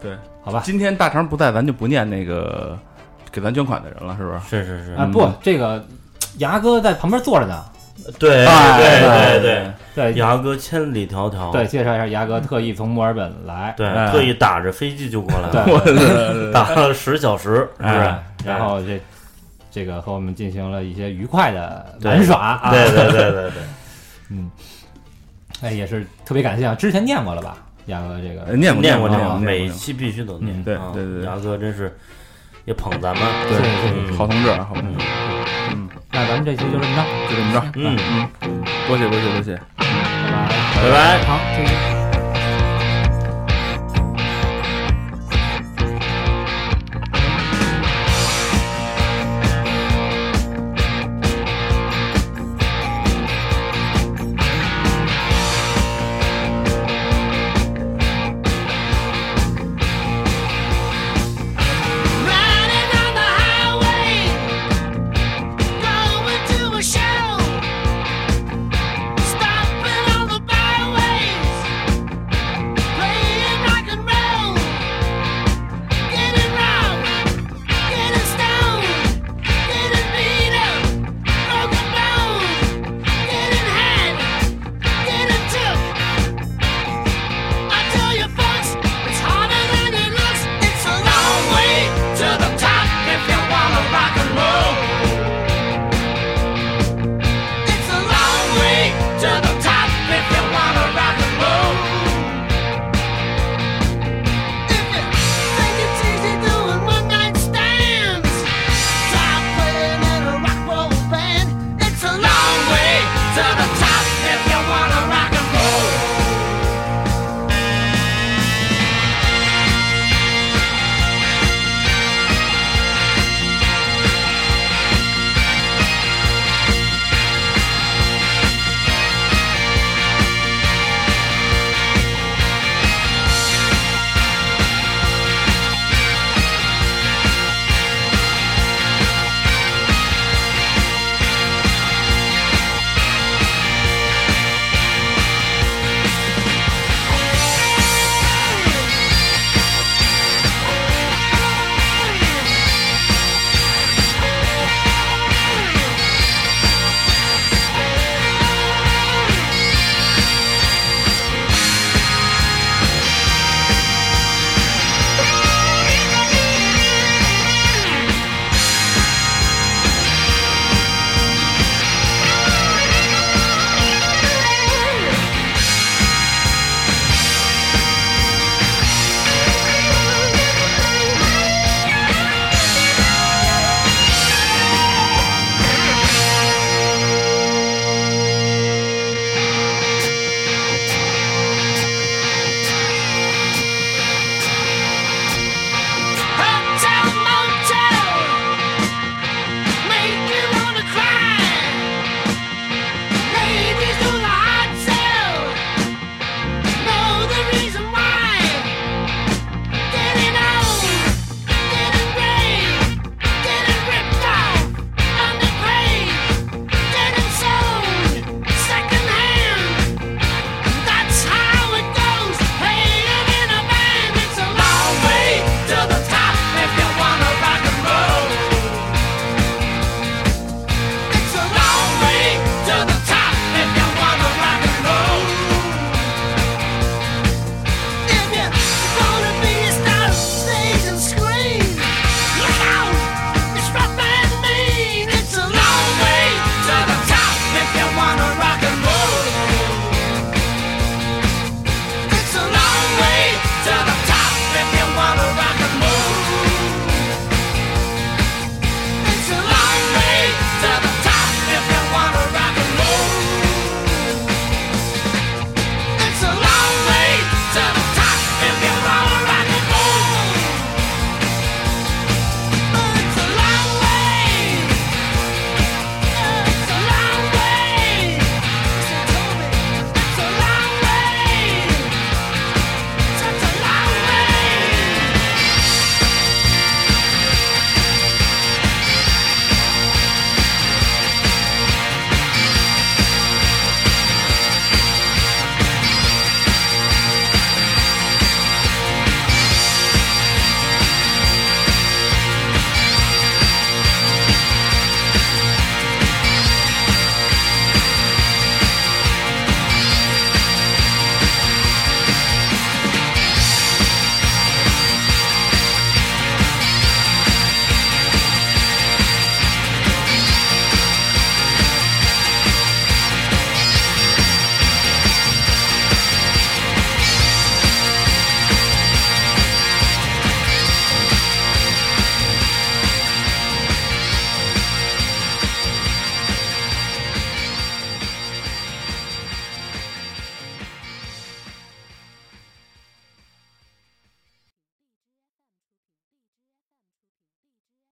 S3: 对，
S2: 好吧？
S3: 今天大肠不在，咱就不念那个给咱捐款的人了，是不是？
S4: 是是是，
S2: 啊，不，这个牙哥在旁边坐着呢，
S4: 对
S3: 哎
S4: 对对
S3: 对
S4: 对，
S2: 对
S4: 牙哥千里迢�迢，
S2: 哎对，介绍一下，牙哥特意从墨尔本来，
S4: 对
S3: 哎，
S4: 特意打着飞机就过来
S2: 对
S4: 了， 打了十小时，是不是
S2: 哎？然后这这个和我们进行了一些愉快的玩
S4: 对
S2: 耍啊，
S4: 对对对对对，
S2: 哎，也是特别感谢啊！之前念过了吧，雅哥这
S3: 呃
S2: 个，
S3: 念过
S4: 念
S3: 过
S4: 过
S3: 过，
S4: 个，每
S3: 念
S4: 一期必须都念
S2: 嗯。
S3: 对
S4: 啊
S3: 对对对
S4: 牙哥真是也捧咱们。
S3: 对
S4: 嗯
S3: 过好同志啊，好同志，
S2: 那咱们这期就这么着，
S3: 就这么着，
S4: 嗯，
S3: 多谢多谢多谢。
S2: 拜拜。
S4: 拜拜。
S5: 好，这个。